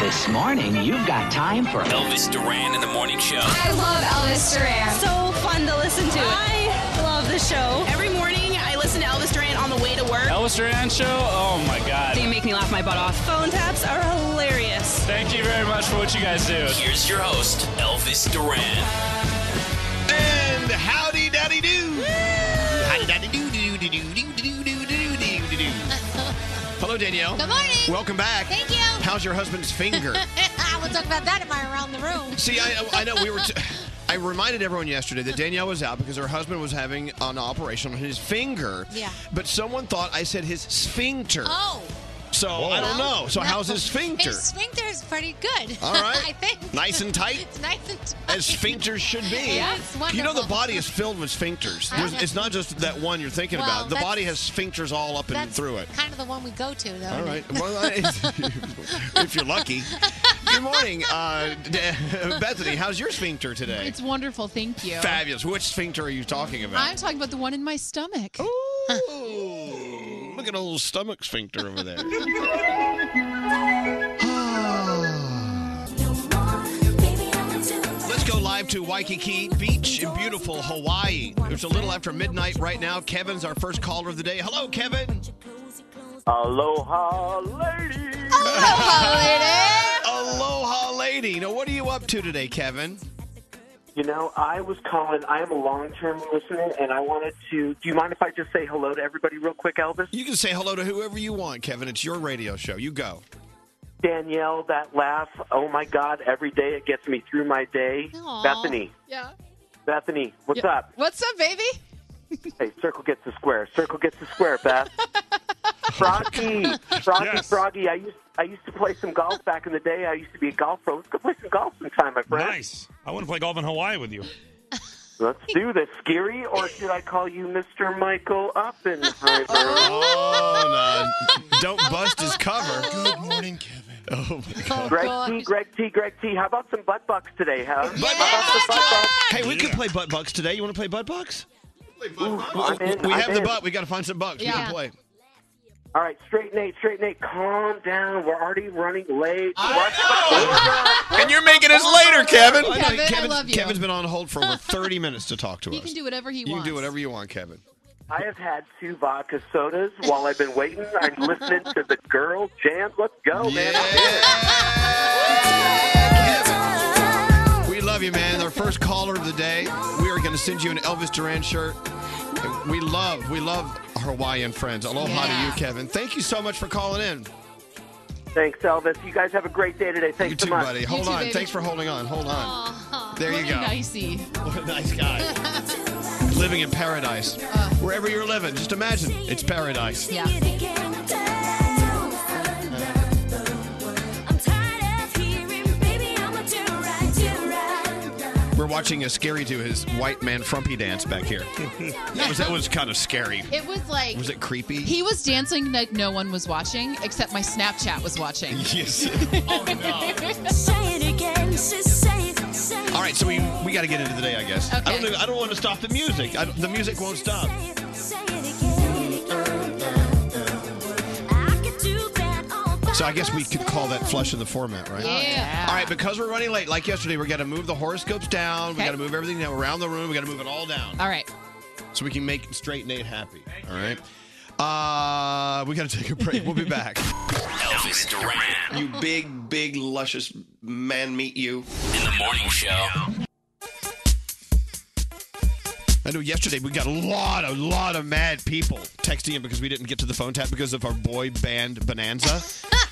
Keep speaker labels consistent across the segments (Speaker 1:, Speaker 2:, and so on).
Speaker 1: This morning, you've got time for Elvis Duran in the morning show.
Speaker 2: I love Elvis Duran.
Speaker 3: So fun to listen to.
Speaker 4: I love the show.
Speaker 3: Every morning, I listen to Elvis Duran on the way to work.
Speaker 5: Elvis Duran show? Oh my God.
Speaker 3: They make me laugh my butt off.
Speaker 4: Phone taps are hilarious.
Speaker 5: Thank you very much for what you guys do.
Speaker 1: Here's your host, Elvis Duran.
Speaker 6: And howdy daddy do. Howdy daddy do do do do do do do do do do. Hello, Danielle.
Speaker 7: Good morning.
Speaker 6: Welcome back.
Speaker 7: Thank you.
Speaker 6: How's your husband's finger?
Speaker 7: we'll talk about that in my around the room.
Speaker 6: See, I, I know we were. T- I reminded everyone yesterday that Danielle was out because her husband was having an operation on his finger.
Speaker 7: Yeah.
Speaker 6: But someone thought I said his sphincter.
Speaker 7: Oh.
Speaker 6: So I don't know. So how's his sphincter?
Speaker 7: His sphincter is pretty good.
Speaker 6: All right.
Speaker 7: I think.
Speaker 6: Nice and tight?
Speaker 7: It's nice and tight.
Speaker 6: as sphincters should be.
Speaker 7: Yeah, it's
Speaker 6: you know,
Speaker 7: wonderful.
Speaker 6: the body is filled with sphincters.
Speaker 7: I
Speaker 6: There's,
Speaker 7: know.
Speaker 6: it's not just that one you're thinking
Speaker 7: Well,
Speaker 6: about. The body has
Speaker 7: that's-
Speaker 6: sphincters all up and
Speaker 7: That's
Speaker 6: through it.
Speaker 7: kind of the one we go to, though. isn't
Speaker 6: All right.
Speaker 7: it?
Speaker 6: Well, I- if you're lucky. Good morning, uh, D- Bethany. How's your sphincter today?
Speaker 8: It's wonderful, thank you.
Speaker 6: Fabulous. Which sphincter are you talking
Speaker 8: I'm
Speaker 6: about?
Speaker 8: talking about the one in my stomach.
Speaker 6: Ooh, Look at old stomach sphincter over there. Let's go live to Waikiki Beach in beautiful Hawaii. It's a little after midnight right now. Kevin's our first caller of the day. Hello, Kevin.
Speaker 9: Aloha, lady.
Speaker 6: Aloha, lady. Now, what are you up to today, Kevin?
Speaker 9: You know, I was calling. I am a long-term listener, and I wanted to. Do you mind if I just say hello to everybody real quick, Elvis?
Speaker 6: You can say hello to whoever you want, Kevin. It's your radio show. You go.
Speaker 9: Danielle, that laugh. Oh my God! Every day it gets me through my day.
Speaker 8: Aw.
Speaker 9: Bethany,
Speaker 8: Yeah.
Speaker 9: Bethany, what's
Speaker 8: Yeah.
Speaker 9: up?
Speaker 8: What's up, baby?
Speaker 9: Hey, circle gets the square. Circle gets the square, Beth. Froggy, Froggy,
Speaker 5: Yes.
Speaker 9: Froggy. I used I used to play some golf back in the day. I used to be a golf pro. Let's go play some golf sometime, my friend.
Speaker 5: Nice. I want to play golf in Hawaii with you.
Speaker 9: Let's do this, Scary, or should I call you Mr. Michael Oppenheimer?
Speaker 6: Oh, no. Don't bust his cover.
Speaker 10: Good morning, Kevin.
Speaker 6: Oh, my God.
Speaker 11: Greg T, Greg T, Greg T. How about some butt bucks today, huh?
Speaker 6: Hey, we could play butt bucks today. You want to play butt bucks?
Speaker 11: I'm in,
Speaker 6: we
Speaker 11: I'm
Speaker 6: have the
Speaker 11: in.
Speaker 6: butt. We got to find some bucks. We
Speaker 11: Yeah.
Speaker 6: can play.
Speaker 11: All right, straight Nate, straight Nate, calm down. We're already running late.
Speaker 6: And you're making
Speaker 11: us later, Kevin.
Speaker 8: Kevin, I love you.
Speaker 6: Kevin's been on hold for over 30 minutes to talk to
Speaker 8: He
Speaker 6: us.
Speaker 8: can do whatever he
Speaker 6: you can
Speaker 8: wants.
Speaker 6: do whatever you want, Kevin.
Speaker 11: I have had two vodka sodas while I've been waiting. I'm listening to the girl jams. Let's go, man.
Speaker 6: We love you, man. Our first caller of the day. We are going to send you an Elvis Duran shirt. We love, we love our Hawaiian friends. Aloha
Speaker 11: Yeah.
Speaker 6: to you, Kevin. Thank you so much for calling in.
Speaker 11: Thanks, Elvis. You guys have a great day today. Thanks
Speaker 6: you too,
Speaker 11: so much.
Speaker 6: buddy. Hold on. Thanks for holding on. Hold on. there you
Speaker 8: What a
Speaker 6: go.
Speaker 8: Uh-huh. nicey.
Speaker 6: What a nice guy. living in paradise. Wherever you're living, just imagine it's paradise.
Speaker 8: Yeah.
Speaker 6: We're watching a scary do his white man frumpy dance back here. that was that was kind of scary.
Speaker 8: It was like
Speaker 6: Was it creepy?
Speaker 8: he was dancing like no one was watching, except my Snapchat was watching.
Speaker 6: Yes.
Speaker 8: no.
Speaker 6: All right, so we we got to get into the day, I guess. I don't
Speaker 8: Okay.
Speaker 6: know, I don't want to stop the music. I, the music won't stop. So I guess we could call that flush in the format, right?
Speaker 8: Yeah.
Speaker 6: All right, because we're running late, like yesterday, we're going to move the horoscopes down. We got to move everything down around the room. We got to move it all down.
Speaker 8: All right.
Speaker 6: So we can make straight Nate happy. All right. Uh, we got to take a break. We'll be back.
Speaker 1: Elvis Duran.
Speaker 6: You big, big, luscious man, meet you.
Speaker 1: In the morning show.
Speaker 6: I know yesterday we got a lot, a lot of mad people texting in because we didn't get to the phone tap because of our boy band Bonanza.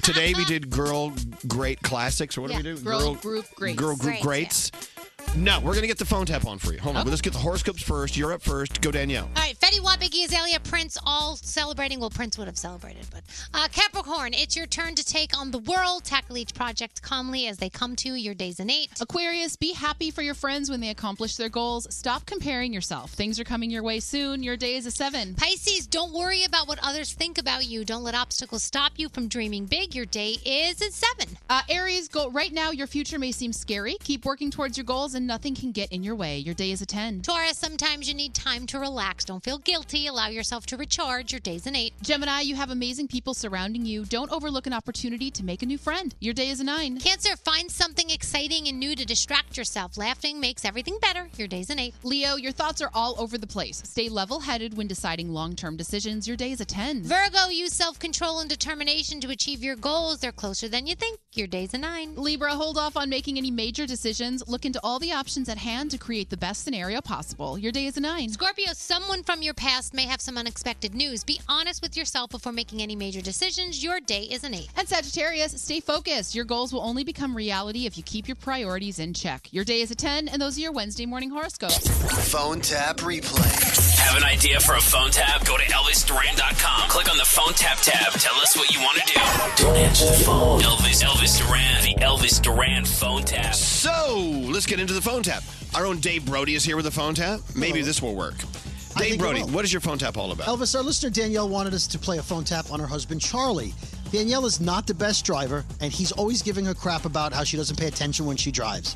Speaker 6: Today we did girl great classics, or what
Speaker 8: Yeah,
Speaker 6: do we do?
Speaker 8: girl group greats.
Speaker 6: Girl group
Speaker 8: Greats,
Speaker 6: greats. No, we're gonna get the phone tap on for you. Hold on, let's get the horoscopes first. You're up first. Go Danielle.
Speaker 7: All right, Fetty Wap, Iggy Azalea, Prince, all celebrating. Well, Prince would have celebrated, but uh, Capricorn, it's your turn to take on the world. Tackle each project calmly as they come to you. your days in eight.
Speaker 8: Aquarius, be happy for your friends when they accomplish their goals. Stop comparing yourself. Things are coming your way soon. Your day is a seven.
Speaker 7: Pisces, don't worry about what others think about you. Don't let obstacles stop you from dreaming big. Your day is at seven.
Speaker 8: Uh, Aries, go right now. Your future may seem scary. Keep working towards your goals, and nothing can get in your way. Your day is a ten.
Speaker 7: Taurus, sometimes you need time to relax. Don't feel guilty. Allow yourself to recharge. Your day's an eight.
Speaker 8: Gemini, you have amazing people surrounding you. Don't overlook an opportunity to make a new friend. Your day is a nine.
Speaker 7: Cancer, find something exciting and new to distract yourself. Laughing makes everything better. Your day's an eight.
Speaker 8: Leo, your thoughts are all over the place. Stay level headed when deciding long term decisions. Your day is a 10.
Speaker 7: Virgo, use self control and determination to achieve your goals. They're closer than you think. Your day's a nine.
Speaker 8: Libra, hold off on making any major decisions. Look into all the options at hand to create the best scenario possible. Your day is a 9.
Speaker 7: Scorpio, someone from your past may have some unexpected news. Be honest with yourself before making any major decisions. Your day is an eight.
Speaker 8: And Sagittarius, stay focused. Your goals will only become reality if you keep your priorities in check. Your day is a 10, and those are your Wednesday morning horoscopes.
Speaker 9: Phone tap replay.
Speaker 1: Have an idea for a phone tap? Go to ElvisDuran.com. Click on the phone tap tab. Tell us what you want to do. Don't answer the phone. Elvis, Elvis Duran, the Elvis Duran phone tap.
Speaker 6: So let's get into the phone tap. Our own Dave Brody is here with a phone tap. Maybe this will work.
Speaker 12: I
Speaker 6: Dave
Speaker 12: think it
Speaker 6: Brody,
Speaker 12: will.
Speaker 6: what is your phone tap all about?
Speaker 12: Elvis, our listener Danielle wanted us to play a phone tap on her husband Charlie. Danielle is not the best driver, and he's always giving her crap about how she doesn't pay attention when she drives.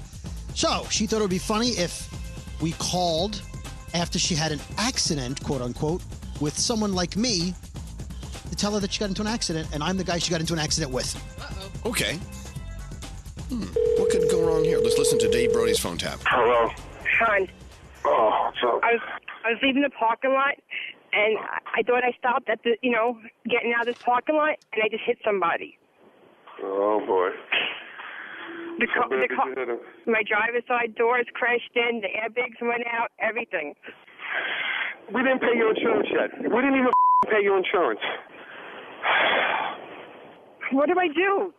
Speaker 12: So she thought it would be funny if we called after she had an accident, quote unquote, with someone like me to tell her that she got into an accident, and I'm the guy she got into an accident with.
Speaker 6: Okay. Hmm. What could go wrong here? Let's listen to Dave Brody's phone tap.
Speaker 11: Hello.
Speaker 13: Hon,
Speaker 11: Oh, so
Speaker 13: I was I was leaving the parking lot, and I- I thought I stopped at the you know getting out of this parking lot, and I just hit somebody.
Speaker 11: Oh boy.
Speaker 13: The car, the car, my driver's side doors crashed in, the airbags went out, everything.
Speaker 11: We didn't pay your insurance yet. We didn't even f- pay your insurance.
Speaker 13: What do I do?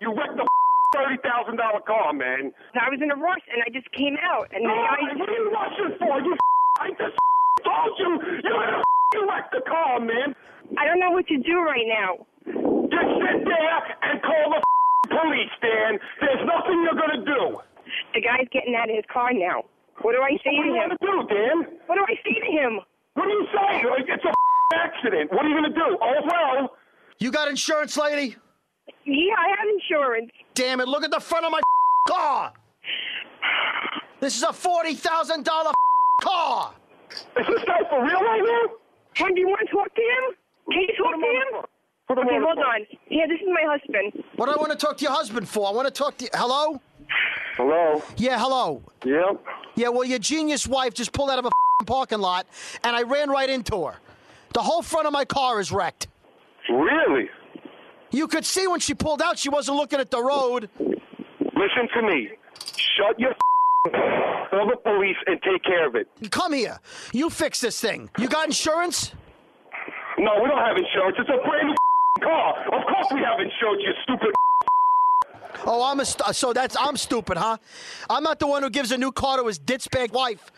Speaker 11: You wrecked the thirty thousand dollar car, man.
Speaker 13: I was in a rush, and I just came out, and the guy.
Speaker 11: What are you rushing for? You f- I just f- told you you had to f- wreck the car, man.
Speaker 13: I don't know what to do right now.
Speaker 11: Just sit there and call the f- police, Dan. There's nothing you're gonna do.
Speaker 13: The guy's getting out of his car now. What do I say to him?
Speaker 11: What do you do, Dan?
Speaker 13: What do I say to him?
Speaker 11: What do you say? It's a f- accident. What are you gonna do? Oh well.
Speaker 12: You got insurance, lady?
Speaker 13: Yeah, I have insurance.
Speaker 14: Damn it, look at the front of my car. This is a $40,000 car. Is this guy for real right now?
Speaker 13: Hey, do you want to talk to him? Can you talk to him?
Speaker 14: Put him
Speaker 13: okay,
Speaker 14: on the
Speaker 13: hold
Speaker 14: phone.
Speaker 13: on. Yeah, this is my husband.
Speaker 14: What do I want to talk to your husband for? I want to talk to. Hello?
Speaker 11: Hello.
Speaker 14: Yeah, hello.
Speaker 11: Yep.
Speaker 14: Yeah, well, your genius wife just pulled out of a f***ing parking lot, and I ran right into her. The whole front of my car is wrecked.
Speaker 11: Really?
Speaker 14: You could see when she pulled out, she wasn't looking at the road.
Speaker 11: Listen to me. Shut your call the police and take care of it.
Speaker 14: Come here. You fix this thing. You got insurance?
Speaker 11: No, we don't have insurance. It's a brand new car. Of course we have insurance, you stupid.
Speaker 14: Oh, I'm a st- so that's I'm stupid, huh? I'm not the one who gives a new car to his ditchbag wife.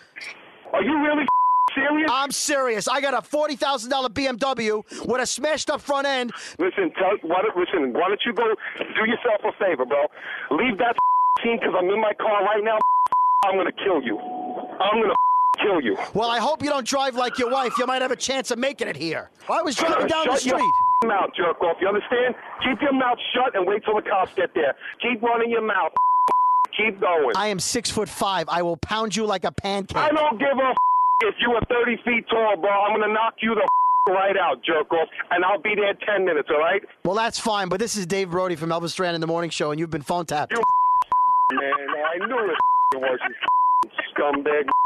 Speaker 11: Are you really serious?
Speaker 14: I'm serious. I got a forty thousand dollar BMW with a smashed up front end.
Speaker 11: Listen, tell why don't, listen. Why don't you go do yourself a favor, bro? Leave that scene because I'm in my car right now. I'm gonna kill you. I'm gonna kill you.
Speaker 14: Well, I hope you don't drive like your wife. You might have a chance of making it here. I was driving down the
Speaker 11: Uh, shut
Speaker 14: street.
Speaker 11: Your mouth, jerk off. You understand? Keep your mouth shut and wait till the cops get there. Keep running your mouth. Keep going.
Speaker 14: I am six foot five. I will pound you like a pancake.
Speaker 11: I don't give a if you were 30 feet tall, bro. I'm gonna knock you the right out, jerk off, and I'll be there 10 minutes. All right?
Speaker 14: Well, that's fine, but this is Dave Brody from Elvis Duran in the Morning Show, and you've been phone tapped.
Speaker 11: Man, I knew it was you scumbag.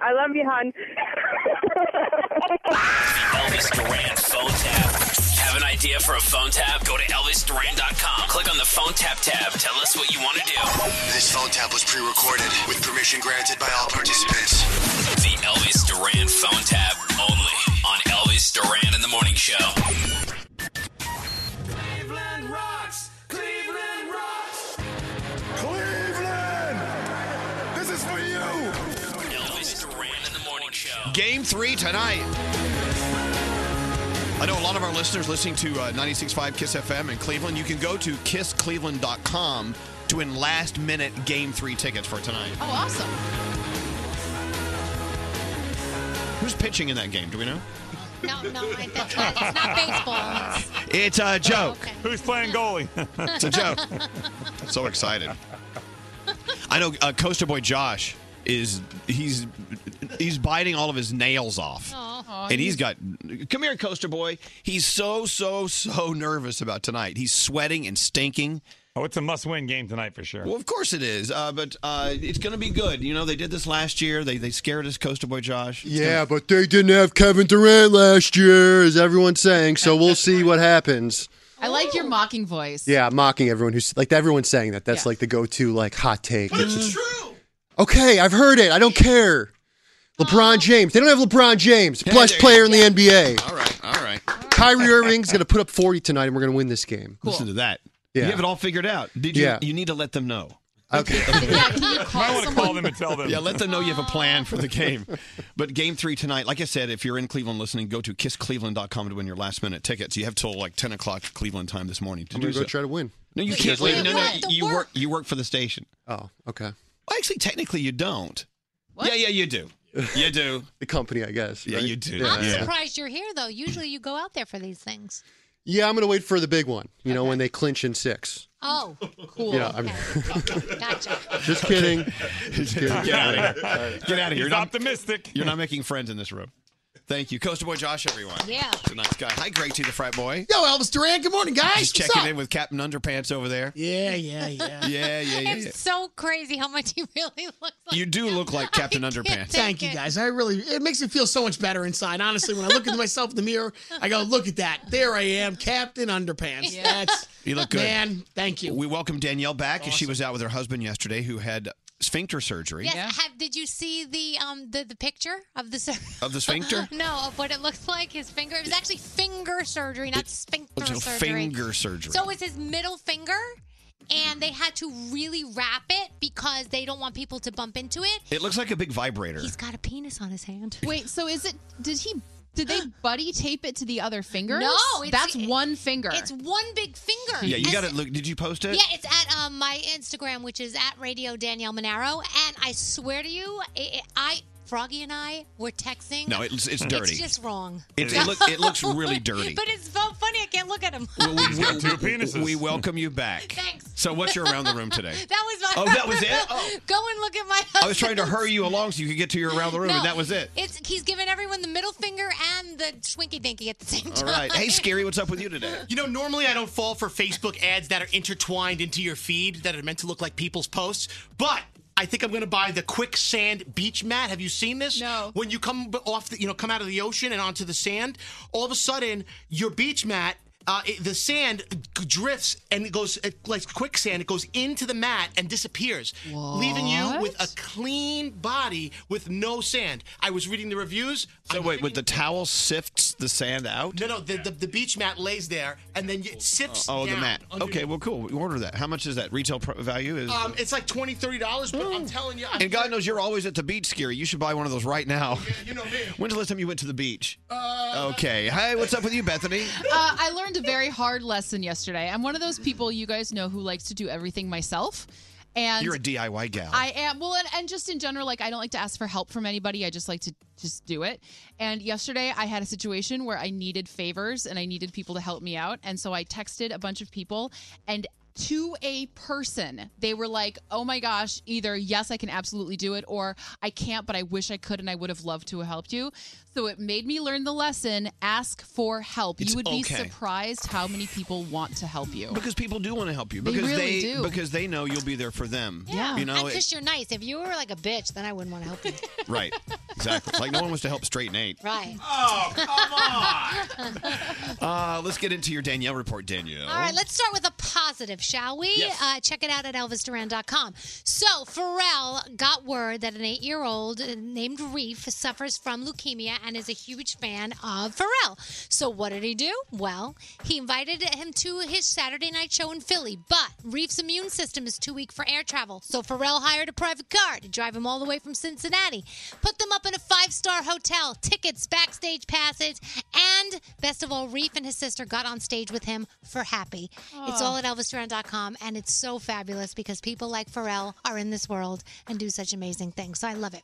Speaker 13: I love you, hon.
Speaker 1: Elvis Duran phone tap. Have an idea for a phone tap? Go to ElvisDuran.com. Click on the phone tap tab. Tell us what you want to do.
Speaker 9: This phone tap was pre-recorded with permission granted by all participants.
Speaker 1: The Elvis Duran phone tap only on Elvis Duran in the Morning Show.
Speaker 15: Cleveland rocks! Cleveland rocks!
Speaker 9: Cleveland! This is for you!
Speaker 1: Elvis Duran in the Morning Show.
Speaker 6: Game three tonight. I know a lot of our listeners listening to uh, 96.5 Kiss FM in Cleveland. You can go to kisscleveland.com to win last minute game three tickets for tonight.
Speaker 8: Oh, awesome.
Speaker 6: Who's pitching in that game? Do we know?
Speaker 7: No, no, I think that- it's not baseball. It's-
Speaker 6: It's a joke.
Speaker 5: Who's playing goalie?
Speaker 6: it's a joke. I'm so excited. I know uh, Coaster Boy Josh is he's he's biting all of his nails off.
Speaker 9: Oh,
Speaker 6: and he's got come here coaster boy he's so so so nervous about tonight he's sweating and stinking
Speaker 5: oh it's a must-win game tonight for sure
Speaker 6: well of course it is uh, but uh, it's going to be good you know they did this last year they they scared us coaster boy josh It's
Speaker 16: Yeah, but they didn't have Kevin Durant last year, as everyone's saying. So we'll see what happens.
Speaker 8: I like your mocking voice.
Speaker 16: Yeah, I'm mocking everyone who's like everyone's saying that. That's like the go-to like hot take. It's
Speaker 6: Mm.
Speaker 16: just- Okay, I've heard it. I don't care. LeBron James. They don't have LeBron James,
Speaker 6: Oh. Yeah,
Speaker 16: best
Speaker 6: there you
Speaker 16: player in
Speaker 6: go.
Speaker 16: the NBA.
Speaker 6: all right all right
Speaker 16: Kyrie Irving's gonna put up 40 tonight, and we're gonna win this game.
Speaker 6: listen to that
Speaker 16: Yeah.
Speaker 6: you have it all figured out did you
Speaker 16: Yeah.
Speaker 6: you need to let them know
Speaker 16: Okay.
Speaker 8: yeah, can you call
Speaker 5: Might want to
Speaker 8: someone?
Speaker 5: call them and tell them.
Speaker 6: Yeah, let them know you have a plan for the game. But game three tonight, like I said, if you're in Cleveland listening, go to kisscleveland.com to win your last minute tickets. You have till like 10 o'clock Cleveland time this morning to
Speaker 16: I'm
Speaker 6: do
Speaker 16: gonna go
Speaker 6: so.
Speaker 16: try to win.
Speaker 6: No, you
Speaker 16: Wait,
Speaker 6: can't.
Speaker 16: you
Speaker 6: Wait, no,
Speaker 16: can't
Speaker 6: no,
Speaker 16: let the
Speaker 6: you work. You work for the station.
Speaker 16: Oh, okay.
Speaker 6: Well, actually, technically, you don't. Yeah, yeah, you do. You do.
Speaker 16: the company, I guess.
Speaker 6: Yeah, you do.
Speaker 16: Yeah.
Speaker 7: I'm
Speaker 16: Yeah.
Speaker 7: surprised you're here, though. Usually you go out there for these things.
Speaker 16: Yeah, I'm gonna wait for the big one. You know, when they clinch in six.
Speaker 7: Oh, cool.
Speaker 16: Yeah, I'm
Speaker 7: Gotcha.
Speaker 16: just kidding. Just kidding.
Speaker 6: Get out of here. Get out of here.
Speaker 5: He's
Speaker 6: You're not-
Speaker 5: optimistic.
Speaker 6: You're not making friends in this room. Thank you, Coaster Boy Josh. Everyone.
Speaker 15: Yeah.
Speaker 6: He's a nice guy. Hi, Greg T, the frat boy.
Speaker 15: Yo, Elvis Duran. Good morning, guys.
Speaker 6: Just checking in with Captain Underpants over there.
Speaker 15: Yeah, yeah, yeah.
Speaker 6: Yeah, yeah, yeah.
Speaker 7: it's
Speaker 6: yeah.
Speaker 7: so crazy how much he really looks like.
Speaker 6: You do look like Captain Underpants.
Speaker 15: Thank you guys. I really it makes me feel so much better inside. Honestly, when I look at myself in the mirror, I go, "Look at that! There I am, Captain Underpants." That's
Speaker 6: You look good.
Speaker 15: man. Thank you.
Speaker 6: We welcome Danielle back as she was out with her husband yesterday who had sphincter surgery.
Speaker 7: Yes. Have, did you see the um the, the picture of the sur-
Speaker 6: Of the sphincter?
Speaker 7: no, of what it looked like. His finger. It was actually finger surgery, not sphincter
Speaker 6: It's a
Speaker 7: surgery.
Speaker 6: finger surgery.
Speaker 7: So it's his middle finger, and they had to really wrap it because they don't want people to bump into it.
Speaker 6: it looks like a big vibrator.
Speaker 7: He's got a penis on his hand.
Speaker 8: Wait, so is it? Did he? Did they buddy tape it to the other fingers?
Speaker 7: No, it's-
Speaker 8: that's one finger.
Speaker 7: It's one big finger.
Speaker 6: yeah, you
Speaker 7: And-
Speaker 6: got to look. Did you post it?
Speaker 7: Yeah, it's at um, my Instagram, which is at Radio Danielle Monaro, and I swear to you, it, it, I Froggy and I were texting.
Speaker 6: No, it's- it's dirty.
Speaker 7: It's just wrong.
Speaker 6: It's- it look- it looks really dirty.
Speaker 7: but it's so funny. I can't look at him.
Speaker 6: He's got two penises. We welcome you back.
Speaker 7: Thanks.
Speaker 6: So what's your around the room today?
Speaker 7: That was my.
Speaker 6: Oh, that was it?
Speaker 7: Go and look at my.
Speaker 6: I was trying to hurry you along so you could get to your around the room,
Speaker 7: No,
Speaker 6: and that was it.
Speaker 7: It's he's giving everyone the middle finger and the swinky dinky at the same
Speaker 6: All
Speaker 7: time.
Speaker 6: right. Hey, Scary, what's up with you today?
Speaker 17: You know, normally I don't fall for Facebook ads that are intertwined into your feed that are meant to look like people's posts, but I think I'm going to buy the quicksand beach mat. Have you seen this? No. When you come b- off, the, you know, come out of the ocean and onto the sand, all of a sudden your beach mat. Uh, it, the sand g- drifts and it goes it, like quicksand. It goes into the mat and disappears, leaving you with a clean body with no sand. I was reading the reviews.
Speaker 6: So wait, with the towel sifts the sand out?
Speaker 17: No, no, the, the, the beach mat lays there and then it sifts.
Speaker 6: Oh, the
Speaker 17: down
Speaker 6: mat.
Speaker 17: underneath.
Speaker 6: Okay, well, cool. We order that. How much is that? Retail pr- value is. Mm.
Speaker 17: Um, it's like twenty, thirty dollars, but I'm telling you, I,
Speaker 6: and God knows you're always at the beach, Scary. You should buy one of those right now.
Speaker 17: you know me. Uh,
Speaker 6: When's the last time you went to the beach? okay. Hey, what's up with you, Bethany?
Speaker 8: uh, I learned a very hard lesson yesterday. I'm one of those people you guys know who likes to do everything myself. And
Speaker 6: You're a DIY gal.
Speaker 8: I am well, and, and just in general, like I don't like to ask for help from anybody. I just like to just do it. And yesterday, I had a situation where I needed favors and I needed people to help me out, and so I texted a bunch of people and. To a person, they were like, "Oh my gosh! Either yes, I can absolutely do it, or I can't, but I wish I could, and I would have loved to have helped you." So it made me learn the lesson: ask for help.
Speaker 6: It's
Speaker 8: you would be
Speaker 6: okay.
Speaker 8: surprised how many people want to help you.
Speaker 6: because people do want to help you.
Speaker 8: They
Speaker 6: Because
Speaker 8: really do.
Speaker 6: because they know you'll be there for them.
Speaker 7: Yeah,
Speaker 6: You know,
Speaker 7: and
Speaker 6: it-
Speaker 7: because you're nice. If you were like a bitch, then I wouldn't want to help you.
Speaker 6: right. Exactly. Like no one wants to help straight Nate.
Speaker 7: Right.
Speaker 6: Oh, come Uh, let's get into your Danielle report, Danielle.
Speaker 7: All right, let's start with a positive, shall we?
Speaker 6: Yes.
Speaker 7: Uh, check it out at ElvisDuran.com. So, Pharrell got word that an eight year old named Reef suffers from leukemia and is a huge fan of Pharrell. So, what did he do? Well, he invited him to his Saturday night show in Philly, but Reef's immune system is too weak for air travel. So, Pharrell hired a private car to drive him all the way from Cincinnati, put them up in a five star hotel, tickets, backstage passes, and best of all, Reef and his sister got on stage with him for Happy. It's
Speaker 18: Oh.
Speaker 7: all at ElvisDuran.com, and it's so fabulous because people like Pharrell are in this world and do such amazing things. So I love it.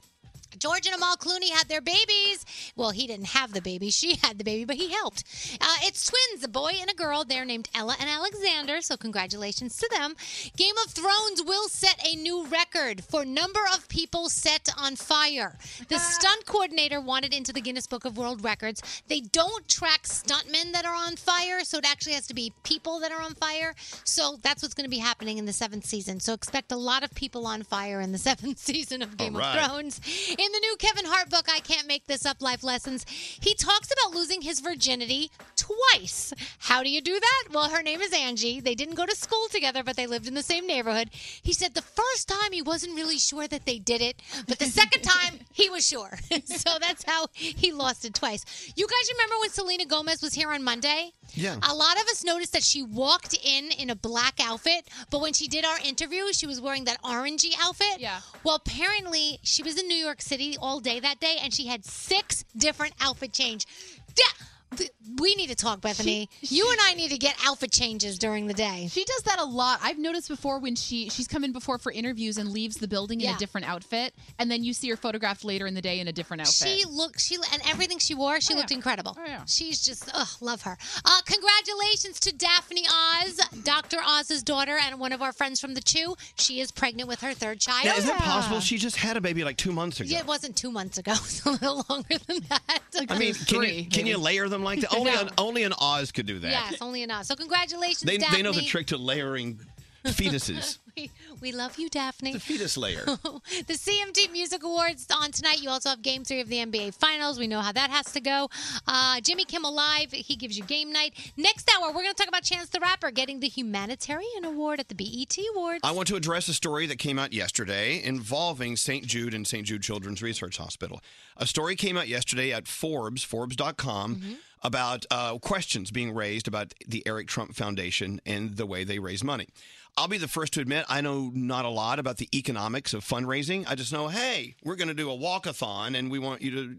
Speaker 7: George and Amal Clooney had their babies. Well, he didn't have the baby. She had the baby, but he helped. Uh, it's twins, a boy and a girl. They're named Ella and Alexander, so congratulations to them. Game of Thrones will set a new record for number of people set on fire. The stunt coordinator wanted into the Guinness Book of World Records. They don't track stuntmen that are on fire, so it actually has to be people that are on fire. So that's what's going to be happening in the seventh season. So expect a lot of people on fire in the seventh season of Game
Speaker 18: All
Speaker 7: of
Speaker 18: right.
Speaker 7: Thrones. Jones. In the new Kevin Hart book, I Can't Make This Up Life Lessons, he talks about losing his virginity twice. How do you do that? Well, her name is Angie. They didn't go to school together, but they lived in the same neighborhood. He said the first time he wasn't really sure that they did it, but the second time he was sure. so that's how he lost it twice. You guys remember when Selena Gomez was here on Monday?
Speaker 19: Yeah.
Speaker 7: A lot of us noticed that she walked in in a black outfit, but when she did our interview, she was wearing that orangey outfit. Yeah. Well, apparently she was in New York City all day that day, and she had six different outfit change. Da- th- We need to talk, Bethany. you and I need to get outfit changes during the day.
Speaker 8: She does that a lot. I've noticed before when she she's come in before for interviews and leaves the building in
Speaker 7: Yeah.
Speaker 8: a different outfit, and then you see her photographed later in the day in a different outfit.
Speaker 7: She looked, she and everything she wore, she looked incredible. She's just, ugh, love her. Uh, congratulations to Daphne Oz, Dr. Oz's daughter, and one of our friends from the Chew. She is pregnant with her third child.
Speaker 6: Now, is that possible? She just had a baby like two months ago.
Speaker 7: Yeah, it wasn't two months ago. It's a little longer than that.
Speaker 6: I mean, can you can you layer them like that? Only
Speaker 7: No.
Speaker 6: an only an Oz could do that.
Speaker 7: Yes, only in us. So congratulations,
Speaker 6: They
Speaker 7: Daphne.
Speaker 6: they know the trick to layering fetuses.
Speaker 7: We, we love you, Daphne.
Speaker 6: the fetus layer.
Speaker 7: the CMT Music Awards on tonight. You also have Game Three of the NBA Finals. We know how that has to go. Uh, Jimmy Kimmel Live. He gives you game night. Next hour, we're going to talk about Chance the Rapper getting the humanitarian award at the BET Awards.
Speaker 6: I want to address a story that came out yesterday involving St. Jude and St. Jude Children's Research Hospital. A story came out yesterday at Forbes, Forbes.com, about uh, questions being raised about the Eric Trump Foundation and the way they raise money. I'll be the first to admit I know not a lot about the economics of fundraising. I just know, hey, we're going to do a walkathon and we want you to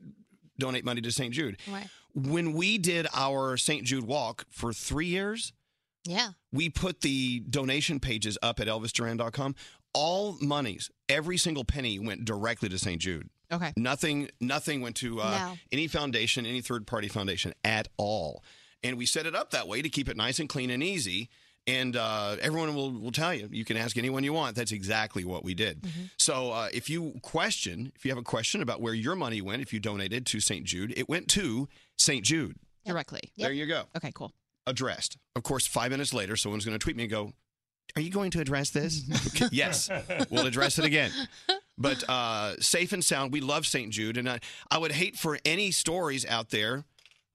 Speaker 6: donate money to St. Jude.
Speaker 7: Right.
Speaker 6: When we did our St. Jude walk for three years,
Speaker 7: Yeah.
Speaker 6: we put the donation pages up at elvisduran.com. All monies, every single penny went directly to St. Jude.
Speaker 8: Okay.
Speaker 6: Nothing, nothing went to uh,
Speaker 8: No.
Speaker 6: any foundation, any third party foundation at all. And we set it up that way to keep it nice and clean and easy. And uh, everyone will, will tell you, you can ask anyone you want. That's exactly what we did. So uh, if you question, if you have a question about where your money went, if you donated to St. Jude, it went to St. Jude.
Speaker 8: Directly.
Speaker 6: There you go.
Speaker 8: Okay, cool.
Speaker 6: Addressed. Of course, five minutes later, someone's going to tweet me and go, Are you going to address this? Okay, yes, we'll address it again. But uh, safe and sound, we love St. Jude. And I, I would hate for any stories out there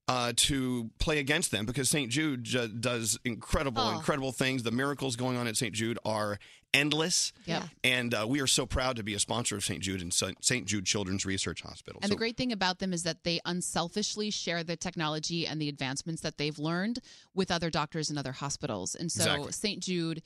Speaker 6: uh, to play against them because St. Jude ju- does incredible,
Speaker 18: Oh.
Speaker 6: incredible things. The miracles going on at St. Jude are endless.
Speaker 8: Yeah.
Speaker 6: And uh, we are so proud to be a sponsor of St. Jude and St. Jude Children's Research Hospital.
Speaker 8: And
Speaker 6: So-
Speaker 8: the great thing about them is that they unselfishly share the technology and the advancements that they've learned with other doctors and other hospitals. And so
Speaker 6: Exactly.
Speaker 8: St. Jude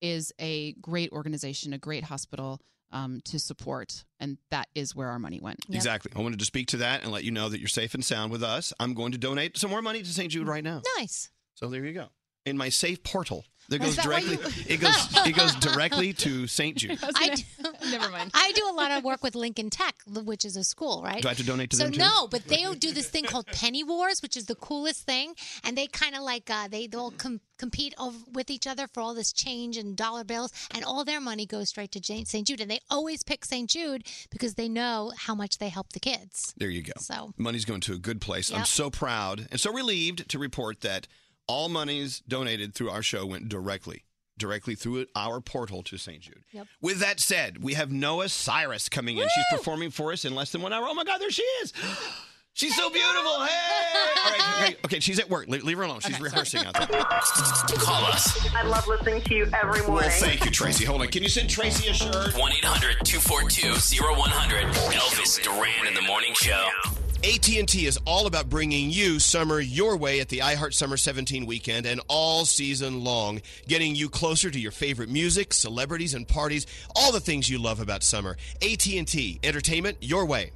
Speaker 8: is a great organization, a great hospital um, to support. And that is where our money went.
Speaker 6: Exactly. I wanted to speak to that and let you know that you're safe and sound with us. I'm going to donate some more money to St. Jude right now.
Speaker 7: Nice.
Speaker 6: So there you go. In my safe portal that goes
Speaker 7: Is that why
Speaker 6: directly,
Speaker 7: you-
Speaker 6: it goes it goes directly to St. Jude.
Speaker 7: I do,
Speaker 8: never mind.
Speaker 7: I do a lot of work with Lincoln Tech, which is a school, right?
Speaker 6: Do I have to donate to
Speaker 7: so
Speaker 6: them too?
Speaker 7: no, but they do this thing called Penny Wars, which is the coolest thing, and they kind of like uh, they all com- compete over with each other for all this change and dollar bills, and all their money goes straight to Jane- St. Jude, and they always pick St. Jude because they know how much they help the kids.
Speaker 6: There you go.
Speaker 7: So-
Speaker 6: money's going to a good place. I'm
Speaker 7: Yep.
Speaker 6: so proud and so relieved to report that all monies donated through our show went directly, directly through our portal to St. Jude.
Speaker 19: Yep.
Speaker 6: With that said, we have Noah Cyrus coming in. She's performing for us in less than one hour. Oh my God, there she is. She's so beautiful. Hey! All right, okay, okay, she's at work. Le- Leave her alone. She's rehearsing out there. Call us.
Speaker 20: I love listening to you every morning.
Speaker 6: Well, thank you, Tracy. Hold on. Can you send Tracy a shirt?
Speaker 1: 1 800 242 0100. Elvis Duran in the Morning Show.
Speaker 19: AT&T is all about bringing you summer your way at the iHeart Summer 17 weekend and all season long, getting you closer to your favorite music, celebrities and parties, all the things you love about summer. AT&T, entertainment your way.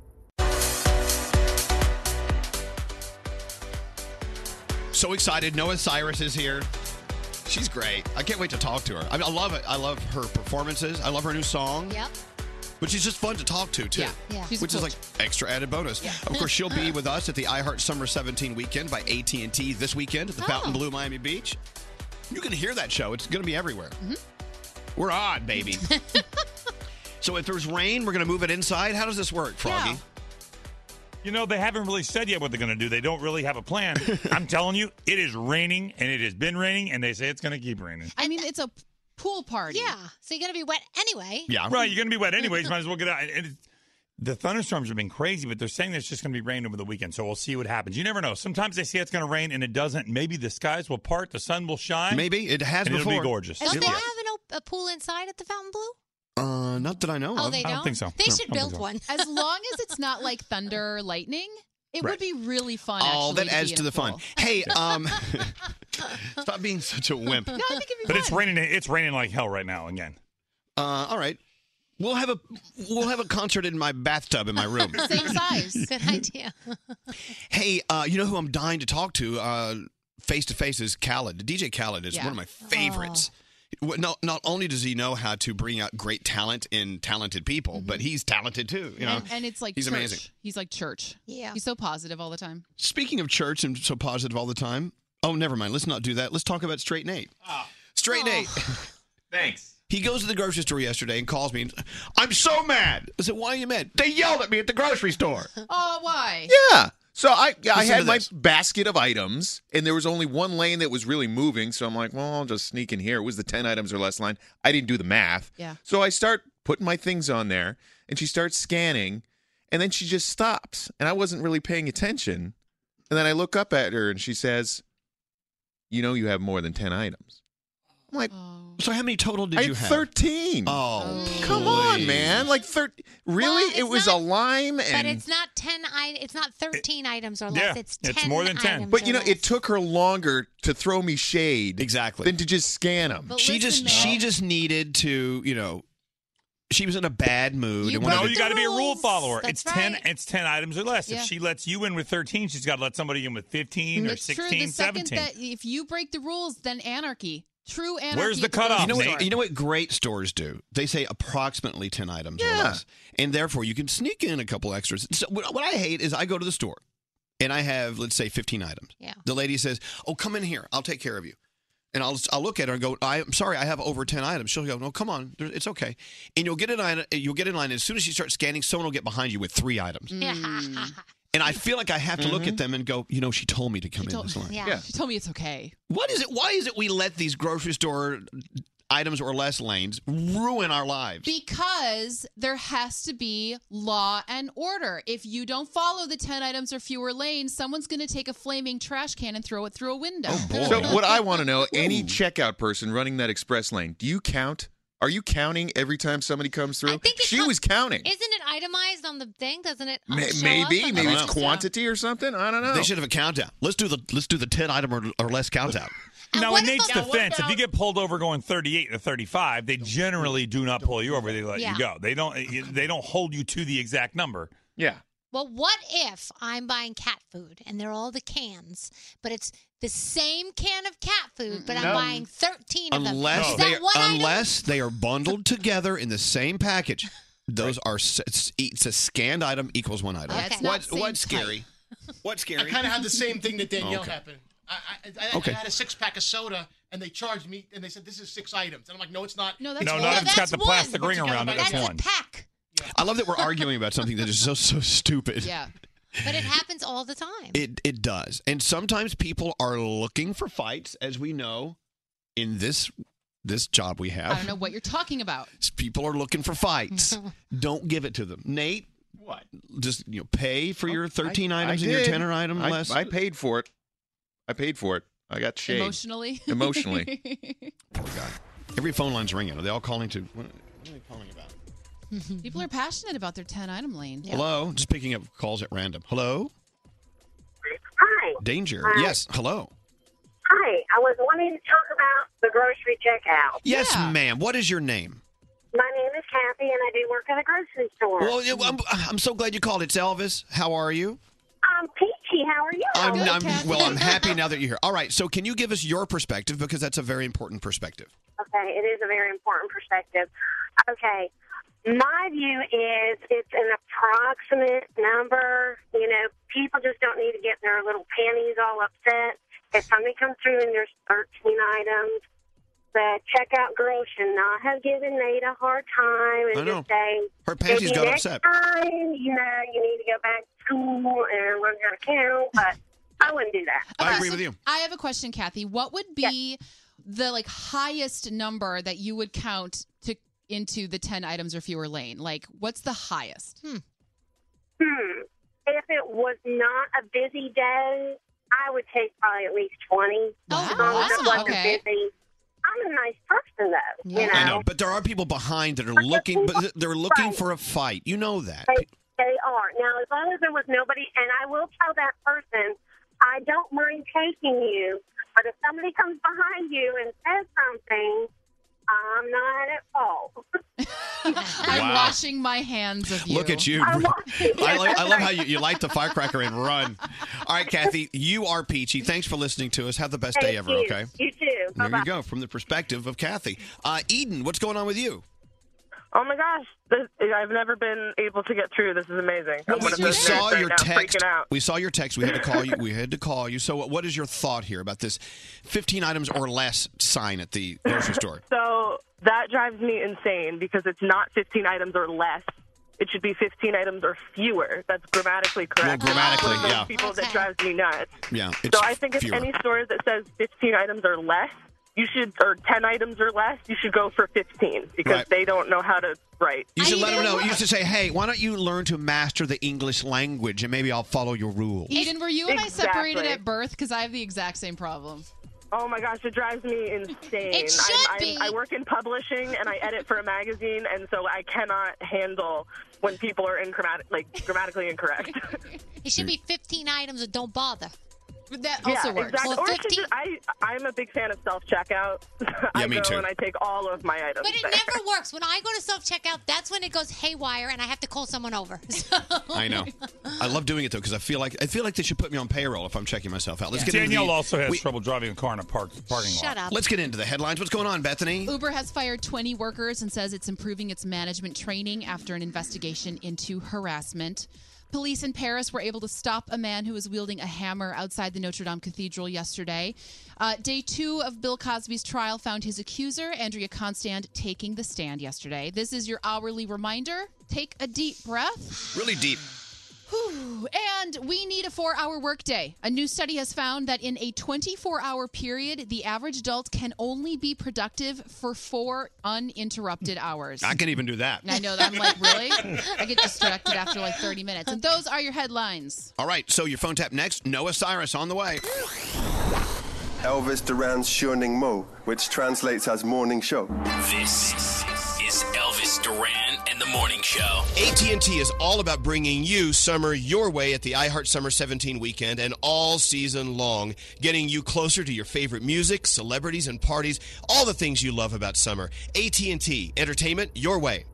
Speaker 6: So excited. Noah Cyrus is here. She's great. I can't wait to talk to her. I, mean, I love it. I love her performances. I love her new song.
Speaker 7: Yep.
Speaker 6: But she's just fun to talk to, too.
Speaker 7: Yeah, yeah. She's
Speaker 6: Which is
Speaker 7: cool.
Speaker 6: like extra added bonus. Of course, she'll be with us at the iHeart Summer 17 weekend by AT&T this weekend at the
Speaker 7: Oh.
Speaker 6: Fountain Blue Miami Beach. You can hear that show. It's going to be everywhere.
Speaker 7: Mm-hmm.
Speaker 6: We're on, baby. so if there's rain, we're going to move it inside. How does this work, Froggy?
Speaker 5: You know, they haven't really said yet what they're going to do. They don't really have a plan. I'm telling you, it is raining and it has been raining, and they say it's going to keep raining.
Speaker 8: I mean, it's a pool party.
Speaker 7: Yeah, so you're gonna be wet anyway.
Speaker 5: Right. You're going to be wet anyways. Might as well get out. And it- the thunderstorms have been crazy, but they're saying there's just going to be rain over the weekend. So we'll see what happens. You never know. Sometimes they say it's going to rain and it doesn't. Maybe the skies will part, the sun will shine.
Speaker 6: Maybe. It has
Speaker 5: and It'll
Speaker 6: before.
Speaker 5: be gorgeous.
Speaker 7: Don't they
Speaker 5: Yeah.
Speaker 7: have an op- a pool inside at the Fountain Blue?
Speaker 6: Uh, not that I know
Speaker 7: Oh,
Speaker 6: of.
Speaker 7: they don't. They should build one.
Speaker 8: As long as it's not like thunder or lightning, it
Speaker 6: Right.
Speaker 8: would be really fun.
Speaker 6: Oh,
Speaker 8: actually,
Speaker 6: that adds
Speaker 8: be in
Speaker 6: to
Speaker 8: a
Speaker 6: the fun.
Speaker 8: pool.
Speaker 6: Hey, um, stop being such a wimp.
Speaker 8: No, I think it'd be
Speaker 5: But it's raining. It's raining like hell right now again.
Speaker 6: Uh, all right, we'll have a we'll have a concert in my bathtub in my room.
Speaker 8: Same size.
Speaker 7: Good idea.
Speaker 6: hey, uh, you know who I'm dying to talk to uh, face to face is Khaled. DJ Khaled is
Speaker 7: Yeah.
Speaker 6: one of my favorites.
Speaker 8: Oh.
Speaker 6: Well, Not, not only does he know how to bring out great talent in talented people, but he's talented too. You know,
Speaker 8: Mm-hmm. and, and it's like
Speaker 6: he's
Speaker 8: church.
Speaker 6: amazing.
Speaker 8: He's like church. Yeah. He's so positive all the time.
Speaker 6: Speaking of church and so positive all the time. Oh, never mind. Let's not do that. Let's talk about Straight Nate. Straight Nate. Thanks. He goes to the grocery store yesterday and calls me. And, I'm so mad. I said, "Why are you mad?" They yelled at me at the grocery store.
Speaker 8: Oh, why?
Speaker 21: Yeah. So I I
Speaker 6: Listen to
Speaker 21: had my
Speaker 6: this.
Speaker 21: basket of items, and there was only one lane that was really moving. So I'm like, well, I'll just sneak in here. It was the ten items or less line. I didn't do the math.
Speaker 8: Yeah.
Speaker 21: So I start putting my things on there, and she starts scanning, and then she just stops, and I wasn't really paying attention. And then I look up at her, and she says, "You know, you have more than ten items." I'm like,
Speaker 8: Oh.
Speaker 6: so how many total did
Speaker 21: I
Speaker 6: you
Speaker 21: had
Speaker 6: have?
Speaker 21: Thirteen.
Speaker 6: Oh,
Speaker 21: come on, man! Like thirty. Really? it was a lime and.
Speaker 7: But it's not ten. I- it's not thirteen items or less. it's ten. items
Speaker 21: But you
Speaker 7: or
Speaker 21: know,
Speaker 7: less.
Speaker 21: it took her longer to throw me shade
Speaker 6: exactly
Speaker 21: than to just scan them.
Speaker 7: But
Speaker 6: she just she just needed to you know she was in a bad mood. and wanted
Speaker 5: no,
Speaker 6: to-
Speaker 5: you got to be a rule follower.
Speaker 6: That's
Speaker 5: it's ten. It's ten items or less.
Speaker 8: Yeah.
Speaker 5: If she lets you in with thirteen, she's got to let somebody in with fifteen or
Speaker 8: It's true. The
Speaker 5: 16,
Speaker 8: second
Speaker 5: 17.
Speaker 8: that if you break the rules, then anarchy. True anarchy.
Speaker 6: You know, what, you know what great stores do? They say approximately 10 items or
Speaker 8: Yeah.
Speaker 6: less. And therefore, you can sneak in a couple extras. So what, what I hate is I go to the store and I have, let's say, 15 items.
Speaker 7: Yeah.
Speaker 6: The lady says, Oh, come in here. I'll take care of you. And I'll, I'll look at her and go, I, am sorry, I have over 10 items. She'll go, No, come on. There- It's okay. And you'll get, in line, you'll get in line. And as soon as she starts scanning, someone will get behind you with three items. And I feel like I have to look at them and go, You know, she told me to come in
Speaker 8: told-
Speaker 6: this line.
Speaker 8: yeah. She told me it's okay.
Speaker 6: What is it? Why is it we let these grocery store items or less lanes ruin our lives?
Speaker 8: Because there has to be law and order. If you don't follow the 10 items or fewer lanes, someone's going to take a flaming trash can and throw it through a window.
Speaker 6: Oh,
Speaker 7: Oh,
Speaker 21: So what I want to know, any checkout person running that express lane, do you count? Are you counting every time somebody comes through? she was counting.
Speaker 7: Isn't it itemized on the thing? Doesn't it?
Speaker 21: Ma-
Speaker 7: show up
Speaker 21: maybe,
Speaker 7: on
Speaker 21: maybe
Speaker 7: the
Speaker 21: it's
Speaker 7: system?
Speaker 21: quantity or something. I don't know.
Speaker 6: They should have a countdown. Let's do the let's do the ten item or, or less countdown.
Speaker 5: Now, in Nate's
Speaker 6: about- Now, what
Speaker 5: defense, if you get pulled over going 38 to 35, they generally do not pull you over. They let
Speaker 7: Yeah.
Speaker 5: you go. They don't. eh, They don't hold you to the exact number.
Speaker 21: Yeah.
Speaker 7: Well, what if I'm buying cat food and they're all the cans, but it's the same can of cat food, but I'm
Speaker 6: No.
Speaker 7: buying 13 of them?
Speaker 6: Unless
Speaker 7: Is
Speaker 6: they
Speaker 7: that one item?
Speaker 6: unless they are bundled together in the same package, those are s- s- it's a scanned item equals one item.
Speaker 17: Yeah, it's Okay. not
Speaker 6: What-
Speaker 17: same
Speaker 6: what's
Speaker 17: type.
Speaker 6: scary? What's
Speaker 17: I kind of had the same thing that Danielle
Speaker 6: Okay.
Speaker 17: happened. I, I, I,
Speaker 6: Okay.
Speaker 17: I had a six pack of soda and they charged me and they said this is six items and I'm like no it's not.
Speaker 8: No,
Speaker 5: that's No, one. not if it's got the plastic ring around it, that's one.
Speaker 7: pack.
Speaker 6: I love that we're arguing about something that is so so stupid.
Speaker 7: Yeah. But it happens all the time.
Speaker 6: It it does. And sometimes people are looking for fights, as we know in this this job we have.
Speaker 8: I don't know what you're talking about.
Speaker 6: People are looking for fights. don't give it to them. Nate,
Speaker 8: What?
Speaker 6: just you know, pay for your 13
Speaker 21: Oh, I
Speaker 6: items and your
Speaker 21: did.
Speaker 6: 10 or item
Speaker 21: I,
Speaker 6: less.
Speaker 21: I paid for it. I paid for it. I got shaved.
Speaker 8: Emotionally?
Speaker 21: Emotionally.
Speaker 6: Poor guy. Every phone line's ringing. Are they all calling to what, what are they calling about?
Speaker 8: People are passionate about their 10 item lane.
Speaker 6: Hello, just picking up calls at random. Hello?
Speaker 22: Hi.
Speaker 6: Danger.
Speaker 22: Hi.
Speaker 6: Yes, hello.
Speaker 22: Hi. I was wanting to talk about the grocery checkout.
Speaker 6: Yes, ma'am. What is your name?
Speaker 22: My name is Kathy, and I do work at a grocery store.
Speaker 6: Well, I'm, I'm so glad you called. It's Elvis. How are you?
Speaker 22: I'm Um, peachy. How are you?
Speaker 6: I'm, I'm, well, I'm happy now that you're here. All right, so can you give us your perspective because that's a very important perspective.
Speaker 22: Okay, it is a very important perspective. Okay, my view is it's an approximate number. You know, people just don't need to get their little panties all upset if somebody comes through and there's 13 items. The checkout girl should not have given Nate a hard time
Speaker 6: I
Speaker 22: and
Speaker 6: know.
Speaker 22: just say,
Speaker 6: Her panties
Speaker 22: "Maybe
Speaker 6: got
Speaker 22: next
Speaker 6: upset."
Speaker 22: Time, you know, you need to go back to school and learn how to count, but I wouldn't do that.
Speaker 6: I agree with you.
Speaker 8: I have a question, Kathy. What would be the like highest number that you would count to into the 10 items or fewer lane? Like what's the highest?
Speaker 22: Hmm. If it was not a busy day, I would take probably at least 20.
Speaker 8: Oh, Wow.
Speaker 22: As long as it wasn't
Speaker 8: Okay.
Speaker 22: busy. I'm a nice person, though. You know,
Speaker 6: I know, but there are people behind that are looking, but th- they're looking for a fight. You know that.
Speaker 22: They, they are. Now, as long as there was nobody, and I will tell that person, I don't mind taking you, but if somebody comes behind you and says something, I'm not at fault.
Speaker 8: I'm
Speaker 6: Wow.
Speaker 8: washing my hands of you.
Speaker 6: Look at you. I, love, I love how you, you light the firecracker and run. All right, Kathy, you are peachy. Thanks for listening to us. Have the best day
Speaker 22: Thank
Speaker 6: ever,
Speaker 22: you.
Speaker 6: okay?
Speaker 22: You too.
Speaker 6: There
Speaker 22: Bye-bye.
Speaker 6: you go, from the perspective of Kathy. Uh, Eden, what's going on with you?
Speaker 22: Um,
Speaker 19: Oh my gosh, this, I've never been able to get through. This is amazing. I'm one of
Speaker 6: we
Speaker 19: those nerds
Speaker 6: saw
Speaker 19: right
Speaker 6: your
Speaker 19: now,
Speaker 6: text.
Speaker 19: freaking out.
Speaker 6: We saw your text. We had to call you. We had to call you. So, what- what is your thought here about this 15 items or less sign at the grocery store?
Speaker 19: So that drives me insane because it's not 15 items or less. It should be 15 items or fewer. That's grammatically correct.
Speaker 6: Well, grammatically,
Speaker 19: It's one of those
Speaker 6: yeah.
Speaker 19: People that drives me nuts.
Speaker 6: Yeah, it's
Speaker 19: So I think if
Speaker 6: fewer.
Speaker 19: any store that says 15 items or less, you should or 10 items or less, you should go for 15 because
Speaker 6: Right.
Speaker 19: they don't know how to write.
Speaker 6: You should let them know. You should say, "Hey, why don't you learn to master the English language, and maybe I'll follow your rules."
Speaker 8: Eden, were you and I separated
Speaker 19: Exactly.
Speaker 8: at birth? Because I have the exact same problem.
Speaker 19: Oh my gosh, it drives me insane.
Speaker 8: It should
Speaker 19: I'm, I'm,
Speaker 8: be.
Speaker 19: I work in publishing and I edit for a magazine, and so I cannot handle when people are in grammat- like grammatically incorrect.
Speaker 7: It should be 15 items that don't bother.
Speaker 8: But that
Speaker 19: yeah,
Speaker 8: also works.
Speaker 19: Exactly. Or it's just- I, I'm a big fan of self checkout. I
Speaker 6: Yeah, me
Speaker 19: go
Speaker 6: too.
Speaker 19: and I take all of my items.
Speaker 7: But it
Speaker 19: there.
Speaker 7: never works. When I go to self checkout, that's when it goes haywire and I have to call someone over. So,
Speaker 6: I know. I love doing it though because I feel like I feel like they should put me on payroll if I'm checking myself out. Let's get into
Speaker 5: Danielle
Speaker 6: the-
Speaker 5: also has
Speaker 6: we-
Speaker 5: trouble driving a car in a park, parking lot.
Speaker 8: Shut up.
Speaker 6: Let's get into the headlines. What's going on, Bethany?
Speaker 8: Uber has fired 20 workers and says it's improving its management training after an investigation into harassment. Police in Paris were able to stop a man who was wielding a hammer outside the Notre Dame Cathedral yesterday. Uh, day two of Bill Cosby's trial found his accuser, Andrea Constand, taking the stand yesterday. This is your hourly reminder. Take a deep breath.
Speaker 6: Really deep.
Speaker 8: Whew. And we need a four hour workday. A new study has found that in a 24 hour period, the average adult can only be productive for four uninterrupted hours.
Speaker 6: I can even do that.
Speaker 8: And I know that I'm like, really? I get distracted after like 30 minutes. And those are your headlines.
Speaker 6: All right, so your phone tap next. Noah Cyrus on the way.
Speaker 23: Elvis Duran's Shurning Mo, which translates as morning show.
Speaker 1: This is Elvis Duran and the Morning Show.
Speaker 6: AT&T is all about bringing you summer your way at the iHeart Summer 17 weekend and all season long, getting you closer to your favorite music, celebrities and parties, all the things you love about summer. AT&T, entertainment your way.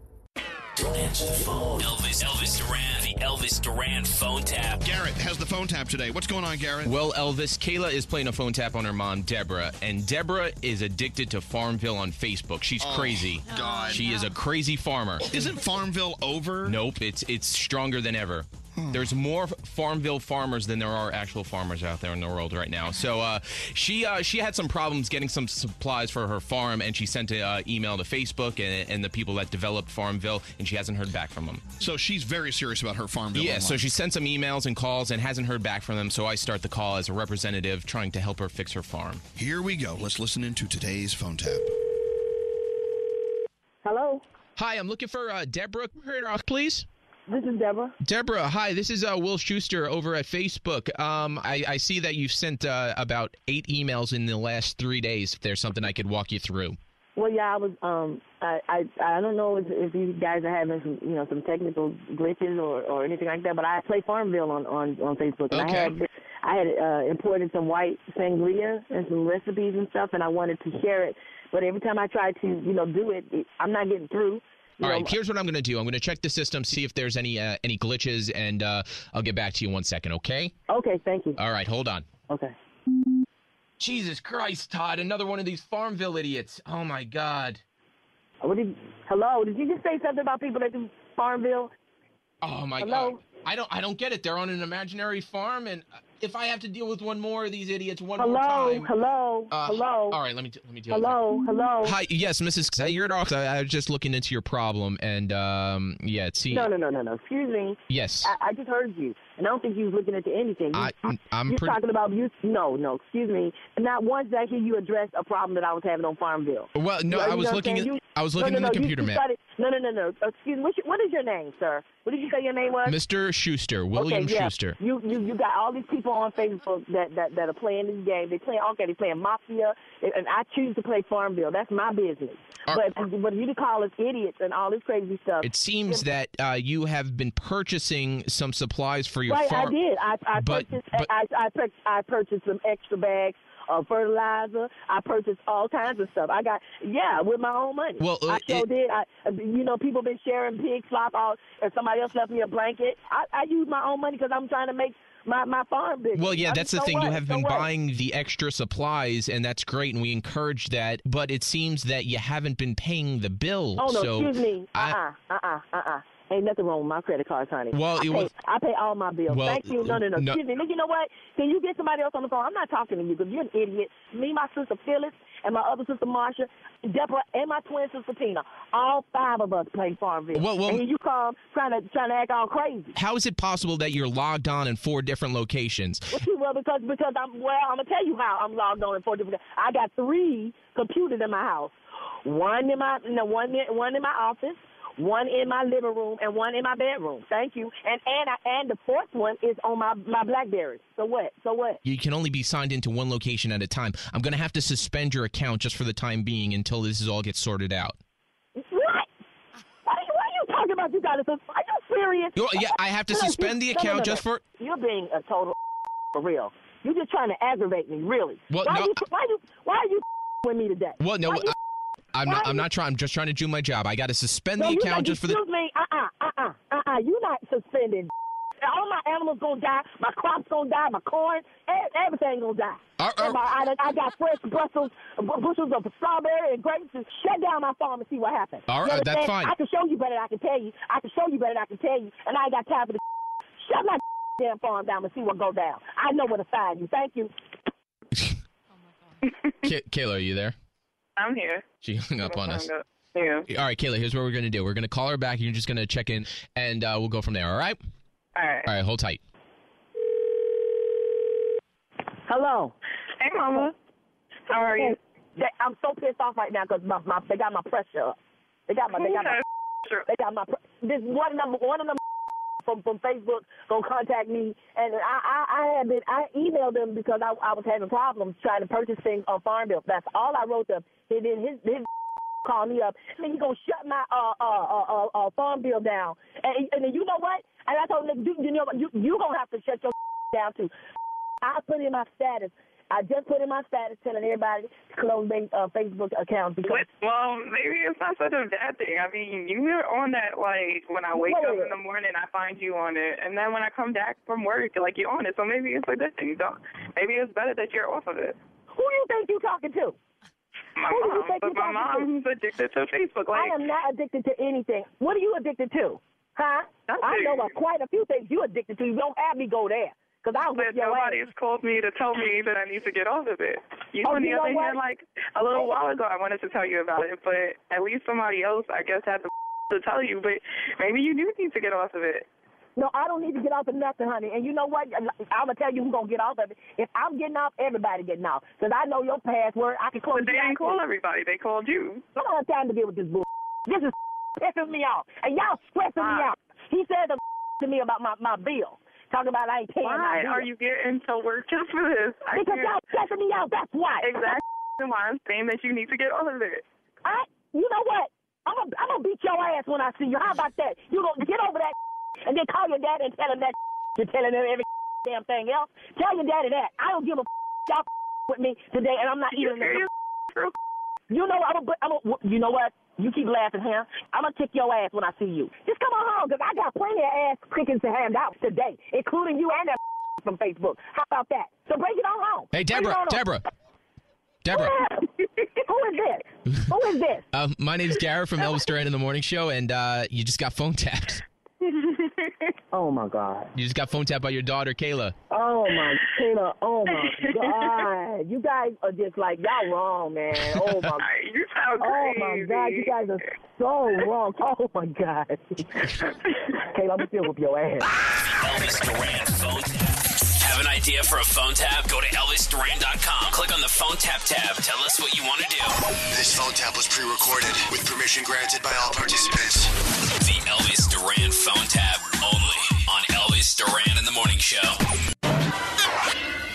Speaker 1: Don't answer the phone. Elvis, Elvis Duran, the Elvis Duran phone tap.
Speaker 6: Garrett has the phone tap today. What's going on, Garrett?
Speaker 24: Well, Elvis, Kayla is playing a phone tap on her mom, Deborah, and Deborah is addicted to Farmville on Facebook. She's
Speaker 6: Oh,
Speaker 24: crazy.
Speaker 6: God.
Speaker 24: She is a crazy farmer.
Speaker 6: Isn't Farmville over?
Speaker 24: Nope, it's it's stronger than ever. There's more Farmville farmers than there are actual farmers out there in the world right now. So uh, she uh, she had some problems getting some supplies for her farm, and she sent an uh, email to Facebook and, and the people that developed Farmville, and she hasn't heard back from them.
Speaker 6: So she's very serious about her Farmville.
Speaker 24: Yeah,
Speaker 6: online.
Speaker 24: so she sent some emails and calls and hasn't heard back from them. So I start the call as a representative trying to help her fix her farm.
Speaker 6: Here we go. Let's listen into today's phone tap.
Speaker 24: Hello. Hi, I'm looking for uh, Deborah Murdoch, please.
Speaker 16: This is Deborah.
Speaker 24: Deborah, hi. This is uh, Will Schuster over at Facebook. Um, I, I see that you've sent uh, about eight emails in the last three days. If there's something I could walk you through.
Speaker 16: Well, yeah, I was. Um, I, I, I don't know if, if you guys are having some, you know, some technical glitches or, or anything like that. But I play Farmville on on on Facebook, and
Speaker 22: Okay.
Speaker 16: I had I had uh, imported some white sangria and some recipes and stuff, and I wanted to share it. But every time I tried to, you know, do it, it I'm not getting through. You
Speaker 24: All
Speaker 16: know,
Speaker 24: right, here's what I'm going to do. I'm going to check the system, see if there's any uh, any glitches, and uh, I'll get back to you in one second. Okay.
Speaker 16: Okay. Thank you.
Speaker 24: All right, hold on.
Speaker 16: Okay.
Speaker 24: Jesus Christ, Todd! Another one of these Farmville idiots. Oh my God.
Speaker 16: What did? Hello. Did you just say something about people that do Farmville?
Speaker 24: Oh my
Speaker 16: Hello?
Speaker 24: god. I don't I don't get it. They're on an imaginary farm and uh, if I have to deal with one more of these idiots one more
Speaker 16: Hello.
Speaker 24: time.
Speaker 16: Hello.
Speaker 24: Uh,
Speaker 16: hello.
Speaker 24: All right, let me let me deal
Speaker 16: Hello. Hello.
Speaker 24: Hi, yes, Mrs. Sayurdox. I, I was just looking into your problem and um yeah, it seems
Speaker 16: No, no, no, no, no. Excuse me.
Speaker 24: Yes.
Speaker 16: I, I just heard you, and I don't think you was looking into anything. You,
Speaker 24: I I'm
Speaker 16: you're
Speaker 24: pretty
Speaker 16: talking about you. No, no. Excuse me. Not once did I hear you address a problem that I was having on Farmville.
Speaker 24: Well, no,
Speaker 16: You-
Speaker 24: I
Speaker 16: you
Speaker 24: was
Speaker 16: know what I'm
Speaker 24: looking
Speaker 16: saying?
Speaker 24: at-
Speaker 16: You-
Speaker 24: I was
Speaker 16: no,
Speaker 24: looking
Speaker 16: no,
Speaker 24: in the
Speaker 16: no, you-
Speaker 24: computer
Speaker 16: you
Speaker 24: ma'am.
Speaker 16: started- No, no, no, no. Excuse me. What, you- what is your name, sir? What did you say your name was?
Speaker 24: Mr. Schuster, William
Speaker 16: okay, yeah.
Speaker 24: Schuster.
Speaker 16: You, you you got all these people on Facebook that, that, that are playing this game. They playing okay, they playing mafia, and and I choose to play Farmville. That's my business. but but you to call us idiots and all this crazy stuff.
Speaker 24: It seems that uh, you have been purchasing some supplies for your
Speaker 16: right,
Speaker 24: farm.
Speaker 16: I did. I I
Speaker 24: But-
Speaker 16: purchased I, I, pur- I purchased some extra bags of fertilizer. I purchased all kinds of stuff. I got yeah with my own money.
Speaker 24: Well, uh,
Speaker 16: I so
Speaker 24: it-
Speaker 16: did. I you know people been sharing pig slop out, and somebody else left me a blanket. I I use my own money because I'm trying to make my my farm business.
Speaker 24: Well, yeah,
Speaker 16: I
Speaker 24: that's
Speaker 16: mean,
Speaker 24: the
Speaker 16: so
Speaker 24: thing. You
Speaker 16: what?
Speaker 24: have
Speaker 16: So
Speaker 24: been
Speaker 16: what?
Speaker 24: buying the extra supplies, and that's great, and we encourage that. But it seems that you haven't been paying the bill.
Speaker 16: Oh no,
Speaker 24: so
Speaker 16: excuse me.
Speaker 24: I-
Speaker 16: Uh uh-uh, uh uh uh uh. Ain't nothing wrong with my credit cards, honey.
Speaker 24: Well,
Speaker 16: I
Speaker 24: it
Speaker 16: pay,
Speaker 24: was-
Speaker 16: I pay all my bills.
Speaker 24: Well,
Speaker 16: Thank you. No, no, no.
Speaker 24: no-
Speaker 16: Excuse me. Look, you know what? Can you get somebody else on the phone? I'm not talking to you because you're an idiot. Me, my sister Phyllis, and my other sister Marsha, Deborah, and my twin sister Tina. All five of us play Farmville.
Speaker 24: Well, well-
Speaker 16: and here you come trying to trying to act all crazy.
Speaker 24: How is it possible that you're logged on in four different locations?
Speaker 16: Well, see, well, because because I'm well, I'm gonna tell you how I'm logged on in four different. I got three computers in my house. One in my no, one in, one in my office, one in my living room, and one in my bedroom. Thank you. And and I, and the fourth one is on my my BlackBerry. So what? So what?
Speaker 24: You can only be signed into one location at a time. I'm going to have to suspend your account just for the time being until this is all gets sorted out.
Speaker 16: What? Why are you, why are you talking about you got to? Are you serious?
Speaker 24: You- yeah, I have to
Speaker 16: No,
Speaker 24: suspend
Speaker 16: you-
Speaker 24: the
Speaker 16: no, no,
Speaker 24: account
Speaker 16: no, no.
Speaker 24: just for-
Speaker 16: You're being a total for real. You're just trying to aggravate me, really.
Speaker 24: Well,
Speaker 16: why
Speaker 24: no,
Speaker 16: you why you why are you with me today?
Speaker 24: Well, no,
Speaker 16: Why you-
Speaker 24: I, am not. I'm not trying. I'm just trying to do my job. I got to suspend the
Speaker 16: you
Speaker 24: account
Speaker 16: think-
Speaker 24: just for the.
Speaker 16: Excuse me. Uh uh-uh, uh uh uh uh. You're not suspended. All my animals gonna die. My crops gonna die. My corn. e- Everything gonna die. And my- I, done- I got fresh Brussels bu- bushels of strawberry and grapes. And shut down my farm and see what happens.
Speaker 24: All
Speaker 16: You
Speaker 24: right, uh, that's
Speaker 16: understand?
Speaker 24: fine.
Speaker 16: I can show you better. than I can tell you. I can show you better. than I can tell you. And I ain't got time for the. Shut my damn farm down and see what go down. I know where to find you. Thank you.
Speaker 24: Kay- Kayla, are you there?
Speaker 20: I'm here.
Speaker 24: She hung up on us.
Speaker 20: Yeah.
Speaker 24: All right, Kayla. Here's what we're gonna do. We're gonna call her back. You're just gonna check in, and uh, we'll go from there. All right.
Speaker 20: All right.
Speaker 24: All right. Hold tight.
Speaker 16: Hello.
Speaker 20: Hey, Mama. How are you?
Speaker 16: They, I'm so pissed off right now because my, my, they got my pressure up. They got my, they got my, they got my. Pre- this one of them, one of them from from Facebook gonna contact me, and I I, I had been I emailed them because I, I was having problems trying to purchase things on Farmville. That's all I wrote them. And then his his called me up, and then he gonna shut my uh uh uh, uh, uh farm bill down. And, and then you know what? And I told him, you, you know what? You you gonna have to shut your down too. I put in my status. I just put in my status telling everybody to close their uh, Facebook accounts because
Speaker 20: Well, maybe it's not such a bad thing. I mean, you were on that, like, when I wake up in the morning, I find you on it. And then when I come back from work, like, you're on it. So maybe it's a good thing. Don't, maybe it's better that you're off of it.
Speaker 16: who do you think you talking to?
Speaker 20: My
Speaker 16: Who do you
Speaker 20: mom.
Speaker 16: think
Speaker 20: But
Speaker 16: you're
Speaker 20: my
Speaker 16: talking to?
Speaker 20: mom's addicted to Facebook.
Speaker 16: I
Speaker 20: Like,
Speaker 16: am not addicted to anything. What are you addicted to? Huh? I know a, quite a few things you addicted to. You don't have me go there because I'll whip
Speaker 20: but
Speaker 16: your ass.
Speaker 20: nobody's called me to tell me that I need to get off of it. You
Speaker 16: Oh,
Speaker 20: on
Speaker 16: you
Speaker 20: the
Speaker 16: know
Speaker 20: other
Speaker 16: what?
Speaker 20: hand, like a little while ago, I wanted to tell you about it, but at least somebody else, I guess, had the to tell you. But maybe you do need to get off of it.
Speaker 16: No, I don't need to get off of nothing, honey. And you know what? I'm gonna tell you who's gonna get off of it. If I'm getting off, everybody getting off. Cause I know your password. I can close.
Speaker 20: But
Speaker 16: you
Speaker 20: they
Speaker 16: out
Speaker 20: didn't call
Speaker 16: too.
Speaker 20: everybody; they called you.
Speaker 16: I don't have time to deal with this bull. This is pissing me off, and y'all stressing me out. He said the to me about my my bill, talking about I ain't paying my
Speaker 20: Why
Speaker 16: bill.
Speaker 20: are you getting so worked up for this? I
Speaker 16: Because
Speaker 20: can't-
Speaker 16: y'all stressing me out. That's why.
Speaker 20: Exactly why I'm saying that you need to get off of it.
Speaker 16: I, you know what? I'm gonna I'm gonna beat your ass when I see you. How about that? You gonna get over that and then call your dad and tell him that you're telling him every damn thing else. Tell your daddy that. I don't give a y'all with me today, and I'm not even. You know I'm a, I'm a, You know what? You keep laughing, huh? I'm gonna kick your ass when I see you. Just come on home, cause I got plenty of ass kickings to hand out today, including you and that from Facebook. How about that? So bring it on home.
Speaker 24: Hey,
Speaker 16: Bring it
Speaker 24: Deborah.
Speaker 16: on home.
Speaker 24: Deborah. Deborah.
Speaker 16: Who is this? Who is this?
Speaker 24: Um, my name's Garrett from Elvis Duran in the Morning Show, and uh, you just got phone tapped.
Speaker 16: oh my God!
Speaker 24: You just got phone tapped by your daughter Kayla.
Speaker 16: Oh my Tina, oh my God. You guys are just like y'all wrong, man. Oh my
Speaker 20: You sound
Speaker 16: Oh my God, you guys are so wrong. Oh my God. Kayla, I'm still with your ass.
Speaker 1: Elvis Duran phone tap. Have an idea for a phone tap? Go to ElvisDuran.com. Click on the phone tap tab. Tell us what you want to do.
Speaker 25: This phone tap was pre-recorded with permission granted by all participants.
Speaker 1: The Elvis Duran phone tap only on Elvis Duran in the Morning Show.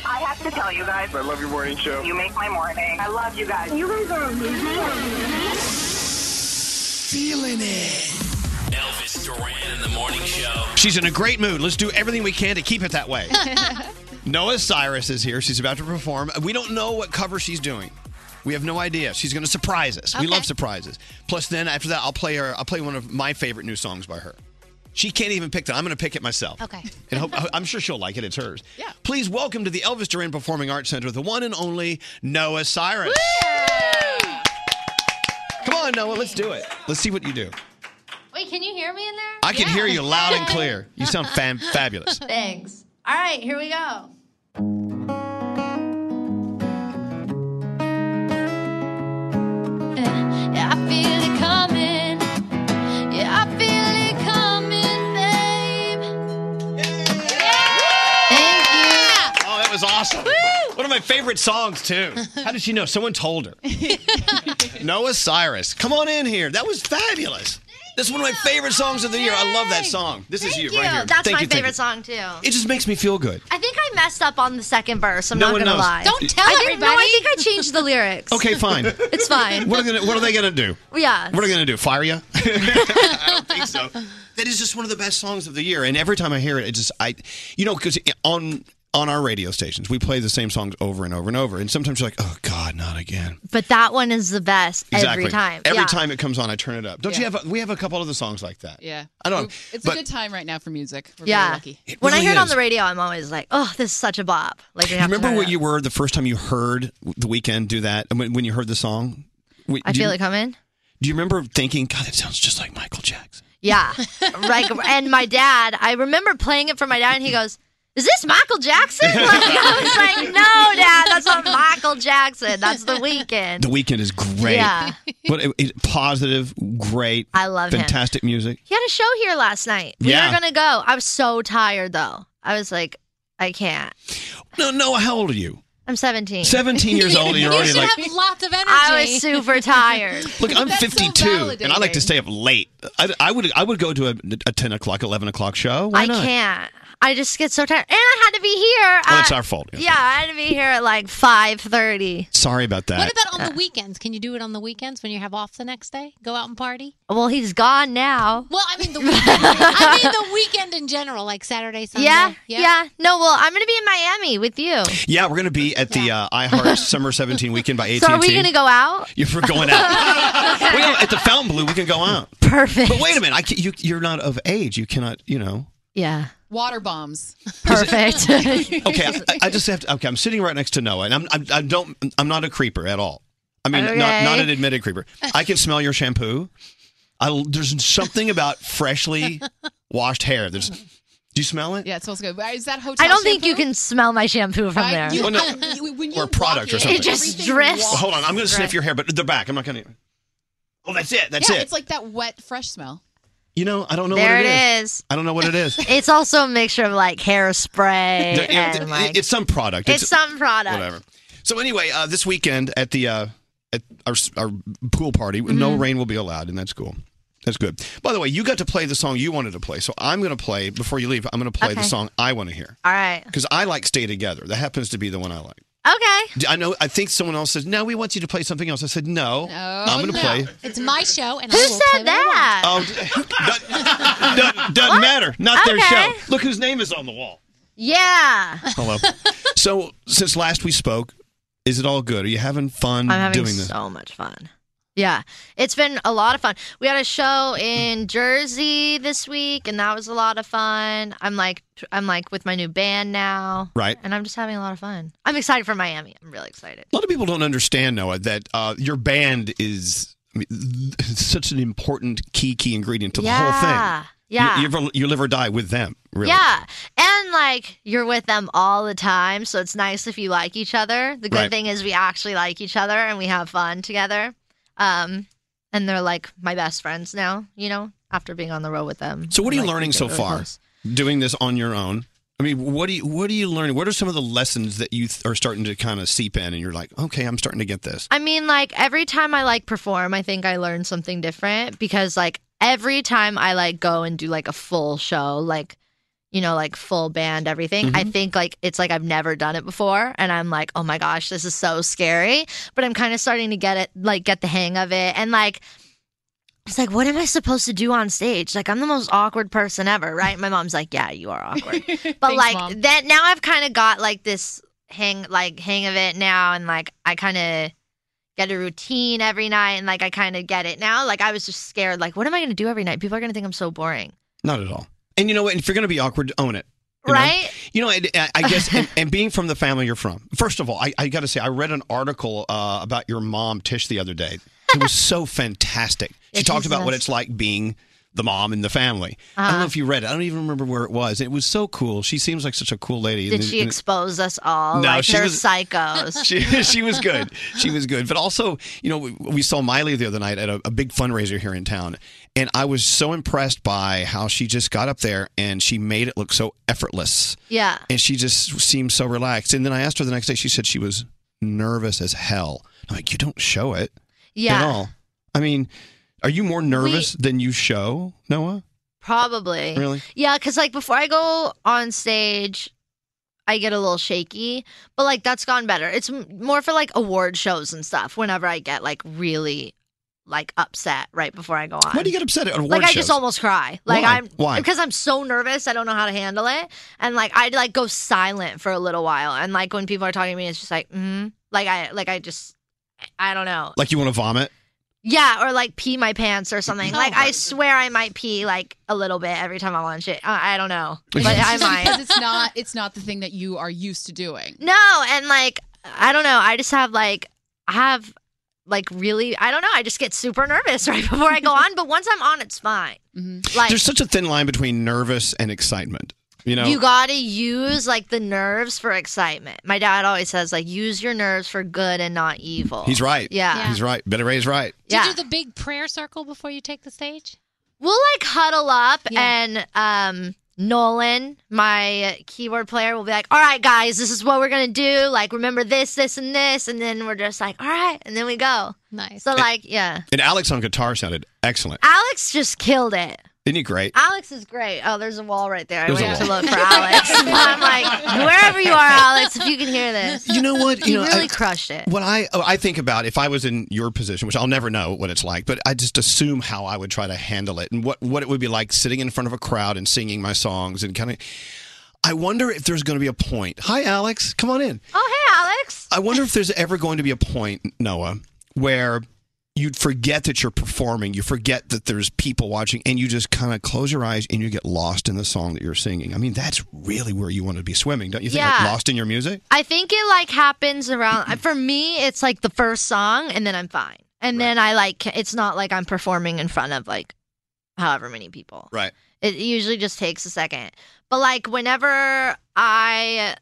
Speaker 20: I have to tell you guys. I love your morning show. You make my morning. I love you guys. You guys are
Speaker 9: Feeling it.
Speaker 1: Elvis Duran in the Morning Show.
Speaker 6: She's in a great mood. Let's do everything we can to keep it that way. Noah Cyrus is here. She's about to perform. We don't know what cover she's doing. We have no idea. She's going to surprise us. We
Speaker 26: Okay.
Speaker 6: love surprises. Plus, then after that, I'll play her. I'll play one of my favorite new songs by her. She can't even pick that. I'm going to pick it myself.
Speaker 26: Okay.
Speaker 6: And hope, I'm sure she'll like it. It's hers. Yeah. Please welcome to the Elvis Duran Performing Arts Center the one and only Noah Cyrus. Come on, Noah. Let's do it. Let's see what you do.
Speaker 27: Wait, can you hear me in there?
Speaker 6: I can hear you loud and clear. You sound fam- fabulous.
Speaker 27: Thanks. All right, here we go.
Speaker 28: Yeah, I feel it coming. Yeah, I feel it coming, babe.
Speaker 6: Oh, that was awesome. One of my favorite songs, too. How did she know? Someone told her. Noah Cyrus. Come on in here. That was fabulous. That's one of my favorite songs of the year. I love that song. This is you,
Speaker 27: Thank
Speaker 6: right
Speaker 27: you.
Speaker 6: here.
Speaker 27: That's
Speaker 6: Thank
Speaker 27: my
Speaker 6: you, thank
Speaker 27: favorite
Speaker 6: you.
Speaker 27: song too.
Speaker 6: It just makes me feel good.
Speaker 27: I think I messed up on the second verse. I'm
Speaker 6: No
Speaker 27: not
Speaker 6: one
Speaker 27: gonna
Speaker 6: knows.
Speaker 27: lie.
Speaker 6: Don't
Speaker 27: tell I think, No, I think I changed the lyrics.
Speaker 6: Okay, fine.
Speaker 27: It's fine.
Speaker 6: What are, gonna, what are they going to do?
Speaker 27: Yeah.
Speaker 6: What are they going to do? Fire you? I don't think so. That is just one of the best songs of the year, and every time I hear it, it just I, you know, because on on our radio stations. We play the same songs over and over and over. And sometimes you're like, oh, God, not again.
Speaker 27: But that one is the best
Speaker 6: Exactly.
Speaker 27: every time.
Speaker 6: Every
Speaker 27: Yeah.
Speaker 6: time it comes on, I turn it up. Don't you
Speaker 8: Yeah.
Speaker 6: have? A, we have a couple other songs like that.
Speaker 8: Yeah.
Speaker 6: I don't-
Speaker 8: We- It's a
Speaker 6: but-
Speaker 8: good time right now for music. We're
Speaker 27: yeah.
Speaker 8: very lucky.
Speaker 6: It
Speaker 27: when I
Speaker 6: really
Speaker 27: hear it on
Speaker 6: is.
Speaker 27: the radio, I'm always like, oh, this is such a bop. Like, you
Speaker 6: You
Speaker 27: have to
Speaker 6: remember
Speaker 27: turn it
Speaker 6: where
Speaker 27: up.
Speaker 6: you were the first time you heard the weekend do that? And When, when you heard the song, We-
Speaker 27: I
Speaker 6: do
Speaker 27: feel
Speaker 6: you,
Speaker 27: it coming.
Speaker 6: Do you remember thinking, God, that sounds just like Michael Jackson?
Speaker 27: Yeah. right. And my dad, I remember playing it for my dad, and he goes, is this Michael Jackson? Like, I was like, no, Dad, that's not Michael Jackson. That's the weekend.
Speaker 6: The weekend is great.
Speaker 27: Yeah.
Speaker 6: but it, it- positive, great.
Speaker 27: I love him.
Speaker 6: fantastic music.
Speaker 27: He had a show here last night. We
Speaker 6: Yeah.
Speaker 27: were gonna go. I was so tired though. I was like, I can't.
Speaker 6: No, no. How old are you?
Speaker 27: I'm 17.
Speaker 6: 17 years old and you're You already should like- have
Speaker 27: lots of energy. I was super tired.
Speaker 6: Look, I'm 52, and I like to stay up late. I, I would I would go to a, a 10 o'clock, 11 o'clock show. Why
Speaker 27: I
Speaker 6: not?
Speaker 27: can't. I just get so tired, and I had to be here.
Speaker 6: Well,
Speaker 27: at-
Speaker 6: it's our fault.
Speaker 27: yeah, I had to be here at like 5:30.
Speaker 6: Sorry about that. Uh,
Speaker 7: What about on the weekends? Can you do it on the weekends when you have off the next day? Go out and party?
Speaker 27: Well, he's gone now.
Speaker 7: Well, I mean the weekend. I mean the weekend in general, like Saturday, Sunday.
Speaker 27: Yeah, yeah, No, well, I'm gonna be in Miami with you.
Speaker 6: Yeah, we're going to be at the uh, iHeart Summer 17 weekend by AT&T.
Speaker 27: So are we gonna go out?
Speaker 6: You're for going out. we go, at the Fountain Blue, we can go out.
Speaker 27: Perfect.
Speaker 6: But wait a minute, I can, you, you're not of age. You cannot, you know.
Speaker 27: Yeah.
Speaker 8: Water bombs.
Speaker 27: Perfect.
Speaker 6: Okay, I, I just have to. Okay, I'm sitting right next to Noah, and I'm, I'm I don't I'm not a creeper at all. I mean, not
Speaker 29: Okay.
Speaker 6: not an admitted creeper. I can smell your shampoo. I, there's something about freshly washed hair. There's. Do you smell it?
Speaker 8: Yeah, it smells good. Is that hotel?
Speaker 27: I don't think you can smell my shampoo from there.
Speaker 6: You- Well, Oh, no. or a product or
Speaker 8: in,
Speaker 6: something.
Speaker 8: it just everything drifts.
Speaker 6: Well, hold on, I'm going to sniff
Speaker 8: Right.
Speaker 6: your hair, but they're back. I'm not going to. Oh, that's it. That's
Speaker 8: yeah,
Speaker 6: it.
Speaker 8: It's like that wet, fresh smell.
Speaker 6: you know, I don't know
Speaker 27: There
Speaker 6: what
Speaker 27: it
Speaker 6: is.
Speaker 27: is.
Speaker 6: I don't know what it is.
Speaker 27: It's also a mixture of like hairspray
Speaker 6: There- it-
Speaker 27: and
Speaker 6: it-
Speaker 27: like
Speaker 6: it's some product.
Speaker 27: It's some product.
Speaker 6: Whatever. So anyway, uh, this weekend at the uh, at our our pool party,
Speaker 27: Mm-hmm.
Speaker 6: no rain will be allowed, and that's cool. That's good. By the way, you got to play the song you wanted to play, so I'm going to play before you leave. I'm going to play the
Speaker 27: Okay.
Speaker 6: song I want to hear
Speaker 27: All right.
Speaker 6: because I like "Stay Together." That happens to be the one I like.
Speaker 27: Okay.
Speaker 6: D- I know. I think someone else says, "No, we want you to play something else." I said, "No,
Speaker 27: Oh,
Speaker 6: I'm going to play."
Speaker 7: Oh, It's my show, and
Speaker 27: Who
Speaker 7: I will
Speaker 27: said
Speaker 7: play what I want.
Speaker 6: Oh, d- doesn't, doesn't matter. Not their
Speaker 27: Okay.
Speaker 6: show. Look whose name is on the wall.
Speaker 27: Yeah.
Speaker 6: Hello. so since last we spoke, is it all good? Are you having fun
Speaker 27: I'm having
Speaker 6: doing this?
Speaker 27: so much fun. Yeah. It's been a lot of fun. We had a show
Speaker 6: Hmm.
Speaker 27: in Jersey this week and that was a lot of fun. I'm like I'm like with my new band now.
Speaker 6: Right.
Speaker 27: And I'm just having a lot of fun. I'm excited for Miami. I'm really excited.
Speaker 6: A lot of people don't understand, Noah, that uh, your band is I mean, th- such an important key key ingredient to the whole
Speaker 27: Yeah.
Speaker 6: thing.
Speaker 27: Yeah.
Speaker 6: you, you, you live or die with them. Really?
Speaker 27: Yeah. And like you're with them all the time, so it's nice if you like each other. The good
Speaker 6: Right.
Speaker 27: thing is we actually like each other and we have fun together. Um and they're like my best friends now, you know, after being on the road with them.
Speaker 6: So what are you
Speaker 27: Like, we
Speaker 6: learning
Speaker 27: get
Speaker 6: so
Speaker 27: really
Speaker 6: far
Speaker 27: close.
Speaker 6: doing this on your own? I mean, what do you what are you learning? What are some of the lessons that you th- are starting to kind of seep in, and you're like, okay, I'm starting to get this.
Speaker 27: I mean, like every time I like perform, I think I learn something different because like every time I like go and do like a full show, like you know, like full band, everything. I
Speaker 11: Mhm.
Speaker 27: think like it's like I've never done it before, and I'm like, oh my gosh, this is so scary. But I'm kind of starting to get it, like get the hang of it, and like. It's like, what am I supposed to do on stage? Like, I'm the most awkward person ever, right? My mom's like, yeah, you are awkward. But like that, now I've kind of got like this hang, like hang of it now, and like I kind of get a routine every night, and like I kind of get it now. Like I was just scared, like, what am I going to do every night? People are going to think I'm so boring,
Speaker 6: Not at all. And you know what? If you're going to be awkward, own it. you know?
Speaker 27: right?
Speaker 6: You know, and, and I guess, and, and being from the family you're from, first of all, I, I got to say, I read an article uh, about your mom, Tish, the other day. It was so fantastic. She
Speaker 21: Yeah,
Speaker 6: talked
Speaker 21: she's
Speaker 6: about
Speaker 21: the
Speaker 6: what
Speaker 21: best.
Speaker 6: it's like being the mom in the family. I don't know
Speaker 27: Uh-huh.
Speaker 6: if you read it. I don't even remember where it was. It was so cool. She seems like such a cool lady.
Speaker 27: Did
Speaker 6: And-
Speaker 27: she
Speaker 6: and-
Speaker 27: expose us all?
Speaker 6: No,
Speaker 27: like
Speaker 6: she
Speaker 27: they're
Speaker 6: was-
Speaker 27: psychos.
Speaker 6: she, she was good. She was good. But also, you know, we, we saw Miley the other night at a, a big fundraiser here in town. And I was so impressed by how she just got up there and she made it look so effortless.
Speaker 27: Yeah.
Speaker 6: And she just seemed so relaxed. And then I asked her the next day, she said she was nervous as hell. I'm like, you don't show it at
Speaker 27: Yeah.
Speaker 6: all. I mean, are you more nervous than you show, Noah?
Speaker 27: Probably.
Speaker 6: Really?
Speaker 27: Yeah, because like before I go on stage, I get a little shaky, but like that's gone better. It's m- more for like award shows and stuff whenever I get like really like upset right before I go on.
Speaker 6: Why do you get upset at award
Speaker 27: like I
Speaker 6: shows?
Speaker 27: just almost cry. Like
Speaker 6: Why?
Speaker 27: I'm
Speaker 6: Why?
Speaker 27: because I'm so nervous. I don't know how to handle it, and like I like go silent for a little while. And like when people are talking to me, it's just like mm. Like I like I just I don't know.
Speaker 6: Like you want to vomit?
Speaker 27: Yeah, or like pee my pants or something. Like
Speaker 8: Oh.
Speaker 27: I swear I might pee like a little bit every time I watch it. I, I don't know, but I might.
Speaker 8: because it's not it's not the thing that you are used to doing.
Speaker 27: No, and like I don't know. I just have like I have like really I don't know. I just get super nervous right before I go on, but once I'm on, it's fine.
Speaker 8: Mm-hmm.
Speaker 27: Like
Speaker 6: There's such a thin line between nervous and excitement. You know,
Speaker 27: you gotta use like the nerves for excitement. My dad always says like use your nerves for good and not evil.
Speaker 6: he's right.
Speaker 27: Yeah.
Speaker 6: he's right. Better Ray's right.
Speaker 7: Do you do the big prayer circle before you take the stage?
Speaker 27: We'll like huddle up and um Nolan, my keyboard player, will be like, All right, guys, this is what we're gonna do. Like, remember this, this, and this. And then we're just like, All right. And then we go.
Speaker 7: Nice.
Speaker 27: So, like, yeah.
Speaker 6: And Alex on guitar sounded excellent.
Speaker 27: Alex just killed it.
Speaker 6: Isn't he great?
Speaker 27: Alex is great. Oh, there's a wall right there. I
Speaker 6: There's a
Speaker 27: went to
Speaker 6: wall.
Speaker 27: look for Alex. I'm like, wherever you are, Alex, if you can hear this.
Speaker 6: You know what?
Speaker 27: He
Speaker 6: You know,
Speaker 27: really
Speaker 6: I-
Speaker 27: crushed it.
Speaker 6: What I oh, I think about if I was in your position, which I'll never know what it's like, but I just assume how I would try to handle it and what what it would be like sitting in front of a crowd and singing my songs and kind of. I wonder if there's going to be a point. Hi, Alex. Come on in.
Speaker 27: Oh, hey, Alex.
Speaker 6: I wonder if there's ever going to be a point, Noah, where you'd forget that you're performing, you forget that there's people watching, and you just kind of close your eyes and you get lost in the song that you're singing. I mean, that's really where you want to be swimming, don't you think? Like,
Speaker 27: Yeah.
Speaker 6: lost in your music?
Speaker 27: I think it like happens around uh, for me. It's like the first song, and then I'm fine. And then I like it's not like I'm performing in front of like however many people.
Speaker 6: Right.
Speaker 27: It usually just takes a second. But like whenever I,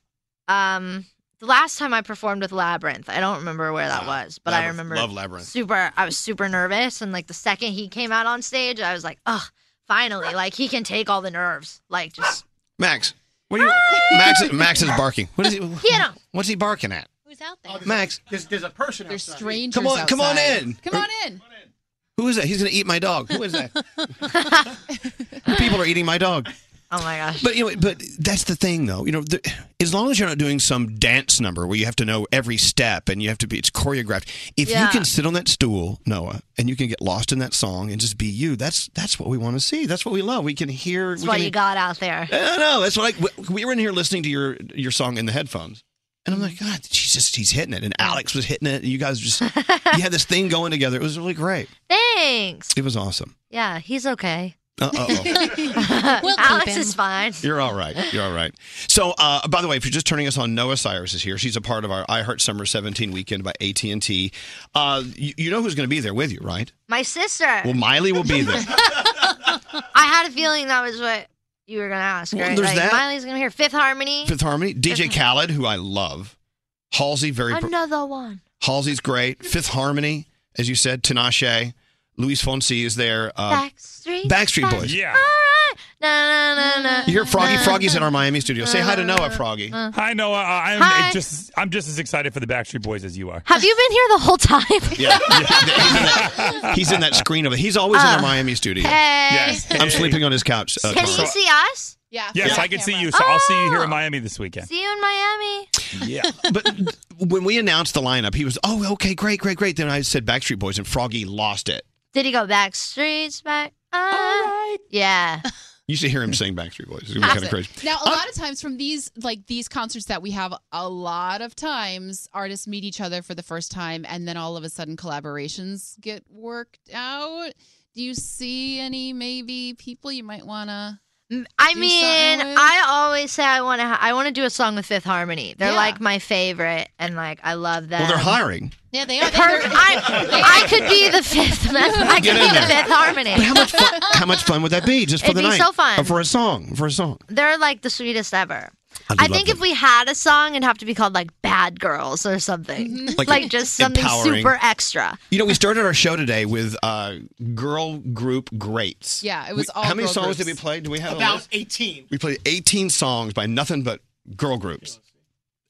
Speaker 27: um, the last time I performed with Labyrinth, I don't remember where that was, but I
Speaker 6: Ah, Labyrinth.
Speaker 27: remember
Speaker 6: Love Labyrinth.
Speaker 27: Super, I was super nervous, and like the second he came out on stage, I was like, oh, finally, like he can take all the nerves, like just
Speaker 6: Max, what are you? Max, Max is barking. What is he?
Speaker 27: you know.
Speaker 6: What's he barking at?
Speaker 7: Who's out there?
Speaker 6: Max,
Speaker 17: Oh, there's, there's a person. There's
Speaker 8: strangers.
Speaker 6: Come on- come on
Speaker 8: outside.
Speaker 6: in.
Speaker 8: Come on in.
Speaker 6: Who is that? He's going to eat my dog. Who is that? People are eating my dog.
Speaker 27: Oh my gosh.
Speaker 6: But you know, but that's the thing, though. You know, the, as long as you're not doing some dance number where you have to know every step and you have to be, it's choreographed. If
Speaker 27: Yeah.
Speaker 6: you can sit on that stool, Noah, and you can get lost in that song and just be you, that's that's what we want to see. That's what we love. We can hear.
Speaker 27: that's
Speaker 6: we
Speaker 27: what
Speaker 6: can- e
Speaker 27: you got out there.
Speaker 6: I don't know. That's what I. we- We were in here listening to your your song in the headphones, and I'm like, God, she's just she's hitting it, and Alex was hitting it, and you guys just you had this thing going together. It was really great.
Speaker 27: Thanks.
Speaker 6: It was awesome.
Speaker 27: Yeah, he's okay.
Speaker 6: Uh oh.
Speaker 27: Alex is fine.
Speaker 6: You're all right. You're all right. So, uh, by the way, if you're just turning us on, Noah Cyrus is here. She's a part of our I Heart Summer 17 weekend by AT and T. Uh, you, you know who's going to be there with you, right?
Speaker 27: My sister.
Speaker 6: Well, Miley will be there.
Speaker 27: I had a feeling that was what you were gonna ask.
Speaker 6: Well,
Speaker 27: Right?
Speaker 6: there's
Speaker 27: like,
Speaker 6: that.
Speaker 27: Miley's gonna hear Fifth Harmony.
Speaker 6: Fifth Harmony,
Speaker 27: Uh-huh.
Speaker 6: DJ Khaled, who I love. Halsey, very. pro-
Speaker 27: Another one.
Speaker 6: Halsey's great. Fifth Harmony, as you said, Tinashe. Luis Fonsi is there. Uh,
Speaker 27: Backstreet.
Speaker 6: Backstreet Boys.
Speaker 27: All right. Na, na, na, na.
Speaker 6: You hear Froggy? Froggy's in our Miami studio. Say hi to Noah, Froggy.
Speaker 5: Hi, Noah. Uh, I'm
Speaker 27: Hi.
Speaker 5: just I'm just as excited for the Backstreet Boys as you are.
Speaker 27: Have you been here the whole time?
Speaker 6: Yeah. He's in that screen over. He's always in our
Speaker 27: Oh.
Speaker 6: Miami studio.
Speaker 27: Hey. Yes.
Speaker 6: I'm sleeping on his couch. uh,
Speaker 27: Can
Speaker 6: tomorrow.
Speaker 27: you see us? Yeah.
Speaker 5: Yes, I can see you. So I'll see you here in
Speaker 6: Oh.
Speaker 5: Miami this weekend.
Speaker 27: See you in Miami.
Speaker 6: Yeah. but when we announced the lineup, he was, oh, okay, great, great, great. Then I said Backstreet Boys, and Froggy lost it.
Speaker 27: Did he go back streets back? Uh, Yeah.
Speaker 6: You should hear him sing Backstreet Boys. It's going to be kind of crazy.
Speaker 8: Now, a lot of times from these like these concerts that we have, a lot of times artists meet each other for the first time, and then all of a sudden collaborations get worked out. Do you see any maybe people you might wanna?
Speaker 27: I mean, I always say I want to. Ha- I want to do a song with Fifth Harmony. They're
Speaker 8: Yeah.
Speaker 27: like my favorite, and like I love them.
Speaker 6: Well, they're hiring.
Speaker 7: Yeah, they are.
Speaker 27: I, I could be the fifth. member. I could
Speaker 6: Get
Speaker 27: be
Speaker 6: in
Speaker 27: the
Speaker 6: there.
Speaker 27: fifth harmony.
Speaker 6: But how much fun, how much fun would that be just for
Speaker 27: It'd be
Speaker 6: the night?
Speaker 27: so fun.
Speaker 6: Or for a song. For a song.
Speaker 27: They're like the sweetest ever.
Speaker 6: I do
Speaker 27: I
Speaker 6: love
Speaker 27: think if we had a song, it'd have to be called like "Bad Girls" or something,
Speaker 6: Like
Speaker 27: like, just something
Speaker 6: empowering.
Speaker 27: super extra.
Speaker 6: You know, we started our show today with uh, girl group greats.
Speaker 8: Yeah, it was
Speaker 6: We-
Speaker 8: all
Speaker 6: How many
Speaker 8: girl
Speaker 6: songs did we
Speaker 8: groups.
Speaker 6: play? Do we have a
Speaker 17: About
Speaker 6: list?
Speaker 17: 18.
Speaker 6: We played 18 songs by nothing but girl groups.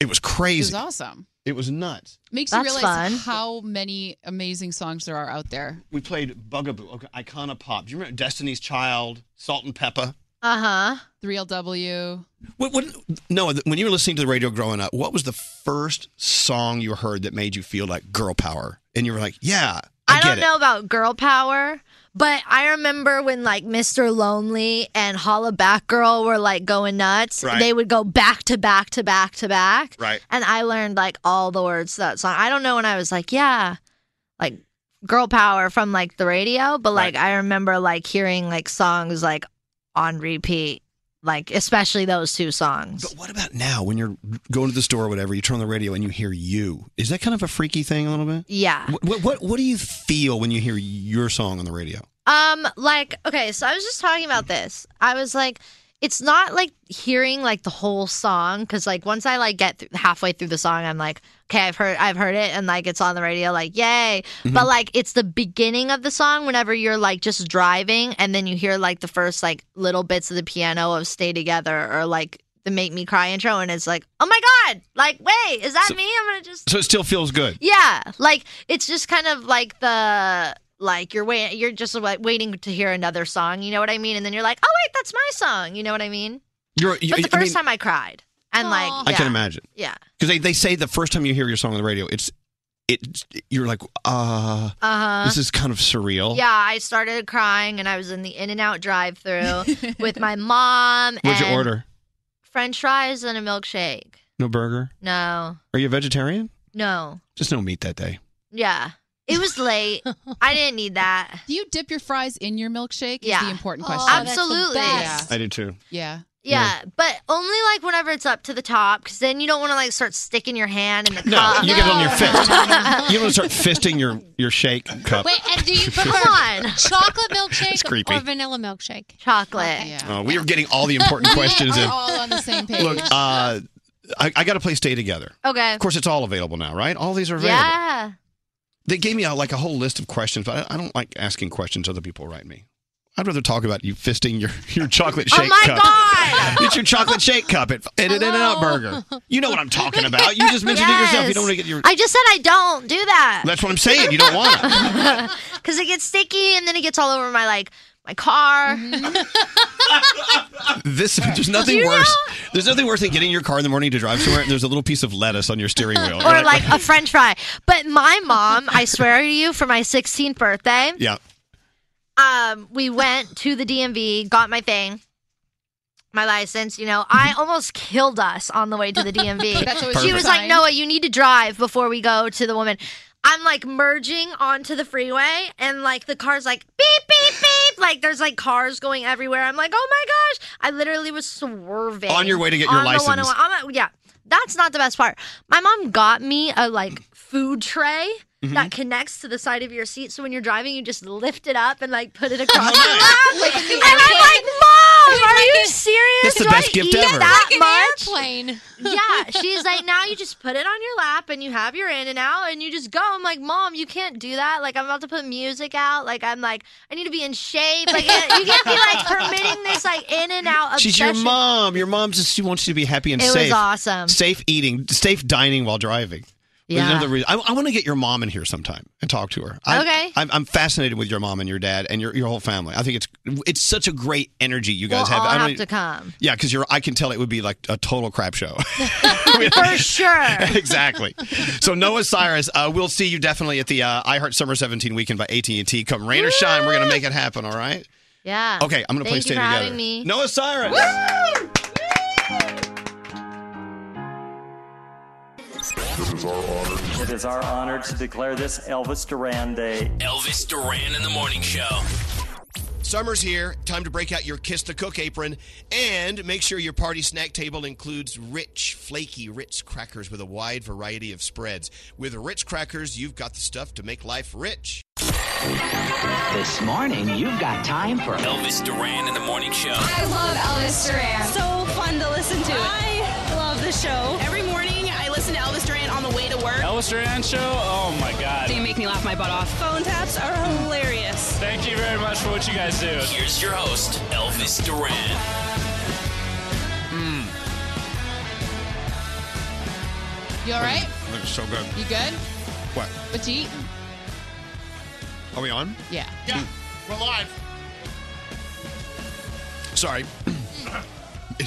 Speaker 6: It was
Speaker 8: It
Speaker 6: crazy.
Speaker 8: was awesome.
Speaker 6: It was nuts.
Speaker 8: Makes you realize how many amazing songs there are out there.
Speaker 6: We played Bugaboo, okay, Icona Pop. Do you remember Destiny's Child, Salt and Pepper?
Speaker 27: Uh huh.
Speaker 8: Three LW.
Speaker 6: What, what, Noah, th- when you were listening to the radio growing up, what was the first song you heard that made you feel like girl power? And you were like, yeah, I,
Speaker 27: don't
Speaker 6: get it.
Speaker 27: know about girl power, but I remember when like Mr. Lonely and Holla Back Girl were like going nuts.
Speaker 6: Right.
Speaker 27: They would go back to back to back to back.
Speaker 6: Right.
Speaker 27: And I learned like all the words to that song. I don't know when I was like, yeah, like girl power from like the radio, but like I remember like hearing like songs like on repeat, like especially those two songs.
Speaker 6: What about now when you're going to the store or whatever, you turn on the radio and you hear you? Is that kind of a freaky thing a little bit?
Speaker 27: yeah.
Speaker 6: What, what, what, what do you feel when you hear your song on the radio?
Speaker 27: Um, like, okay, so I was just talking about this. I was like, it's not like hearing like the whole song because like once I like get th- halfway through the song, I'm like, okay, I've heard, I've heard it, and like it's on the radio, like yay. But
Speaker 29: Mhm.
Speaker 27: like it's the beginning of the song whenever you're like just driving, and then you hear like the first like little bits of the piano of "Stay Together" or like the "Make Me Cry" intro, and it's like, oh my god, like wait, is that me? I'm gonna just
Speaker 6: So it still feels good.
Speaker 27: yeah, like it's just kind of like the like you're wait you're just like waiting to hear another song. You know what I mean? And then you're like, oh wait, that's my song. You know what I mean?
Speaker 6: You're, you-
Speaker 27: but the
Speaker 6: I
Speaker 27: first
Speaker 6: mean,
Speaker 27: time I cried and like
Speaker 6: I
Speaker 27: yeah,
Speaker 6: can imagine.
Speaker 27: Yeah.
Speaker 6: Because they, they say the first time you hear your song on the radio, it's it you're like, uh,
Speaker 27: Uh-huh.
Speaker 6: this is kind of surreal.
Speaker 27: Yeah, I started crying and I was in the In and Out drive through with my mom
Speaker 6: What'd you
Speaker 27: and
Speaker 6: order?
Speaker 27: French fries and a milkshake.
Speaker 6: No burger?
Speaker 27: No.
Speaker 6: Are you a vegetarian?
Speaker 27: No.
Speaker 6: Just no meat that day.
Speaker 27: Yeah. It was late. I didn't need that.
Speaker 8: Do you dip your fries in your milkshake? Is
Speaker 27: Yeah.
Speaker 8: the important
Speaker 27: Oh,
Speaker 8: question.
Speaker 27: that's the Absolutely. best.
Speaker 6: I do too.
Speaker 8: Yeah.
Speaker 27: Yeah, but only like whenever it's up to the top, because then you don't want to like start sticking your hand in the
Speaker 6: No,
Speaker 27: cup.
Speaker 6: you get it on your fist. you don't want to start fisting your, your shake cup.
Speaker 7: Wait, and do you prefer
Speaker 27: Come
Speaker 7: chocolate
Speaker 6: It's
Speaker 7: milkshake
Speaker 6: creepy.
Speaker 7: or vanilla milkshake?
Speaker 27: Chocolate.
Speaker 6: Oh, we are getting all the important questions in.
Speaker 8: on the same page.
Speaker 6: Look, uh, I, I got to play Stay Together.
Speaker 27: Okay.
Speaker 6: Of course, it's all available now, right? All these are available.
Speaker 27: yeah.
Speaker 6: They gave me a, like a whole list of questions, but I, I don't like asking questions other people write me. I'd rather talk about you fisting your, your chocolate
Speaker 27: Oh
Speaker 6: shake
Speaker 27: my
Speaker 6: cup.
Speaker 27: God!
Speaker 6: It's your chocolate shake cup at, at an In-N-Out Burger. You know what I'm talking about. You just mentioned it yourself. You
Speaker 27: Yes.
Speaker 6: don't want to get your.
Speaker 27: I just said I don't do that
Speaker 6: That's what I'm saying. You don't want it.
Speaker 27: because it gets sticky and then it gets all over my like my car.
Speaker 6: This there's nothing
Speaker 27: You know?
Speaker 6: worse. There's nothing worse than getting in your car in the morning to drive somewhere and there's a little piece of lettuce on your steering wheel. You're
Speaker 27: or like a french fry. But my mom, I swear to you, for my 16th birthday,
Speaker 6: yeah.
Speaker 27: um, we went to the DMV, got my thing, my license. You know, I almost killed us on the way to the DMV.
Speaker 8: Mm-hmm. That's always
Speaker 27: she
Speaker 8: a
Speaker 27: was
Speaker 8: sign.
Speaker 27: like, Noah, you need to drive before we go to the woman. I'm like merging onto the freeway, and like the car's like beep beep beep. Like there's like cars going everywhere. I'm like, oh my gosh! I literally was swerving
Speaker 6: On your way to get your
Speaker 27: on the
Speaker 6: license.
Speaker 27: 101. I'm a- yeah, that's not the best part. My mom got me a like food tray.
Speaker 6: Mm-hmm.
Speaker 27: That connects to the side of your seat, so when you're driving, you just lift it up and like put it
Speaker 6: Oh,
Speaker 27: across your lap.
Speaker 7: Like in the
Speaker 27: and I'm like,
Speaker 7: airplane?
Speaker 27: Mom, are you
Speaker 7: a-
Speaker 27: serious?
Speaker 6: That's the
Speaker 27: Do
Speaker 6: best
Speaker 27: I
Speaker 6: gift
Speaker 27: eat
Speaker 6: ever.
Speaker 27: That
Speaker 7: Like an
Speaker 27: much?
Speaker 7: airplane.
Speaker 27: yeah, she's like, now you just put it on your lap and you have your in and out and you just go. I'm like, Mom, you can't do that. Like, I'm about to put music out. Like, I'm like, I need to be in shape. Like, you can't be like permitting this like in and out obsession.
Speaker 6: She's your mom. Your mom just she wants you to be happy and
Speaker 27: It was
Speaker 6: safe.
Speaker 27: awesome.
Speaker 6: Safe eating, safe dining while driving. There's
Speaker 27: Um, Yeah.
Speaker 6: another reason. I, want to get your mom in here sometime and talk to her. I,
Speaker 27: Okay.
Speaker 6: I'm, I'm fascinated with your mom and your dad and your, your whole family. I think it's it's such a great energy you guys
Speaker 27: We'll
Speaker 6: have.
Speaker 27: all
Speaker 6: I
Speaker 27: have
Speaker 6: don't- e-
Speaker 27: to come.
Speaker 6: Yeah, because you're. I can tell it would be like a total crap show.
Speaker 27: For sure.
Speaker 6: exactly. So Noah Cyrus, uh, we'll see you definitely at the uh, iHeart Summer 17 weekend by AT and T. Come rain or shine, we're gonna make it happen. All right.
Speaker 27: Yeah.
Speaker 6: Okay, I'm gonna play
Speaker 27: Thank
Speaker 6: Stay
Speaker 27: you for
Speaker 6: Together.
Speaker 27: having me.
Speaker 6: Noah Cyrus.
Speaker 11: This is our honor. It is our honor to declare this Elvis Duran Day.
Speaker 1: Elvis Duran in the Morning Show.
Speaker 19: Summer's here. Time to break out your Kiss the Cook apron and make sure your party snack table includes rich, flaky Ritz crackers with a wide variety of spreads. With Ritz crackers, you've got the stuff to make life rich.
Speaker 14: This morning, you've got time for
Speaker 1: Elvis Duran in the Morning Show.
Speaker 14: I love Elvis Duran.
Speaker 18: So fun to listen to. I love the show. Every morning, I listen to Elvis Duran on the way to work.
Speaker 3: Elvis Duran Show? Oh my God.
Speaker 18: They make me laugh my butt off. Phone taps are hilarious.
Speaker 3: Thank you very much for what you guys do.
Speaker 1: Here's your host, Elvis Duran.
Speaker 8: You all right?
Speaker 6: Looks so good.
Speaker 8: You good?
Speaker 6: What?
Speaker 8: What you eating?
Speaker 6: Are we on?
Speaker 8: Yeah.
Speaker 6: Yeah.
Speaker 17: We're live.
Speaker 6: Sorry.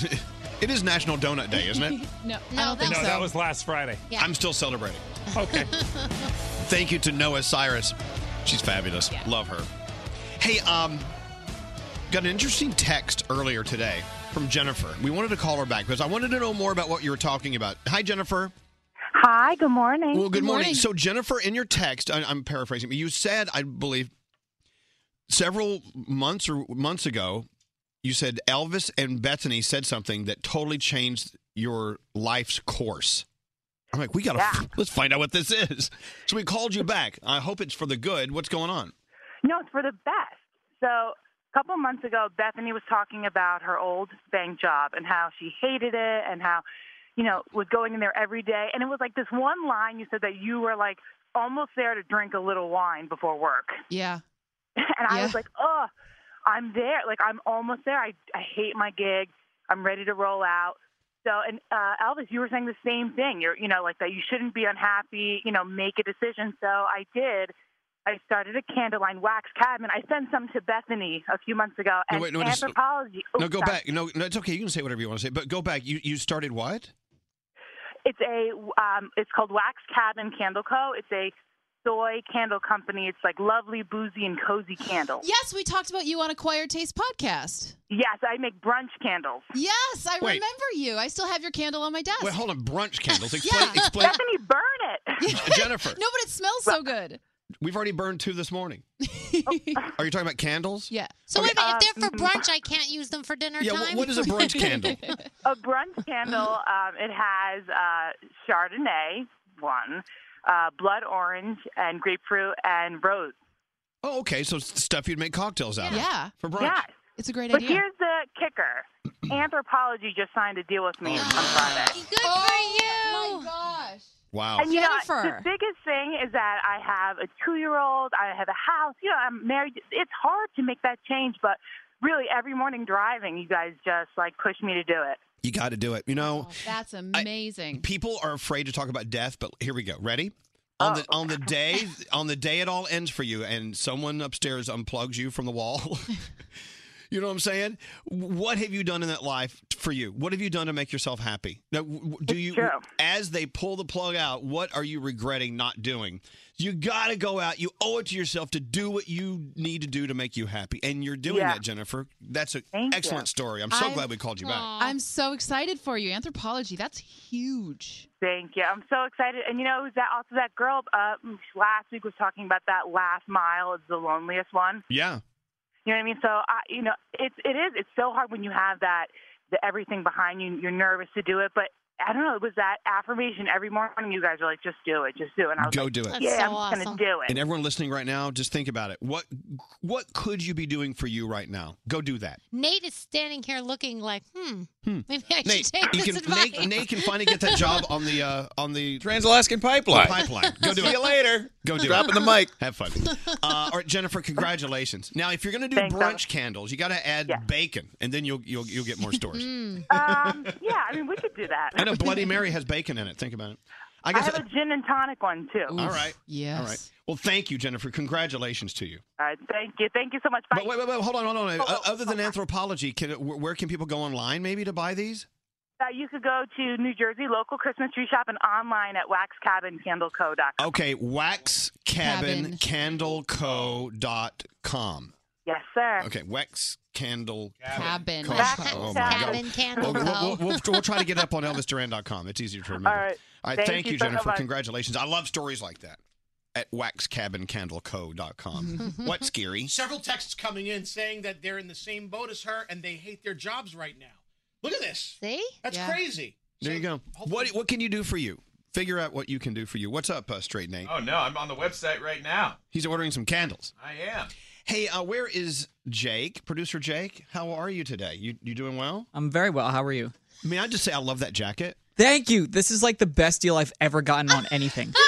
Speaker 6: it is National Donut Day, isn't it?
Speaker 8: No,
Speaker 18: no,
Speaker 6: think
Speaker 18: that's-
Speaker 6: so.
Speaker 3: that was last Friday.
Speaker 6: I'm still celebrating.
Speaker 3: Okay.
Speaker 6: Thank you to Noah Cyrus. She's fabulous. Love her. Hey, um, got an interesting text earlier today from Jennifer. We wanted to call her back because I wanted to know more about what you were talking about. Hi, Jennifer.
Speaker 29: Hi, good morning.
Speaker 6: Well, good, morning. So, Jennifer, in your text, I, I'm paraphrasing, but you said, I believe, several months or months ago, you said Elvis and Bethany said something that totally changed your life's course. I'm like, we gotta let's find out what this is. So we called you back. I hope it's for the good. What's going on?
Speaker 29: No, it's for the best. So, a couple months ago, Bethany was talking about her old bank job and how she hated it and how, you know, was going in there every day. And it was like this one line you said that you were like almost there to drink a little wine before work.
Speaker 8: Yeah.
Speaker 29: And I was like, oh, I'm there. Like, I'm almost there. I, I hate my gig. I'm ready to roll out. So, and uh, Elvis, you were saying the same thing. You're, you know, like that you shouldn't be unhappy, you know, make a decision. So I did. I started a Candleline wax cabinet. I sent some to Bethany a few months ago.
Speaker 6: No,
Speaker 29: And
Speaker 6: wait, no, just-
Speaker 29: anthropology.
Speaker 6: no,
Speaker 29: Oops,
Speaker 6: go
Speaker 29: sorry.
Speaker 6: back. No, no, it's okay. You can say whatever you want to say, but go back. You you started what?
Speaker 29: It's a um, it's called Wax Cabin Candle Co. It's a soy candle company. It's like lovely, boozy, and cozy candles.
Speaker 8: Yes, we talked about you on Acquired Taste podcast.
Speaker 29: Yes, I make brunch candles.
Speaker 8: Yes, I
Speaker 6: Wait.
Speaker 8: remember you. I still have your candle on my desk.
Speaker 6: Wait, hold on. Brunch candles. Explain. explain.
Speaker 29: Bethany, burn it.
Speaker 6: Jennifer,
Speaker 8: No, but it smells so good.
Speaker 6: we've already burned two this morning.
Speaker 29: Oh.
Speaker 6: Are you talking about candles?
Speaker 8: Yeah.
Speaker 7: So
Speaker 6: Okay. Um,
Speaker 7: wait a minute, if they're for brunch, I can't use them for dinner
Speaker 6: Yeah, wh-
Speaker 7: time.
Speaker 6: what is a brunch candle?
Speaker 29: a brunch candle. Um, it has uh, Chardonnay one, uh, blood orange, and grapefruit and rose.
Speaker 6: Oh, okay. So it's stuff you'd make cocktails out of.
Speaker 29: Yeah.
Speaker 6: For brunch.
Speaker 29: Yes.
Speaker 8: It's a great
Speaker 29: but
Speaker 8: idea.
Speaker 29: here's the kicker: anthropology just signed a deal with me on Friday.
Speaker 7: Good
Speaker 8: oh, for you. my gosh.
Speaker 6: Wow.
Speaker 29: And you know,
Speaker 8: Jennifer.
Speaker 29: the biggest thing is that I have a two-year-old. I have a house. You know, I'm married. It's hard to make that change, but really, every morning driving, you guys just like push me to do it.
Speaker 6: You got to do it. You know,
Speaker 8: That's amazing.
Speaker 6: people are afraid to talk about death, but here we go. Ready? On the on the day on the day it all ends for you, and someone upstairs unplugs you from the wall. you know what I'm saying? What have you done in that life for you? What have you done to make yourself happy? Now, w- w- do you as they pull the plug out? What are you regretting not doing? You got to go out. You owe it to yourself to do what you need to do to make you happy, and you're doing
Speaker 8: Yeah.
Speaker 6: that, Jennifer. That's an excellent story. I'm so glad we called you back.
Speaker 8: I'm so excited for you. Anthropology, that's huge.
Speaker 29: Thank you. I'm so excited. And you know, it was that also that girl uh, last week was talking about that last mile is the loneliest one.
Speaker 6: Yeah.
Speaker 29: You know what I mean? So I, you know, it's it is. It's so hard when you have that the everything behind you. You're nervous to do it, but I don't know. It was that affirmation every morning. You guys are like, just do it, just do it. And I was
Speaker 6: Go
Speaker 29: like,
Speaker 6: do it. That's
Speaker 29: Yeah,
Speaker 6: so
Speaker 29: I'm just
Speaker 6: awesome.
Speaker 29: gonna do it.
Speaker 6: And everyone listening right now, just think about it. What what could you be doing for you right now? Go do that.
Speaker 7: Nate is standing here looking like, hmm, maybe I should
Speaker 6: Nate,
Speaker 7: take
Speaker 6: you
Speaker 7: this
Speaker 6: can,
Speaker 7: advice.
Speaker 6: Nate, Nate can finally get that job on the uh, on the
Speaker 21: Trans-Alaskan pipeline.
Speaker 6: The pipeline. Go do
Speaker 21: See
Speaker 6: it.
Speaker 21: you later.
Speaker 6: Go do
Speaker 21: Dropping
Speaker 6: it.
Speaker 21: the mic.
Speaker 6: Have fun. Uh, all right, Jennifer, congratulations. Now, if you're going to do brunch candles, you got to add bacon, and then you'll you'll you'll get more stories.
Speaker 29: um, yeah, I mean, we could do that.
Speaker 6: I know Bloody Mary has bacon in it. Think about it. I
Speaker 29: I,
Speaker 6: guess.
Speaker 29: have a gin and tonic one too.
Speaker 6: all right.
Speaker 8: Yes.
Speaker 6: All right. Well, thank you, Jennifer. Congratulations to you.
Speaker 29: All right. Thank you. Thank you so much. Bye.
Speaker 6: But wait, wait, wait. Hold on, hold
Speaker 29: Oh,
Speaker 6: on. Uh, Other than anthropology, can it- where where can people go online maybe to buy these?
Speaker 29: Uh, you could go to New Jersey local Christmas tree shop and online at waxcabincandleco.com.
Speaker 6: Okay, waxcabincandleco.com.
Speaker 29: Yes, sir.
Speaker 6: Okay, wax candle
Speaker 29: Cabin.
Speaker 6: Co.
Speaker 29: Cabin.
Speaker 6: Oh my God.
Speaker 29: Cabin candle
Speaker 6: We'll, we'll,
Speaker 29: co.
Speaker 6: we'll, we'll try to get it up on elvisduran.com. It's easier to remember.
Speaker 29: All right.
Speaker 6: thank,
Speaker 29: Thank
Speaker 6: you,
Speaker 29: you so
Speaker 6: Jennifer.
Speaker 29: much.
Speaker 6: Congratulations. I love stories like that at waxcabincandleco.com. What's scary?
Speaker 17: Several texts coming in saying that they're in the same boat as her and they hate their jobs right now. Look at this.
Speaker 7: See?
Speaker 17: That's
Speaker 7: Yeah.
Speaker 17: crazy.
Speaker 6: There you go. What what can you do for you? Figure out what you can do for you. What's up, uh, Straight Nate?
Speaker 30: Oh no, I'm on the website right now.
Speaker 6: He's ordering some candles.
Speaker 30: I am.
Speaker 6: Hey, uh, where is Jake? Producer Jake, how are you today? You you doing well?
Speaker 30: I'm very well. How are you?
Speaker 6: May I just say I love that jacket?
Speaker 30: Thank you. This is like the best deal I've ever gotten on anything.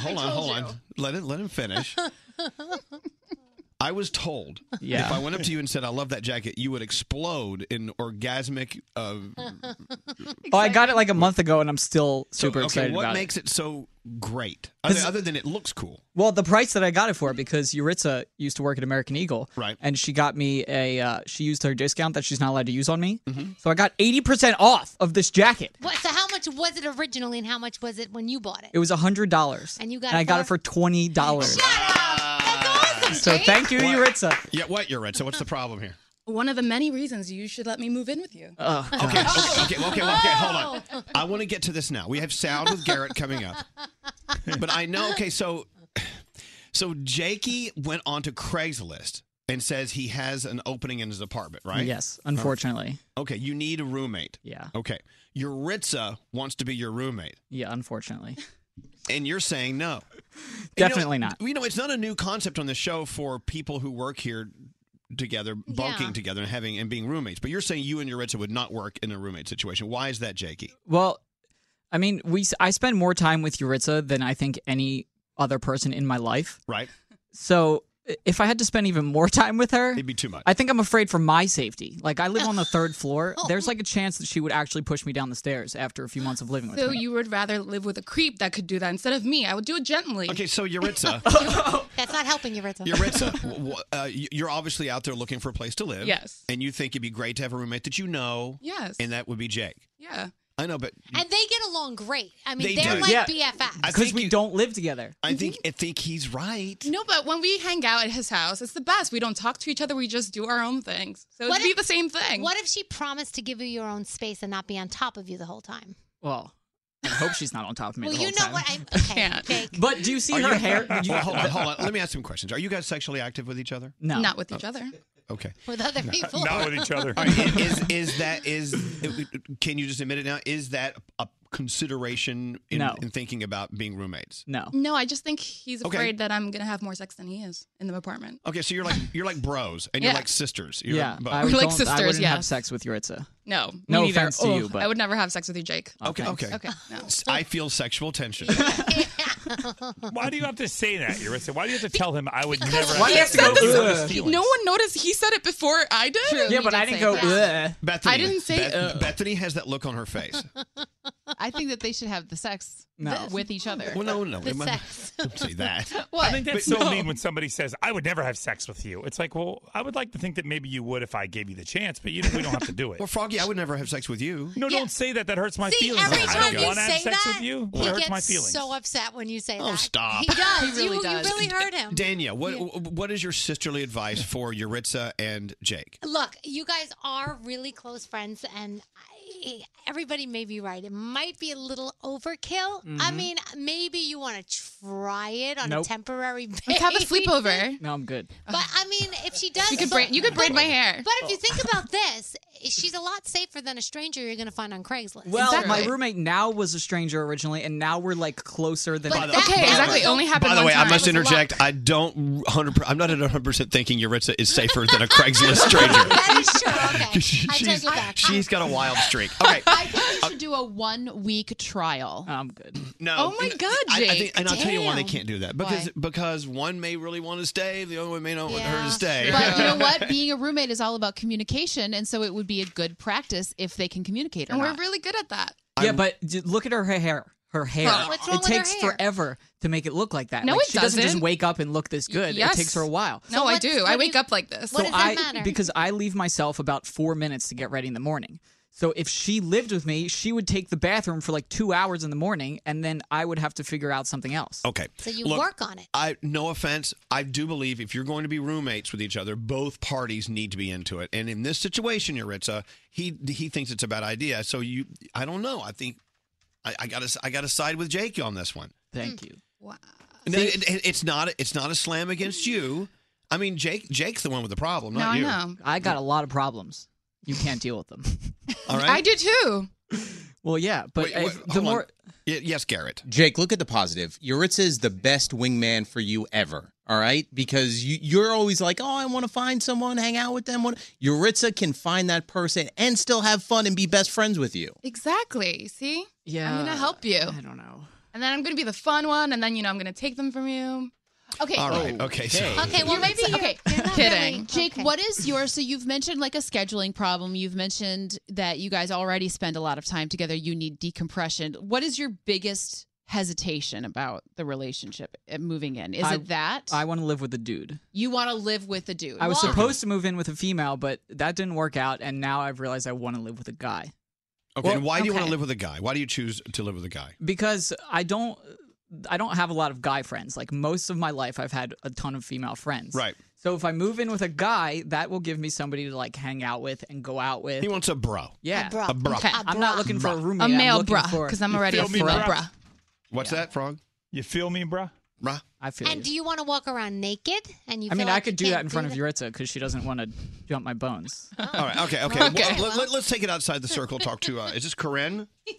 Speaker 6: Hold on, hold on. Let it let him finish. I was told
Speaker 30: Yeah.
Speaker 6: if I went up to you and said I love that jacket, you would explode in orgasmic. Uh,
Speaker 30: Oh, I got it like a month ago, and I'm still super
Speaker 6: okay,
Speaker 30: excited
Speaker 6: what
Speaker 30: about
Speaker 6: makes
Speaker 30: it.
Speaker 6: it so great? Other,
Speaker 30: 'Cause-
Speaker 6: other than it looks cool.
Speaker 30: Well, the price that I got it for because Yuritsa used to work at American Eagle,
Speaker 6: right?
Speaker 30: And she got me a uh, she used her discount that she's not allowed to use on me,
Speaker 6: Mm-hmm.
Speaker 30: so I got eighty percent off of this jacket.
Speaker 7: What, so how much was it originally and how much was it when you bought it?
Speaker 30: It was hundred dollars,
Speaker 7: And you got
Speaker 30: and
Speaker 7: it
Speaker 30: I got it
Speaker 7: for-
Speaker 30: for twenty dollars. So thank you, Yuritsa.
Speaker 6: Yeah, what, Yuritsa? What's the problem here?
Speaker 31: One of the many reasons you should let me move in with you.
Speaker 6: Oh, okay, okay, okay, okay, okay, okay, hold
Speaker 30: Oh.
Speaker 6: on. I want to get to this now. We have sound with Garrett coming up. But I know, okay, so so Jakey went onto Craigslist and says he has an opening in his apartment, right?
Speaker 30: Yes, unfortunately.
Speaker 6: Okay, you need a roommate.
Speaker 30: Yeah.
Speaker 6: Okay. Your Ritza wants to be your roommate.
Speaker 30: Yeah, unfortunately.
Speaker 6: And you're saying no.
Speaker 30: Definitely
Speaker 6: you know,
Speaker 30: not.
Speaker 6: You know, it's not a new concept on the show for people who work here together, bunking
Speaker 30: Yeah.
Speaker 6: together and having and being roommates. But you're saying you and your Ritza would not work in a roommate situation. Why is that, Jakey?
Speaker 30: Well, I mean, we I spend more time with Yuritsa than I think any other person in my life.
Speaker 6: Right.
Speaker 30: So i- if I had to spend even more time with her, it'd
Speaker 6: be too much.
Speaker 30: I think I'm afraid for my safety. Like I live on the third floor.
Speaker 7: Oh.
Speaker 30: There's like a chance that she would actually push me down the stairs after a few months of living with
Speaker 31: So
Speaker 30: me.
Speaker 31: you would rather live with a creep that could do that instead of me. I would do it gently.
Speaker 6: Okay, so Yuritsa,
Speaker 30: Oh.
Speaker 7: That's not helping you, Ritza.
Speaker 6: Yuritsa, w- w- uh, y- you're obviously out there looking for a place to live.
Speaker 31: Yes.
Speaker 6: And you think it'd be great to have a roommate that you know.
Speaker 7: Yes.
Speaker 6: And that would be Jake.
Speaker 31: Yeah.
Speaker 6: I know, but
Speaker 7: And they get along great. I mean,
Speaker 6: They
Speaker 7: they are
Speaker 6: do.
Speaker 7: like
Speaker 6: Yeah.
Speaker 7: BFF.
Speaker 30: Because we don't live together.
Speaker 6: I think I think he's right.
Speaker 31: No, but when we hang out at his house, it's the best. We don't talk to each other. We just do our own things. So it'd be the same thing.
Speaker 7: What if she promised to give you your own space and not be on top of you the whole time?
Speaker 30: Well, I hope she's not on top of me
Speaker 7: Well,
Speaker 30: the whole
Speaker 7: you know
Speaker 30: time.
Speaker 7: what I okay, fake.
Speaker 30: But do you see
Speaker 6: Are
Speaker 30: her hair?
Speaker 6: Well,
Speaker 30: You-
Speaker 6: hold on, hold on. Let me ask some questions. Are you guys sexually active with each other?
Speaker 30: No.
Speaker 31: Not with each other.
Speaker 6: Okay.
Speaker 7: With other people.
Speaker 6: All right, i- is is that is can you just admit it now? Is that a consideration in,
Speaker 31: No.
Speaker 6: in thinking about being roommates?
Speaker 30: No.
Speaker 31: No, I just think he's
Speaker 6: Okay.
Speaker 31: afraid that I'm gonna have more sex than he is in the apartment.
Speaker 6: Okay, so you're like you're like bros and you're
Speaker 31: Yeah.
Speaker 6: like sisters. You're
Speaker 30: yeah,
Speaker 6: both.
Speaker 30: I, would don't- I wouldn't have sex with Yuritsa.
Speaker 31: No, me
Speaker 30: No
Speaker 31: neither.
Speaker 30: offense to you,
Speaker 31: Ugh,
Speaker 30: but-
Speaker 31: I would never have sex with you, Jake.
Speaker 6: Okay, okay.
Speaker 31: okay. No.
Speaker 6: I feel sexual tension.
Speaker 5: Why do you have to say that, Yuritsa? Why do you have to tell him I would never
Speaker 6: Why do you
Speaker 5: have
Speaker 6: have
Speaker 5: to
Speaker 6: to
Speaker 5: go
Speaker 6: go,
Speaker 5: through
Speaker 6: "Ugh"?
Speaker 5: those feelings?
Speaker 31: No one noticed. He said it before I did.
Speaker 30: yeah, but I didn't go. "Bleh."
Speaker 6: Bethany,
Speaker 31: I didn't say, "Ugh."
Speaker 6: Bethany has that look on her face.
Speaker 8: I think that they should have the sex
Speaker 6: No.
Speaker 8: with each other.
Speaker 6: Well, no, no.
Speaker 8: The
Speaker 6: Am I-
Speaker 8: sex.
Speaker 6: Don't say that.
Speaker 8: What?
Speaker 5: I think that's
Speaker 6: But
Speaker 5: so
Speaker 6: no.
Speaker 5: mean when somebody says, I would never have sex with you. It's like, well, I would like to think that maybe you would if I gave you the chance, but you know, we don't have to do it.
Speaker 6: Well, Froggy, I would never have sex with you.
Speaker 5: No, don't say that. That hurts my
Speaker 7: See,
Speaker 5: feelings.
Speaker 7: every
Speaker 5: I
Speaker 7: time
Speaker 5: don't
Speaker 7: you
Speaker 5: want to have
Speaker 7: say
Speaker 5: sex
Speaker 7: that,
Speaker 5: with you.
Speaker 7: he
Speaker 5: It hurts
Speaker 7: gets
Speaker 5: my feelings.
Speaker 7: so upset when you say
Speaker 6: Oh,
Speaker 7: that.
Speaker 6: stop.
Speaker 7: He does.
Speaker 6: He really
Speaker 7: you,
Speaker 6: does.
Speaker 7: you really hurt him.
Speaker 6: Danya, what what is your sisterly advice for Yuritsa and Jake?
Speaker 7: Look, you guys are really close friends, and I, everybody may be right. It might be a little overkill. I
Speaker 30: Mhm.
Speaker 7: mean, maybe you want to try it on
Speaker 30: Nope.
Speaker 7: a temporary basis.
Speaker 31: Let's have a sleepover.
Speaker 30: No, I'm good.
Speaker 7: But I mean, if she does,
Speaker 31: You could
Speaker 7: but-
Speaker 31: braid- you could braid
Speaker 7: but-
Speaker 31: my hair.
Speaker 7: But if you think about this, she's a lot safer than a stranger you're going to find on Craigslist.
Speaker 30: Well, my roommate now was a stranger originally, and now we're like closer than.
Speaker 7: But that- Okay, exactly,
Speaker 31: only happened
Speaker 6: By the
Speaker 31: one
Speaker 6: way,
Speaker 31: time.
Speaker 6: I must
Speaker 31: That was a
Speaker 6: interject. I don't 100. I'm not at 100 percent thinking Yuritsa is safer than a Craigslist stranger.
Speaker 7: that is true. Okay.
Speaker 6: She-
Speaker 8: I take
Speaker 6: she's,
Speaker 8: it back.
Speaker 6: she's got a wild streak. Okay,
Speaker 8: I think you should do a one week trial.
Speaker 30: I'm good.
Speaker 6: no.
Speaker 8: Oh my God,
Speaker 6: I, I think,
Speaker 8: Jake.
Speaker 6: and I'll tell you why they
Speaker 8: Damn.
Speaker 6: can't do that because because one may really want to stay, the other one may not want her
Speaker 8: Yeah.
Speaker 6: to stay.
Speaker 8: But you know what? Being a roommate is all about communication, and so it would be a good practice if they can communicate. Or
Speaker 31: and we're
Speaker 8: not.
Speaker 31: really good at that.
Speaker 30: yeah, but d- look at her hair. Her hair.
Speaker 31: What's wrong
Speaker 30: it
Speaker 31: with her
Speaker 30: takes
Speaker 31: hair?
Speaker 30: forever to make it look like that.
Speaker 31: No,
Speaker 30: like,
Speaker 31: it
Speaker 30: she doesn't. just
Speaker 31: doesn't.
Speaker 30: wake up and look this good.
Speaker 31: Yes.
Speaker 30: It takes her a while.
Speaker 31: No, I do. I wake up like this.
Speaker 30: so I because I leave myself about four minutes to get ready in the morning. So if she lived with me, she would take the bathroom for like two hours in the morning, and then I would have to figure out something else.
Speaker 6: Okay.
Speaker 7: So
Speaker 30: you work
Speaker 7: on it.
Speaker 6: I no offense, I do believe if you're going to be roommates with each other, both parties need to be into it. And in this situation, Yuritsa, he he thinks it's a bad idea. So you, I don't know. I think I, I gotta I gotta side with Jake on this one.
Speaker 30: Thank you.
Speaker 6: No, it- it- it's not it's not a slam against you. I mean, Jake Jake's the one with the problem,
Speaker 31: No,
Speaker 6: not
Speaker 31: I
Speaker 6: you.
Speaker 31: know.
Speaker 30: I got a lot of problems. You can't deal with them.
Speaker 6: All right.
Speaker 31: I do too.
Speaker 30: Well, yeah, but if- the more
Speaker 6: yes, Garrett.
Speaker 24: Jake, look at the positive. Yuritsa is the best wingman for you ever. All right, because you, you're always like, oh, I want to find someone, hang out with them. What- Yuritsa can find that person and still have fun and be best friends with you.
Speaker 31: Exactly. See?
Speaker 24: Yeah,
Speaker 31: I'm gonna help you.
Speaker 24: I
Speaker 30: don't know.
Speaker 31: And then I'm gonna be the fun one, and then you know I'm gonna take them from you. Okay.
Speaker 6: All right. Okay. So,
Speaker 31: Okay, well, maybe Oh, you're, okay. kidding.
Speaker 8: Jake, what is yours? So you've mentioned like a scheduling problem. You've mentioned that you guys already spend a lot of time together. You need decompression. What is your biggest hesitation about the relationship uh, moving in? Is
Speaker 30: I-
Speaker 8: it that
Speaker 30: I want to live with a dude.
Speaker 8: you want to live with the dude?
Speaker 30: I was supposed to move in with a female, but that didn't work out, and now I've realized I want to live with a guy.
Speaker 6: Okay. and why do you want
Speaker 30: okay.
Speaker 6: to live with a guy? Why do you choose to live with a guy?
Speaker 30: Because I don't I don't have a lot of guy friends. Like most of my life, I've had a ton of female friends.
Speaker 6: Right.
Speaker 30: So if I move in with a guy, that will give me somebody to like hang out with and go out with.
Speaker 6: He wants a bro.
Speaker 30: Yeah,
Speaker 6: A bro. A bro.
Speaker 30: Okay.
Speaker 6: A
Speaker 30: I'm not
Speaker 6: bro.
Speaker 30: looking for a
Speaker 6: Bro.
Speaker 30: roommate.
Speaker 31: A male
Speaker 30: I'm looking
Speaker 31: bra,
Speaker 30: for-
Speaker 31: 'cause I'm You already
Speaker 6: feel a me, female bruh? bruh.
Speaker 19: What's that, Frog?
Speaker 5: You feel me, bruh?
Speaker 19: Bruh.
Speaker 30: I feel.
Speaker 7: And
Speaker 30: you.
Speaker 7: do you want to walk around naked? And you
Speaker 30: I
Speaker 7: feel
Speaker 30: mean, I
Speaker 7: like you
Speaker 30: could do
Speaker 7: can't
Speaker 30: that in front of Yuritsa because she doesn't want to jump my bones.
Speaker 6: All right. Okay. Okay. Well, let, us take it outside the circle. Talk to uh, is this Corinne?
Speaker 20: This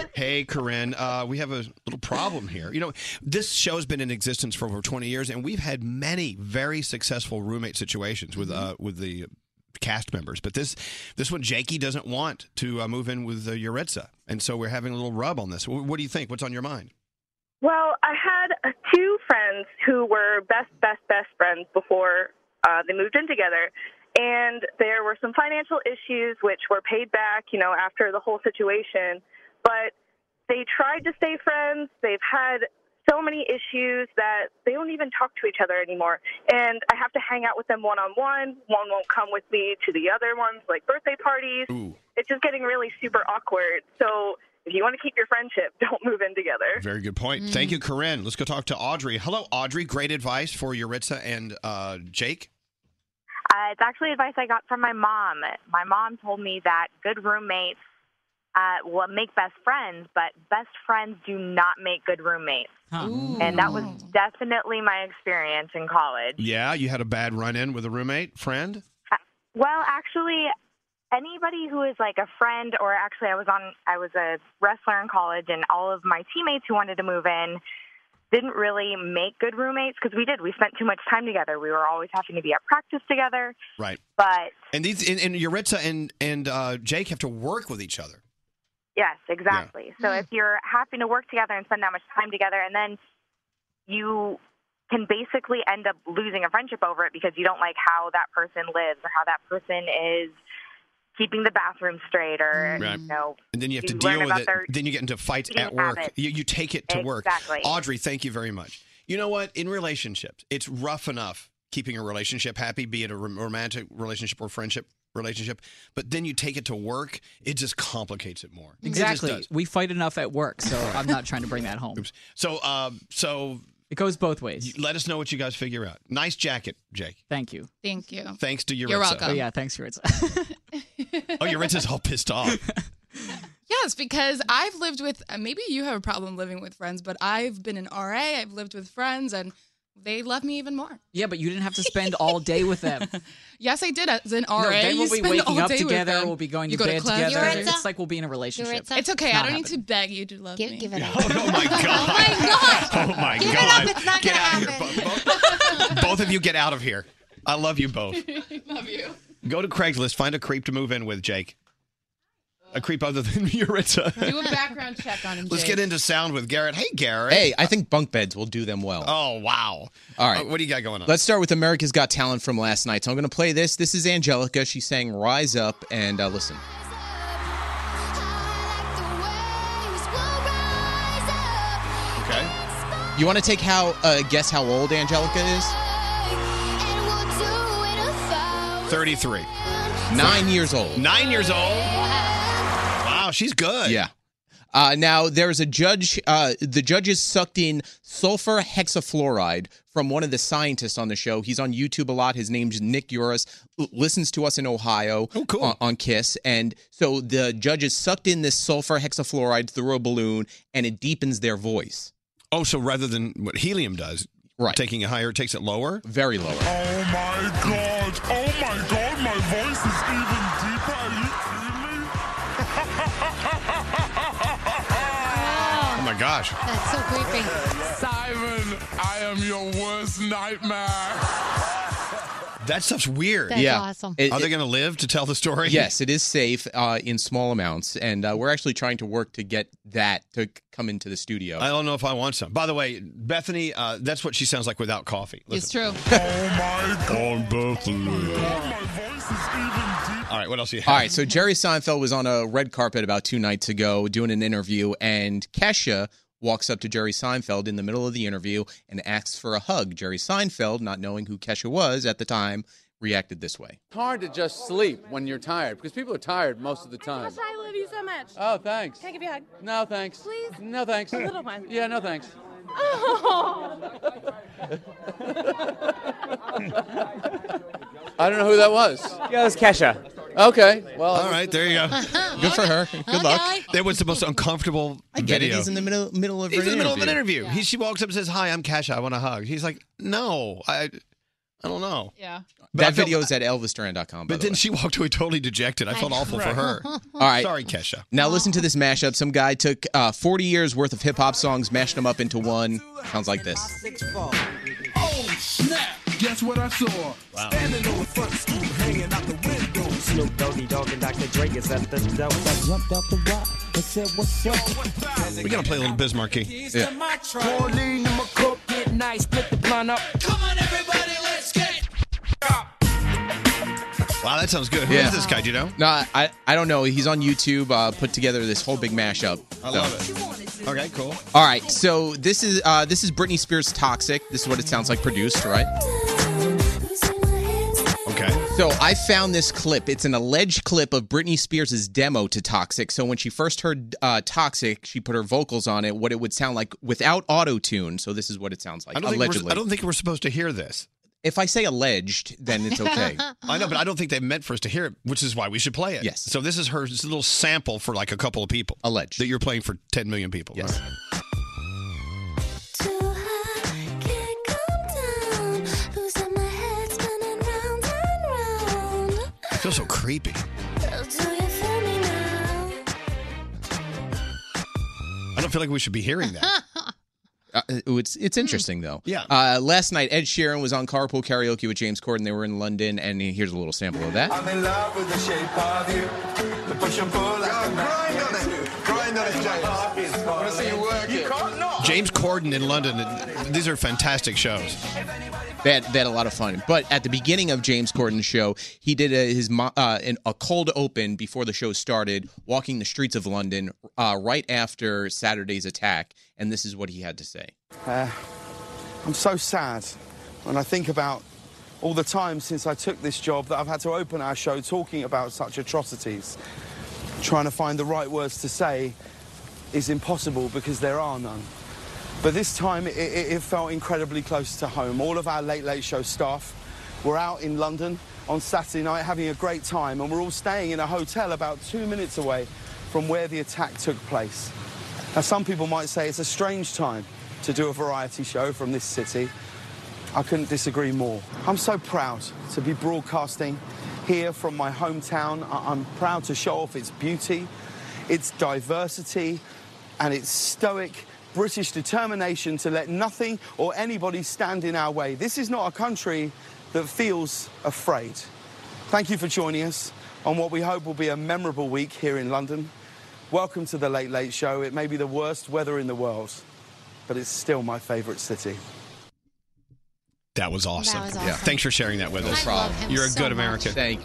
Speaker 20: is.
Speaker 6: Hey, Corinne. Uh, we have a little problem here. You know, this show has been in existence for over 20 years, and we've had many very successful roommate situations with uh, with the cast members. But this this one, Jakey doesn't want to uh, move in with uh, Yuritsa, and so we're having a little rub on this. Wh- What do you think? What's on your mind?
Speaker 32: Well, I had uh, two friends who were best, best, best friends before uh, they moved in together. And there were some financial issues which were paid back, you know, after the whole situation. But they tried to stay friends. They've had so many issues that they don't even talk to each other anymore. And I have to hang out with them one on one. One won't come with me to the other ones, like birthday parties. It's just getting really super awkward. So if you want to keep your friendship, don't move in together.
Speaker 6: Very good point. Thank you, Corinne. Let's go talk to Audrey. Hello, Audrey. Great advice for Yuritsa and uh, Jake.
Speaker 33: Uh, it's actually advice I got from my mom. My mom told me that good roommates uh, will make best friends, but best friends do not make good roommates. And that was definitely my experience in college.
Speaker 6: Yeah, you had a bad run in with a roommate friend.
Speaker 33: Well, actually, anybody who is like a friend, or actually, I was on, I was a wrestler in college, and all of my teammates who wanted to move in didn't really make good roommates because we did. We spent too much time together. We were always having to be at practice together,
Speaker 6: Right.
Speaker 33: but
Speaker 6: And these and, and Yuritsa and and uh, Jake have to work with each other.
Speaker 33: Yes, exactly. So if you're having to work together and spend that much time together, and then you can basically end up losing a friendship over it because you don't like how that person lives or how that person is keeping the bathroom straight or you know.
Speaker 6: And then you have to
Speaker 33: you
Speaker 6: deal
Speaker 33: learn
Speaker 6: with
Speaker 33: about
Speaker 6: it.
Speaker 33: their
Speaker 6: Then you get into fights
Speaker 33: eating
Speaker 6: at work.
Speaker 33: habits.
Speaker 6: You, you take it to work.
Speaker 33: Exactly.
Speaker 6: Audrey, thank you very much. You know what? In relationships, it's rough enough keeping a relationship happy, be it a rom- romantic relationship or friendship relationship. But then you take it to work, it just complicates it more. It just
Speaker 30: Exactly.
Speaker 6: does.
Speaker 30: We fight enough at work, so I'm not trying to bring that home.
Speaker 6: So, um, so
Speaker 30: it goes both ways.
Speaker 6: Let us know what you guys figure out. Nice jacket, Jake.
Speaker 30: Thank you.
Speaker 31: Thank you.
Speaker 6: Thanks to Yuritsa.
Speaker 31: You're welcome.
Speaker 30: Oh, yeah, thanks, Yuritsa.
Speaker 6: Oh, Yuritsa's all pissed off.
Speaker 31: Yes, because I've lived with uh, maybe you have a problem living with friends, but I've been an RA. I've lived with friends, and they love me even more.
Speaker 30: Yeah, but you didn't have to spend all day with them.
Speaker 31: Yes, I did as an RA.
Speaker 30: no, they
Speaker 31: you
Speaker 30: will be
Speaker 31: spend all
Speaker 30: waking up
Speaker 31: day with
Speaker 30: together.
Speaker 31: them.
Speaker 30: We'll be going to
Speaker 31: You go
Speaker 30: bed
Speaker 31: clubs
Speaker 30: together.
Speaker 31: together.
Speaker 30: It's like we'll be in a relationship.
Speaker 31: It's okay. I don't
Speaker 30: Not happening.
Speaker 31: need to beg you to love me. Give
Speaker 7: it up.
Speaker 6: Oh my
Speaker 7: Give it
Speaker 6: god!
Speaker 7: up, it's not
Speaker 6: get
Speaker 7: gonna
Speaker 6: out of here, both, both of you. Get out of here. I love you both.
Speaker 31: love you.
Speaker 6: Go to Craigslist, find a creep to move in with, Jake. A creep other than
Speaker 8: Do a
Speaker 6: Yuritsa.
Speaker 8: background check on him.
Speaker 6: Let's
Speaker 8: Jake.
Speaker 6: get into sound with Garrett. Hey, Garrett.
Speaker 24: Hey, I think bunk beds will do them well.
Speaker 6: Oh wow!
Speaker 24: All right.
Speaker 6: Uh, what do you got going on?
Speaker 24: Let's start with America's Got Talent from last night. So I'm going to play this. This is Angelica. She sang "Rise Up," and uh, listen.
Speaker 6: Okay.
Speaker 24: You want to take how uh, guess how old Angelica is?
Speaker 6: Thirty-three.
Speaker 24: Nine years old.
Speaker 6: Nine years old. Wow, she's good.
Speaker 24: Yeah. Uh, now there's a judge. Uh, the judges sucked in sulfur hexafluoride from one of the scientists on the show. He's on YouTube a lot. His name's Nick Uris. L- listens to us in Ohio. Oh, cool. On, on Kiss, and so the judges sucked in this sulfur hexafluoride through a balloon, and it deepens their voice.
Speaker 6: Oh, so rather than what helium does,
Speaker 24: right?
Speaker 6: Taking it higher it takes it lower.
Speaker 24: Very lower.
Speaker 9: Oh my god! Oh my god! My voice is even deeper. Are you kidding me?
Speaker 6: Oh my gosh.
Speaker 9: That's so creepy. Simon, I am your worst nightmare.
Speaker 6: That stuff's weird.
Speaker 9: That's Yeah. awesome. It-
Speaker 6: Are they
Speaker 24: it-
Speaker 6: going to live to tell the story?
Speaker 24: Yes, it is safe uh, in small amounts, and uh, we're actually trying to work to get that to c- come into the studio.
Speaker 6: I don't know if I want some. By the way, Bethany, uh, that's what she sounds like without coffee.
Speaker 9: It's true. Oh my god!
Speaker 6: All right, what else you have?
Speaker 24: All right, so Jerry Seinfeld was on a red carpet about two nights ago doing an interview, and Kesha walks up to Jerry Seinfeld in the middle of the interview and asks for a hug. Jerry Seinfeld, not knowing who Kesha was at the time, reacted this way.
Speaker 27: It's hard to just sleep when you're tired because people are tired most of the time.
Speaker 12: I love you so much.
Speaker 27: Oh, thanks.
Speaker 12: Can I give you a hug?
Speaker 27: No, thanks.
Speaker 12: Please?
Speaker 27: No, thanks.
Speaker 12: A little one.
Speaker 27: Yeah, no, thanks. I don't know who that was. Yeah, it was Kesha. Okay. Well,
Speaker 6: All right, there you go.
Speaker 24: Good for her. Good luck.
Speaker 6: That was the most uncomfortable
Speaker 24: I get it.
Speaker 6: video.
Speaker 24: He's in the middle middle of
Speaker 6: He's
Speaker 24: an
Speaker 6: in the middle of an
Speaker 24: interview.
Speaker 6: interview. He, she walks up and says, "Hi, I'm Kesha. I want a hug." He's like, "No, I, I don't know."
Speaker 8: Yeah.
Speaker 24: That video is at elvisduran.com.
Speaker 6: But then she walked away totally dejected. I felt awful for her.
Speaker 24: All right.
Speaker 6: sorry, Kesha.
Speaker 24: Now listen to this mashup. Some guy took uh, 40 years worth of hip hop songs, mashed them up into one. Sounds like this.
Speaker 9: Oh snap! Guess what I saw?
Speaker 24: Wow.
Speaker 9: Standing on the front stoop, hanging out the window.
Speaker 13: Snoop Doggy Dogg and Dr. Drake is at the door. I jumped out the rock and said, What's up?
Speaker 6: We gotta play a little Bismarcky.
Speaker 13: Yeah. my Pauline in my cup, get nice, split the blunt up. Come on, everybody, let's get.
Speaker 6: Wow, that sounds good. Who is
Speaker 24: Yeah.
Speaker 6: this guy? Do you know?
Speaker 24: No, I, I don't know. He's on YouTube. Uh, put together this whole big mashup. So-
Speaker 6: I love it. Okay, cool.
Speaker 24: All right, so this is uh, this is Britney Spears' "Toxic." This is what it sounds like produced, right?
Speaker 6: Okay.
Speaker 24: So I found this clip. It's an alleged clip of Britney Spears' demo to "Toxic." So when she first heard uh, "Toxic," she put her vocals on it, what it would sound like without auto tune. So this is what it sounds like.
Speaker 6: I don't
Speaker 24: allegedly,
Speaker 6: think we're, I don't think we're supposed to hear this.
Speaker 24: If I say alleged, then it's okay.
Speaker 6: I know, but I don't think they meant for us to hear it, which is why we should play it. Yes. So this is her this little sample for like a couple of people.
Speaker 24: Alleged.
Speaker 6: That you're playing for 10 million people. Yes. I feel so creepy. I don't feel like we should be hearing that.
Speaker 24: Uh, it's it's interesting though.
Speaker 6: Yeah.
Speaker 24: Uh, last night, Ed Sheeran was on Carpool Karaoke with James Corden. They were in London, and here's a little sample of that.
Speaker 9: I'm in love with the shape of you. The push and pull like a grind on it. Grind on it, James. I want to see you work You can't not.
Speaker 6: James Corden in London. it- These are fantastic shows.
Speaker 24: They had, they had a lot of fun. But at the beginning of James Corden's show, he did a, his mo- uh, an, a cold open before the show started, walking the streets of London uh, right after Saturday's attack, and this is what he had to say.
Speaker 15: Uh, I'm so sad when I think about all the time since I took this job that I've had to open our show talking about such atrocities. Trying to find the right words to say is impossible because there are none. But this time it, it, it felt incredibly close to home. All of our Late Late Show staff were out in London on Saturday night having a great time, and we're all staying in a hotel about two minutes away from where the attack took place. Now, some people might say it's a strange time to do a variety show from this city. I couldn't disagree more. I'm so proud to be broadcasting here from my hometown. I- I'm proud to show off its beauty, its diversity, and its stoic British determination to let nothing or anybody stand in our way. This is not a country that feels afraid. Thank you for joining us on what we hope will be a memorable week here in London. Welcome to the Late Late Show. It may be the worst weather in the world, but it's still my favourite city.
Speaker 6: That was awesome.
Speaker 7: was awesome.
Speaker 6: Thanks for sharing that with
Speaker 7: I
Speaker 6: us.
Speaker 7: love him
Speaker 6: You're a
Speaker 7: so
Speaker 6: good
Speaker 7: much.
Speaker 6: American.
Speaker 24: Thank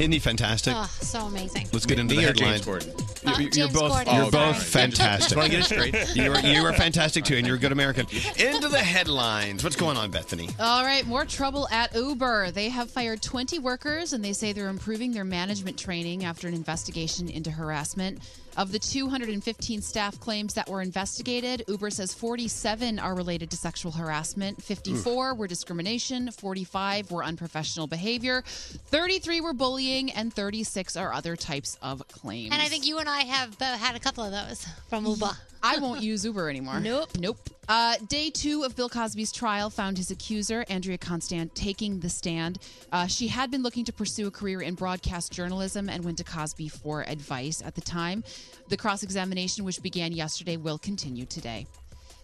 Speaker 6: Isn't he fantastic?
Speaker 7: Oh, so amazing.
Speaker 6: Let's get into
Speaker 24: Me
Speaker 6: the
Speaker 24: or James
Speaker 6: headlines.
Speaker 7: Uh,
Speaker 6: You're, you're
Speaker 7: James
Speaker 6: both,
Speaker 7: Corden.
Speaker 6: you're
Speaker 7: Oh,
Speaker 6: both
Speaker 7: sorry. Just
Speaker 6: fantastic.
Speaker 7: wanna get it straight.
Speaker 6: You are, you are fantastic too, and you're a good American. Into the headlines. What's going on, Bethany?
Speaker 8: All right, more trouble at Uber. They have fired 20 workers and they say they're improving their management training after an investigation into harassment. Of the 215 staff claims that were investigated, Uber says 47 are related to sexual harassment, 54 were discrimination, 45 were unprofessional behavior, 33 were bullying, and 36 are other types of claims.
Speaker 7: And I think you and I have uh, had a couple of those from Uber.
Speaker 8: I won't use Uber anymore. Nope. Nope. Uh, day two of Bill Cosby's trial found his accuser, Andrea Constant, taking the stand. Uh, she had been looking to pursue a career in broadcast journalism and went to Cosby for advice at the time. The cross examination, which began yesterday, will continue today.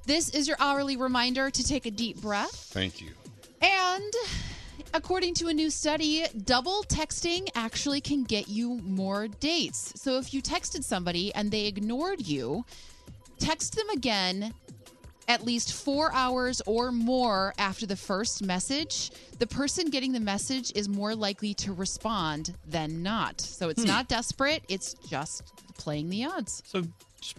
Speaker 8: This is your hourly reminder to take a deep breath.
Speaker 6: Thank you.
Speaker 8: And according to a new study, double texting actually can get you more dates. So if you texted somebody and they ignored you, text them again at least four hours or more after the first message. The person getting the message is more likely to respond than not. So it's
Speaker 6: Hmm.
Speaker 8: not desperate, it's just playing the odds.
Speaker 6: So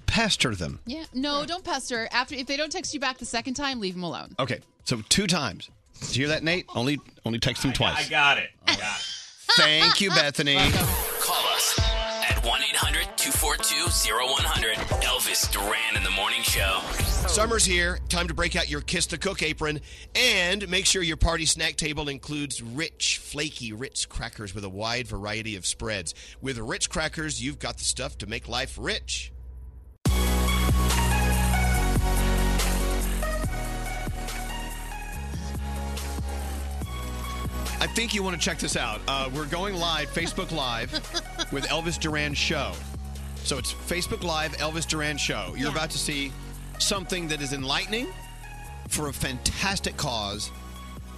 Speaker 6: Pester them.
Speaker 8: yeah, no, don't pester. After if they don't text you back the second time, leave them alone.
Speaker 6: Okay, so two times. Did you hear that, Nate? Only only text him twice.
Speaker 34: I got it. I got it.
Speaker 6: Thank you, Bethany.
Speaker 1: Call us at 1 800 242 0100. Elvis Duran in the Morning Show.
Speaker 35: Summer's here. Time to break out your Kiss the Cook apron and make sure your party snack table includes rich, flaky Ritz crackers with a wide variety of spreads. With Ritz crackers, you've got the stuff to make life rich.
Speaker 6: I think you want to check this out. Uh, we're going live, Facebook Live, with Elvis Duran Show. So it's Facebook Live, Elvis Duran Show. You're about to see something that is enlightening for a fantastic cause,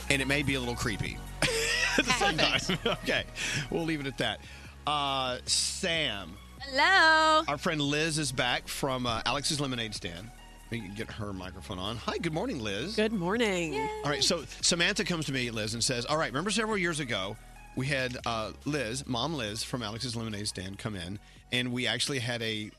Speaker 6: and it may be a little creepy at the same time. okay, we'll leave it at that. Uh, Sam,
Speaker 36: Hello.
Speaker 6: our friend Liz is back from uh, Alex's Lemonade Stand. We can get her microphone on. Hi, good morning, Liz.
Speaker 36: Good morning.
Speaker 6: All right, so Samantha comes to me, Liz, and says, "All right, remember several years ago, we had uh, Liz, Mom Liz from Alex's Lemonade Stand, come in, and we actually had a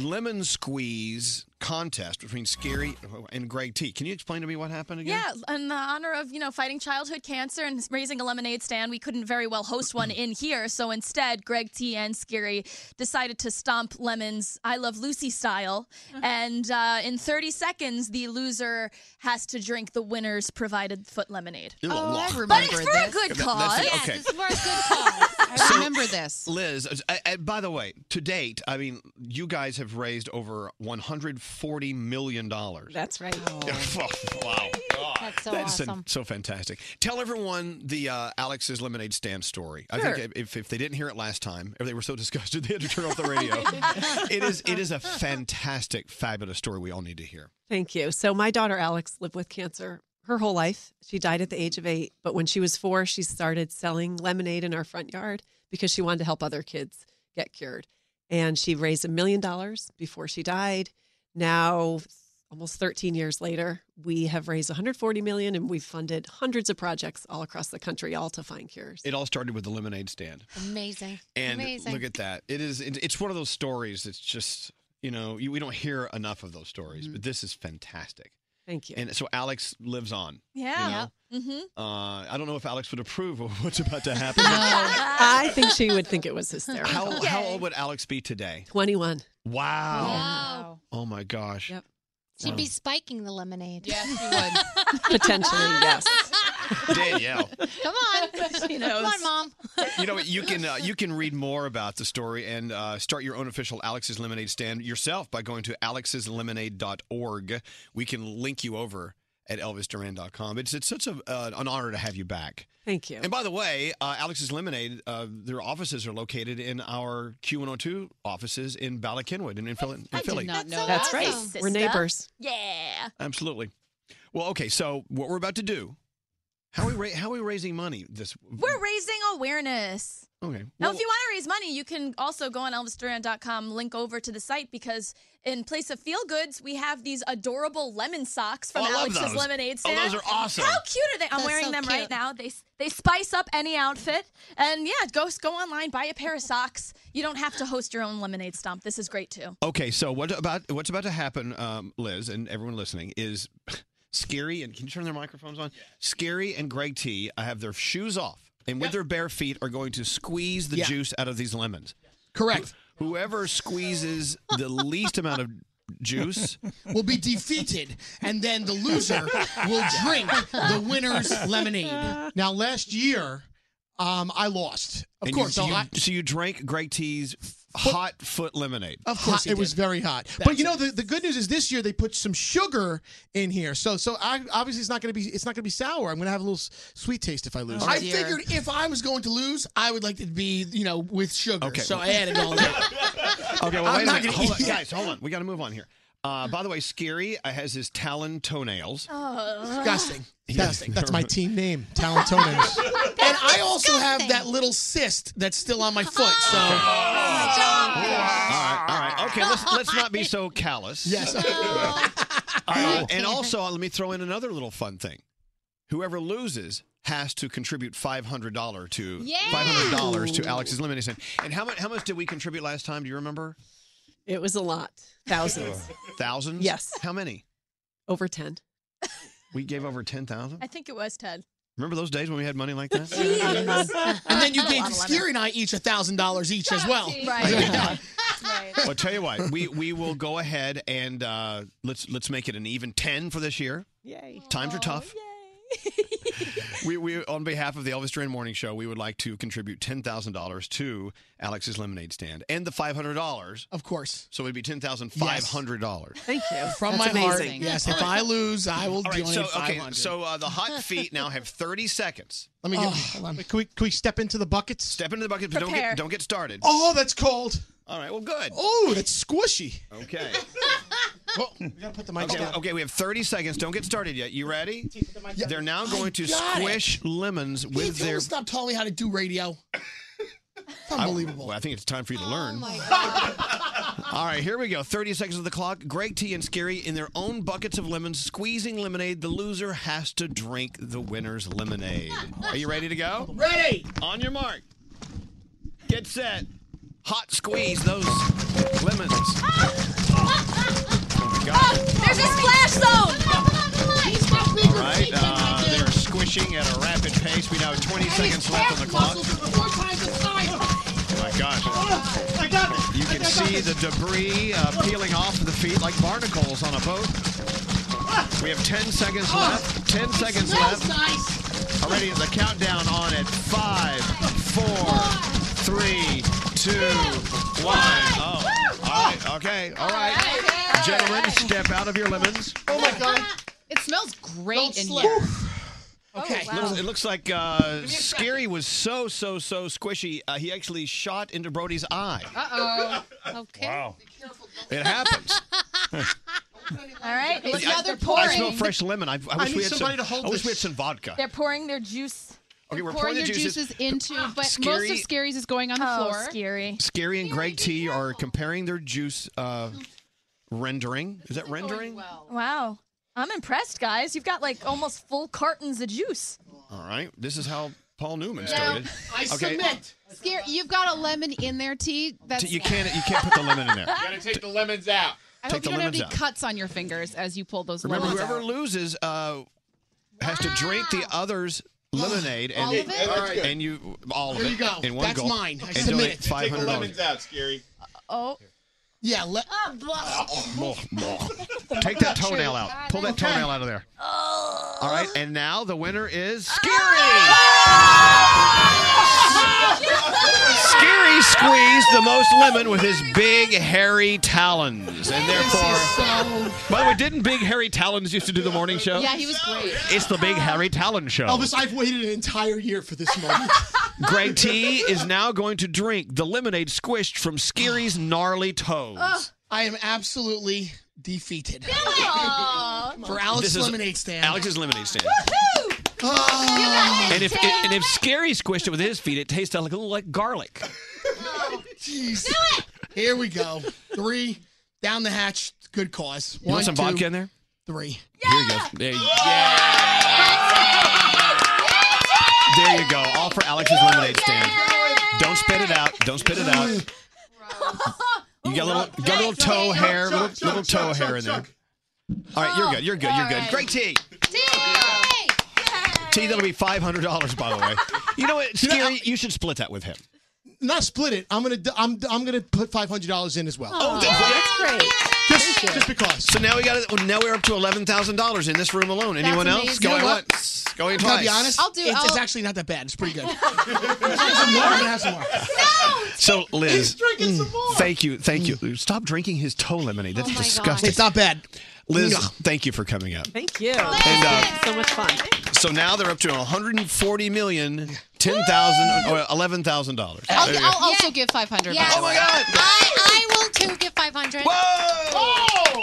Speaker 6: lemon squeeze contest between Scary and Greg T. Can you explain to me what happened again?
Speaker 36: Yeah, in the honor of, you know, fighting childhood cancer and raising a lemonade stand, we couldn't very well host one in here. So instead, Greg T and Scary decided to stomp lemons I Love Lucy style.
Speaker 6: Uh-huh.
Speaker 36: And uh, in 30 seconds, the loser has to drink the winner's provided foot lemonade.
Speaker 6: Ew, Oh, I
Speaker 36: but
Speaker 6: remember
Speaker 36: it's for a
Speaker 6: this.
Speaker 36: good
Speaker 6: That- that's
Speaker 36: cause.
Speaker 6: it, okay. Yes, it's
Speaker 36: for a good cause. I remember this.
Speaker 6: Liz, I, I, by the way, to date, I mean, you guys have raised over $140 million.
Speaker 36: That's right.
Speaker 6: Oh, wow.
Speaker 36: That's so
Speaker 6: That's
Speaker 36: awesome.
Speaker 6: so fantastic. Tell everyone the uh, Alex's Lemonade Stand story. I
Speaker 36: Sure.
Speaker 6: think if, if they didn't hear it last time, or they were so disgusted they had to turn off the radio. it is it is a fantastic, fabulous story we all need to hear.
Speaker 36: Thank you. So my daughter Alex lived with cancer her whole life. She died at the age of eight, but when she was four, she started selling lemonade in our front yard because she wanted to help other kids get cured. And she raised a million dollars before she died. Now, almost 13 years later, we have raised 140 million and we've funded hundreds of projects all across the country, all to find cures.
Speaker 6: It all started with the lemonade stand.
Speaker 7: Amazing.
Speaker 6: And
Speaker 7: Amazing.
Speaker 6: look at that. It is. It, it's one of those stories that's just you know you, we don't hear enough of those stories,
Speaker 36: Mm-hmm.
Speaker 6: but this is fantastic.
Speaker 36: Thank you.
Speaker 6: And so Alex lives on. you know?
Speaker 36: Mm-hmm.
Speaker 6: Uh, I don't know if Alex would approve of what's about to happen.
Speaker 36: I think she would think it was hysterical.
Speaker 6: How, how old would Alex be today?
Speaker 36: 21.
Speaker 6: Wow.
Speaker 7: Wow.
Speaker 6: Oh my gosh. Yep.
Speaker 7: She'd be spiking the lemonade. Yes,
Speaker 36: she would. Potentially, yes.
Speaker 6: Danielle.
Speaker 7: Come on.
Speaker 36: She knows.
Speaker 7: Come on, Mom.
Speaker 6: You know what? You can uh, you can read more about the story and uh, start your own official Alex's Lemonade stand yourself by going to alexslemonade.org. We can link you over at elvisduran.com. It's it's such a, uh, an honor to have you back.
Speaker 36: Thank you.
Speaker 6: And by the way, uh, Alex's Lemonade, uh, their offices are located in our Q102 offices in Bala Kenwood and in, Phil- in
Speaker 36: I did
Speaker 6: Philly.
Speaker 36: not know That's that. right. We're neighbors. Yeah.
Speaker 6: Absolutely. Well, okay. So what we're about to do? How are we ra- how are we raising money? This
Speaker 36: We're raising awareness.
Speaker 6: okay.
Speaker 36: Now, if you want to raise money, you can also go on elvisduran.com, link over to the site because in place of feel goods, we have these adorable lemon socks from
Speaker 27: Oh, I love
Speaker 36: Alex's
Speaker 27: those.
Speaker 36: Lemonade
Speaker 27: Oh,
Speaker 36: Stand.
Speaker 27: those are awesome.
Speaker 36: How cute are they? I'm
Speaker 27: That's
Speaker 36: wearing
Speaker 27: so
Speaker 36: them right
Speaker 27: cute.
Speaker 36: now. They they spice up any outfit. And yeah, go go online, buy a pair of socks. You don't have to host your own lemonade stomp. This is great too.
Speaker 6: Okay. So what about what's about to happen, um, Liz, and everyone listening is scary. And can you turn their microphones on? Scary and Greg T. I have their shoes off, and with their bare feet are going to squeeze the juice out of these lemons. Correct. whoever squeezes the least amount of juice
Speaker 17: will be defeated, and then the loser will drink the winner's lemonade. Now, last year, um, I lost. Of
Speaker 6: And you-
Speaker 17: course,
Speaker 6: so
Speaker 17: so
Speaker 6: you,
Speaker 17: I-
Speaker 6: so you drank Greg T's hot foot lemonade.
Speaker 17: Of course, it was very hot. but you know, the, the good news is this year they put some sugar in here, so so I, obviously it's not gonna be it's not gonna be sour. I'm gonna have a little s- sweet taste if I lose.
Speaker 37: Oh,
Speaker 17: I
Speaker 37: dear.
Speaker 17: figured if I was going to lose, I would like it to be you know with sugar.
Speaker 6: Okay.
Speaker 17: so I added all that.
Speaker 6: Okay, well,
Speaker 17: I'm
Speaker 6: wait a
Speaker 17: not
Speaker 6: minute.
Speaker 17: gonna
Speaker 6: Hold on,
Speaker 17: eat it.
Speaker 6: guys, hold on. We got to move on here. Uh, by the way, Scary uh, has his talon toenails.
Speaker 36: Oh.
Speaker 17: Disgusting.
Speaker 6: He
Speaker 17: Disgusting.
Speaker 6: has
Speaker 17: That's my
Speaker 6: nerve.
Speaker 17: team name, Talentones. and I also have that little cyst that's still on my foot. So.
Speaker 6: Oh, All right, all right. Okay, let's let's not be so callous. Yes. Uh, and also, uh, let me throw in another little fun thing. Whoever loses has to contribute five hundred dollars to
Speaker 36: Yeah.
Speaker 6: five hundred dollars to Alex's Lemonade Stand. And how much how much did we contribute last time? Do you remember?
Speaker 36: It was a lot. Thousands.
Speaker 6: Thousands. Yes. How many?
Speaker 36: Over 10.
Speaker 6: We gave over ten thousand.
Speaker 36: I think it was Ted.
Speaker 6: Remember those days when we had money like that?
Speaker 36: and
Speaker 17: And then you gave Scary and I each a thousand dollars each as well.
Speaker 36: Right.
Speaker 6: well, tell you what, we we will go ahead and uh, let's let's make it an even ten for this year.
Speaker 36: Yay.
Speaker 6: Times are tough. we, we on behalf of the Elvis Duran Morning Show, we would like to contribute ten thousand dollars to Alex's lemonade stand and the five hundred dollars.
Speaker 17: Of course.
Speaker 6: So it'd be ten thousand five hundred dollars.
Speaker 17: Thank you. From
Speaker 6: That's
Speaker 17: my
Speaker 6: amazing.
Speaker 17: heart. Yes,
Speaker 6: All
Speaker 17: if
Speaker 6: right.
Speaker 17: I lose, I will
Speaker 6: All right,
Speaker 17: donate
Speaker 6: so
Speaker 17: 500.
Speaker 6: okay, so uh, the hot feet now have thirty seconds.
Speaker 17: Let me get-
Speaker 6: Oh,
Speaker 36: Oh.
Speaker 6: hold on.
Speaker 17: can, we, can we step into the buckets?
Speaker 6: Step into the bucket, but don't
Speaker 17: Prepare.
Speaker 6: get don't get started.
Speaker 17: Oh, that's cold.
Speaker 6: All right, well, good.
Speaker 17: Oh, that's squishy.
Speaker 6: Okay.
Speaker 17: we gotta put the mic
Speaker 6: Okay,
Speaker 17: down.
Speaker 6: okay, we have 30 seconds. Don't get started yet. You ready? They're now going to
Speaker 17: got it.
Speaker 6: squish lemons
Speaker 17: Can you
Speaker 6: with
Speaker 17: tell
Speaker 6: their.
Speaker 17: me stop telling me how to do radio?
Speaker 6: Unbelievable. I, well, I think it's time for you
Speaker 17: Oh
Speaker 6: to learn. All right, here we go. 30 seconds of the clock. Greg T and Scary in their own buckets of lemons, squeezing lemonade. The loser has to drink the winner's lemonade. Are you ready to go?
Speaker 17: Ready.
Speaker 6: On your mark. Get set. Hot squeeze those lemons. Oh my God.
Speaker 36: There's a splash zone.
Speaker 6: All right, uh, they're squishing at a rapid pace. We now have 20 seconds left on the clock. Oh my gosh.
Speaker 36: Oh,
Speaker 17: I got it.
Speaker 6: You can see the debris uh, peeling off of the feet like barnacles on a boat. We have 10 seconds left. 10 seconds left. Already the countdown on at five, four, three, two, one. Oh. All right, okay, all right. Gentlemen, step out of your lemons.
Speaker 17: Oh my god.
Speaker 8: It smells great in
Speaker 17: slip.
Speaker 8: here.
Speaker 17: Okay.
Speaker 6: It looks- it looks like uh, Scary was so, so, so squishy, uh, he actually shot into Brody's eye.
Speaker 36: Uh oh. Okay.
Speaker 6: Wow. It happens.
Speaker 36: All right.
Speaker 6: I-
Speaker 36: Now they're pouring.
Speaker 6: I smell fresh lemon. I, I wish
Speaker 36: I need
Speaker 6: we had
Speaker 36: somebody
Speaker 6: some,
Speaker 36: to hold
Speaker 6: I wish
Speaker 36: this.
Speaker 6: we had some vodka.
Speaker 36: They're pouring their juice.
Speaker 6: Okay, we're
Speaker 8: Pouring
Speaker 6: pouring the
Speaker 8: your
Speaker 6: juices.
Speaker 8: juices into, but most
Speaker 6: Scary-
Speaker 8: of Scary's is going on the
Speaker 36: Oh,
Speaker 8: floor.
Speaker 36: Scary.
Speaker 6: Scary and Greg T are comparing their juice uh, rendering. Is that rendering?
Speaker 36: Wow. I'm impressed, guys. You've got like almost full cartons of juice.
Speaker 6: All right. This is how Paul Newman
Speaker 36: Yeah.
Speaker 6: started.
Speaker 36: I submit.
Speaker 8: Scary, you've got a lemon in there, T. That's
Speaker 6: T- You can't. You can't put the lemon in there.
Speaker 8: gotta take the lemons out. I
Speaker 6: Take
Speaker 8: hope
Speaker 6: the
Speaker 8: you don't have
Speaker 6: lemons
Speaker 8: any
Speaker 6: out.
Speaker 8: cuts on your fingers as you pull those
Speaker 6: Remember,
Speaker 8: lemons
Speaker 6: whoever
Speaker 8: out.
Speaker 6: loses uh, has to drink the other's lemonade and
Speaker 8: All of it? All right.
Speaker 6: and you all of
Speaker 17: There
Speaker 6: it.
Speaker 17: you go.
Speaker 6: In one
Speaker 17: That's
Speaker 6: gulp,
Speaker 17: mine. I
Speaker 6: And
Speaker 17: submit
Speaker 6: donate
Speaker 17: it.
Speaker 6: five hundred dollars.
Speaker 17: out, Scary.
Speaker 36: Oh.
Speaker 17: Yeah. Let.
Speaker 6: Oh, Take that toenail out. Pull that toenail out of there.
Speaker 8: Oh.
Speaker 6: All right, and now the winner is
Speaker 8: Ah!
Speaker 6: Scary. Scary squeezed the most lemon with his big hairy talons, and therefore. By the way, didn't Big Hairy Talons used to do the morning show?
Speaker 17: Yeah, he was great.
Speaker 6: It's the Big Hairy Talon show.
Speaker 17: Elvis, I've waited an entire year for this moment.
Speaker 6: Greg T is now going to drink the lemonade squished from Scary's gnarly toes.
Speaker 17: Ugh. I am absolutely defeated. For
Speaker 6: This
Speaker 17: Alex
Speaker 6: is
Speaker 17: Lemonade Stand.
Speaker 6: Alex's lemonade stand.
Speaker 17: Oh.
Speaker 6: And if and if Scary squished it with his feet, it tastes like a little like garlic.
Speaker 17: Jeez. Here we go. Three down the hatch. Good cause.
Speaker 6: You want some
Speaker 17: two,
Speaker 6: vodka in there?
Speaker 17: Three.
Speaker 6: Here you go. There you, There you go. All for Alex's lemonade stand. Don't spit it out. Don't spit it out. You got a little, you got a little toe hair, little, little toe hair in there. All right, you're good. You're good. You're good. Great T. T, that'll be five hundred dollars, by the way. You know what, Scary? You should split that with him.
Speaker 17: Not split it. I'm gonna. d- I'm. I'm gonna put five hundred dollars in as well.
Speaker 6: Oh, that's Aw.
Speaker 17: great. Just, just because.
Speaker 6: So now we got. to Now we're up to eleven thousand dollars in this room alone.
Speaker 17: That's
Speaker 6: Anyone else?
Speaker 17: amazing.
Speaker 6: Going
Speaker 17: You know what?
Speaker 6: once. Going
Speaker 17: Can I
Speaker 6: twice.
Speaker 17: be honest? It's, it's actually not that bad. It's pretty good. have some more. I'm gonna have some more.
Speaker 6: So Liz, Mm.
Speaker 17: He's drinking some more.
Speaker 6: Thank you, thank you. Stop drinking his toe lemonade. That's
Speaker 17: Oh my
Speaker 6: disgusting.
Speaker 17: gosh. It's not bad.
Speaker 6: Liz,
Speaker 17: Ugh.
Speaker 6: thank you for coming up.
Speaker 38: Thank you.
Speaker 6: And uh,
Speaker 38: so much fun.
Speaker 6: so now they're up to 140 million, 10,000 or 11,000 dollars.
Speaker 8: I'll, I'll also give 500
Speaker 7: Yes.
Speaker 8: bucks.
Speaker 7: Oh, my
Speaker 6: God.
Speaker 7: I, I will too give 500. Oh!
Speaker 6: Whoa!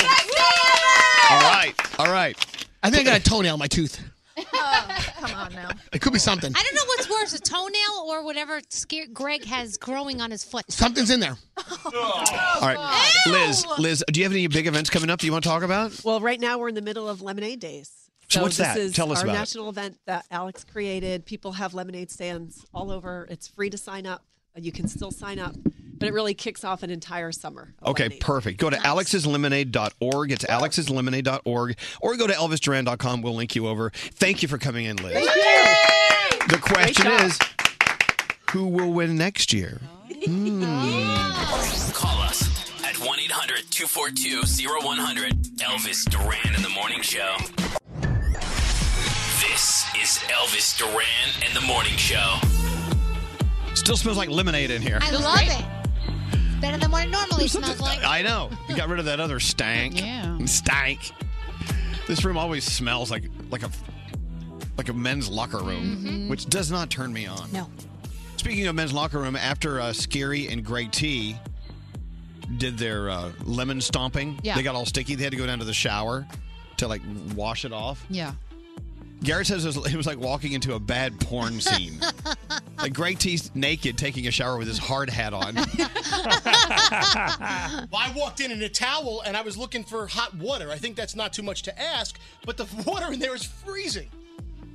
Speaker 6: All right, all right.
Speaker 17: I think I got a toenail in my tooth.
Speaker 7: come on now.
Speaker 17: It could be something.
Speaker 7: I don't know what's worse, a toenail or whatever scare- Greg has growing on his foot.
Speaker 17: Something's in there.
Speaker 6: All right, Liz, Liz, do you have any big events coming up that you want to talk about?
Speaker 38: Well, right now we're in the middle of lemonade days.
Speaker 6: So what's
Speaker 38: this
Speaker 6: that?
Speaker 38: is
Speaker 6: Tell us
Speaker 38: our
Speaker 6: about it.
Speaker 38: national event that Alex created. People have lemonade stands all over. It's free to sign up. You can still sign up.
Speaker 11: but it really kicks off an entire summer.
Speaker 6: Okay, perfect. Go to alexslemonade.org. It's alexslemonade.org or go to elvisduran.com. We'll link you over. Thank you for coming in, Liz. The question
Speaker 1: Great job.
Speaker 6: is who will win next year? Hmm.
Speaker 1: Call us at 1 800 242 0100. Elvis Duran in the Morning Show. This is Elvis Duran and the Morning Show.
Speaker 6: Still smells like lemonade in here.
Speaker 7: I love it. Better than what it normally smells like.
Speaker 6: I know. You got rid of that other stank.
Speaker 7: Yeah.
Speaker 6: Stank. This room always smells like like a like a men's locker room,
Speaker 8: Mm-hmm.
Speaker 6: which does not turn me on.
Speaker 7: No.
Speaker 6: Speaking of men's locker room, after uh, Scary and Greg T did their uh, lemon stomping,
Speaker 8: Yeah.
Speaker 6: they got all sticky. They had to go down to the shower to like wash it off.
Speaker 8: Yeah.
Speaker 6: Garrett says it was, it was like walking into a bad porn scene. like Greg T's naked taking a shower with his hard hat on.
Speaker 12: well, I walked in in a towel and I was looking for hot water. I think that's not too much to ask, but the water in there is freezing.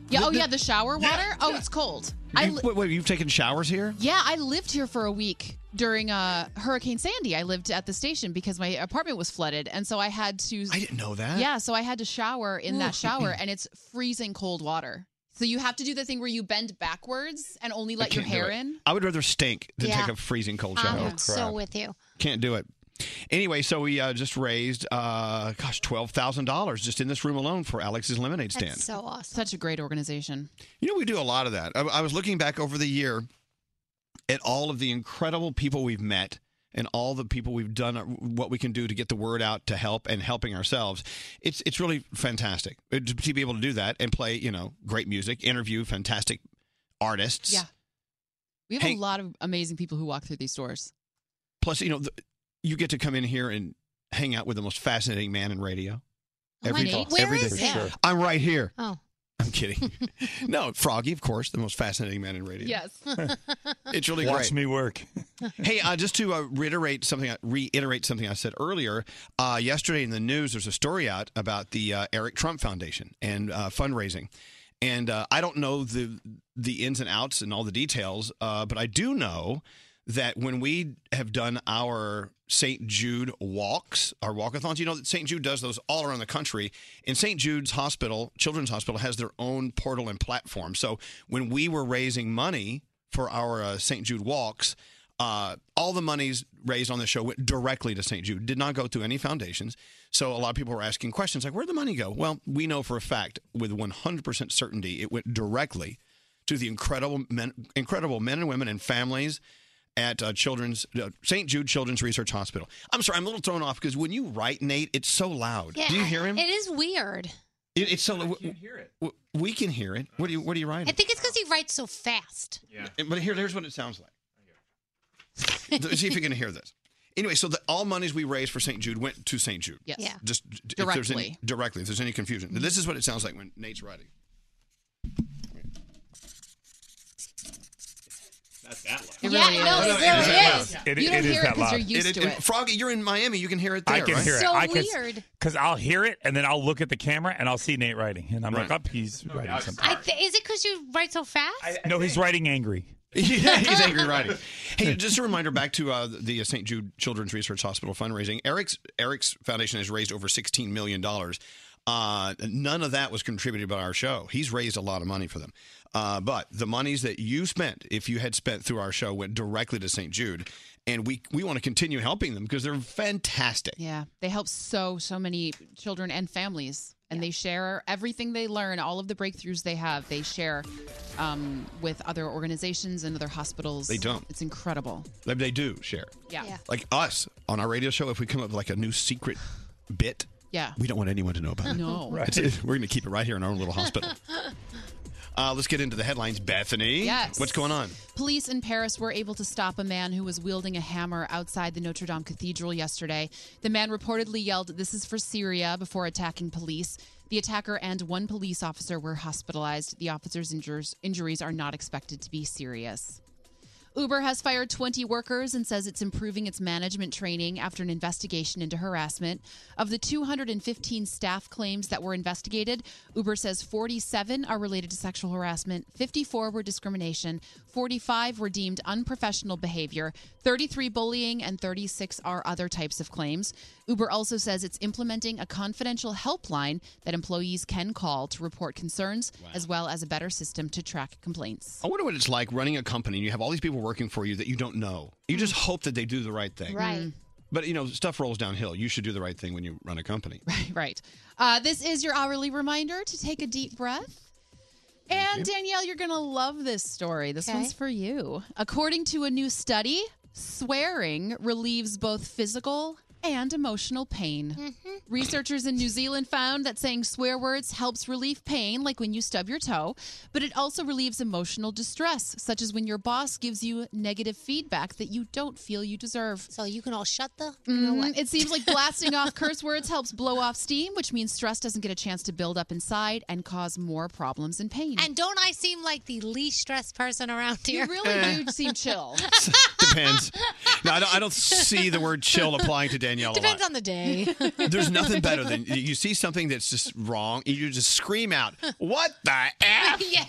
Speaker 8: Yeah.
Speaker 6: The-
Speaker 8: Oh,
Speaker 6: the-
Speaker 8: yeah. The shower water.
Speaker 6: Yeah,
Speaker 8: oh,
Speaker 6: yeah.
Speaker 8: it's cold. I
Speaker 6: You-
Speaker 8: li-
Speaker 6: wait, wait, you've taken showers here?
Speaker 8: yeah, I lived here for a week during uh, Hurricane Sandy. I lived at the station because my apartment was flooded, and so I had to.
Speaker 6: I didn't know that.
Speaker 8: Yeah, so I had to shower in that
Speaker 6: Ooh.
Speaker 8: shower, and it's freezing cold water. So you have to do the thing where you bend backwards and only
Speaker 6: I
Speaker 8: let your
Speaker 6: can't do
Speaker 8: hair
Speaker 6: it.
Speaker 8: in.
Speaker 6: I would rather stink than
Speaker 8: Yeah.
Speaker 6: take a freezing cold shower.
Speaker 7: I'm so with you.
Speaker 6: Can't do it. Anyway, so we uh, just raised, uh, gosh, twelve thousand dollars just in this room alone for Alex's lemonade stand.
Speaker 7: so awesome.
Speaker 8: Such a great organization.
Speaker 6: you know, we do a lot of that. I, I was looking back over the year at all of the incredible people we've met and all the people we've done uh, what we can do to get the word out to help and helping ourselves. It's it's really fantastic uh, to, to be able to do that and play you know great music, interview fantastic artists.
Speaker 8: Yeah. We have
Speaker 6: Hey-
Speaker 8: a lot of amazing people who walk through these doors.
Speaker 6: Plus, you know, the, you get to come in here and hang out with the most fascinating man in radio.
Speaker 7: Oh, my God. Where
Speaker 6: every day.
Speaker 7: is he? For sure.
Speaker 6: I'm right here.
Speaker 7: Oh.
Speaker 6: I'm kidding. no, Froggy, of course, the most fascinating man in radio. It's really
Speaker 13: Watch
Speaker 6: great.
Speaker 13: me work.
Speaker 6: hey, uh, just to uh, reiterate something, I- reiterate something I said earlier. Uh, yesterday in the news, there's a story out about the uh, Eric Trump Foundation and uh, fundraising, and uh, I don't know the the ins and outs and all the details, uh, but I do know that when we have done our St. Jude walks, our walkathons, you know that St. Jude does those all around the country. And St. Jude's Hospital, Children's Hospital, has their own portal and platform. So when we were raising money for our uh, St. Jude walks, uh, all the monies raised on the show went directly to St. Jude, did not go to any foundations. So a lot of people were asking questions like, where'd the money go? Well, we know for a fact with 100% certainty it went directly to the incredible men, incredible men and women and families at uh, Children's uh, St. Jude Children's Research Hospital. I'm sorry, I'm a little thrown off because when you write, Nate, it's so loud.
Speaker 7: Yeah,
Speaker 6: Do you hear him?
Speaker 7: It is weird.
Speaker 6: It- it's so. I can hear it. We can hear it. What do you What are you
Speaker 7: I
Speaker 6: writing?
Speaker 7: think it's because he writes so fast.
Speaker 6: But here, here's what it sounds like. See if you can hear this. Anyway, so the, all monies we raised for St. Jude went to St. Jude.
Speaker 7: Yes. Yeah.
Speaker 6: Just If there's any,
Speaker 7: Directly.
Speaker 6: directly. If there's any confusion, this is what it sounds like when Nate's writing. That's that loud.
Speaker 8: It Yeah, really no, is. it really is. It- You don't it is hear it that 'cause loud. you're used to it.
Speaker 6: Froggy, you're in Miami. You can hear it there.
Speaker 13: I can
Speaker 6: right?
Speaker 13: hear it. I can, Because I'll hear it and then I'll look at the camera and I'll see Nate writing. And I'm like, up, he's writing something.
Speaker 7: I th- is it because you write so fast?
Speaker 13: no, he's writing angry.
Speaker 6: yeah, he's angry writing. Hey, just a reminder back to uh, the uh, St. Jude Children's Research Hospital fundraising. Eric's Eric's foundation has raised over sixteen million dollars. Uh, none of that was contributed by our show. He's raised a lot of money for them. Uh, but the monies that you spent, if you had spent through our show, went directly to St. Jude, and we we want to continue helping them because they're fantastic.
Speaker 8: Yeah, they help so so many children and families, and they share everything they learn, all of the breakthroughs they have. They share um, with other organizations and other hospitals.
Speaker 6: They don't.
Speaker 8: It's incredible.
Speaker 6: They, they do share.
Speaker 8: Yeah. Yeah.
Speaker 6: Like us on our radio show, if we come up with like a new secret bit,
Speaker 8: Yeah.
Speaker 6: we don't want anyone to know about it.
Speaker 8: No. Right.
Speaker 6: It's- we're going to keep it right here in our own little hospital. Uh, let's get into the headlines, Bethany.
Speaker 8: Yes.
Speaker 6: What's going on?
Speaker 8: Police in Paris were able to stop a man who was wielding a hammer outside the Notre Dame Cathedral yesterday. The man reportedly yelled, This is for Syria, before attacking police. The attacker and one police officer were hospitalized. The officer's injures, injuries are not expected to be serious. Uber has fired 20 workers and says it's improving its management training after an investigation into harassment. Of the 215 staff claims that were investigated, Uber says 47 are related to sexual harassment, 54 were discrimination, 45 were deemed unprofessional behavior, 33 bullying, and 36 are other types of claims. Uber also says it's implementing a confidential helpline that employees can call to report concerns, as well as a better system to track complaints.
Speaker 6: I wonder what it's like running a company and you have all these people working for you that you don't know. You just hope that they do the right thing.
Speaker 8: Mm. Right. Mm.
Speaker 6: But you know, stuff rolls downhill. You should do the right thing when you run a company.
Speaker 8: right. Uh, this is your hourly reminder to take a deep breath. And Danielle, you're going to love this story. This
Speaker 7: Okay.
Speaker 8: one's for you. According to a new study, swearing relieves both physical and emotional pain. Researchers in New Zealand found that saying swear words helps relieve pain, like when you stub your toe, but it also relieves emotional distress, such as when your boss gives you negative feedback that you don't feel you deserve. So you can all shut the.
Speaker 7: what?
Speaker 8: Mm-hmm. It seems like blasting off curse words helps blow off steam, which means stress doesn't get a chance to build up inside and cause more problems and pain.
Speaker 7: And don't I seem like the least stressed person around here?
Speaker 8: You
Speaker 6: Eh.
Speaker 8: really do seem chill.
Speaker 6: Depends. No, I don't, I don't see the word chill applying to Danielle a lot.
Speaker 7: Depends on the day.
Speaker 6: There's nothing better than you- you see something that's just wrong, and you just scream out, "What the f?
Speaker 7: yeah.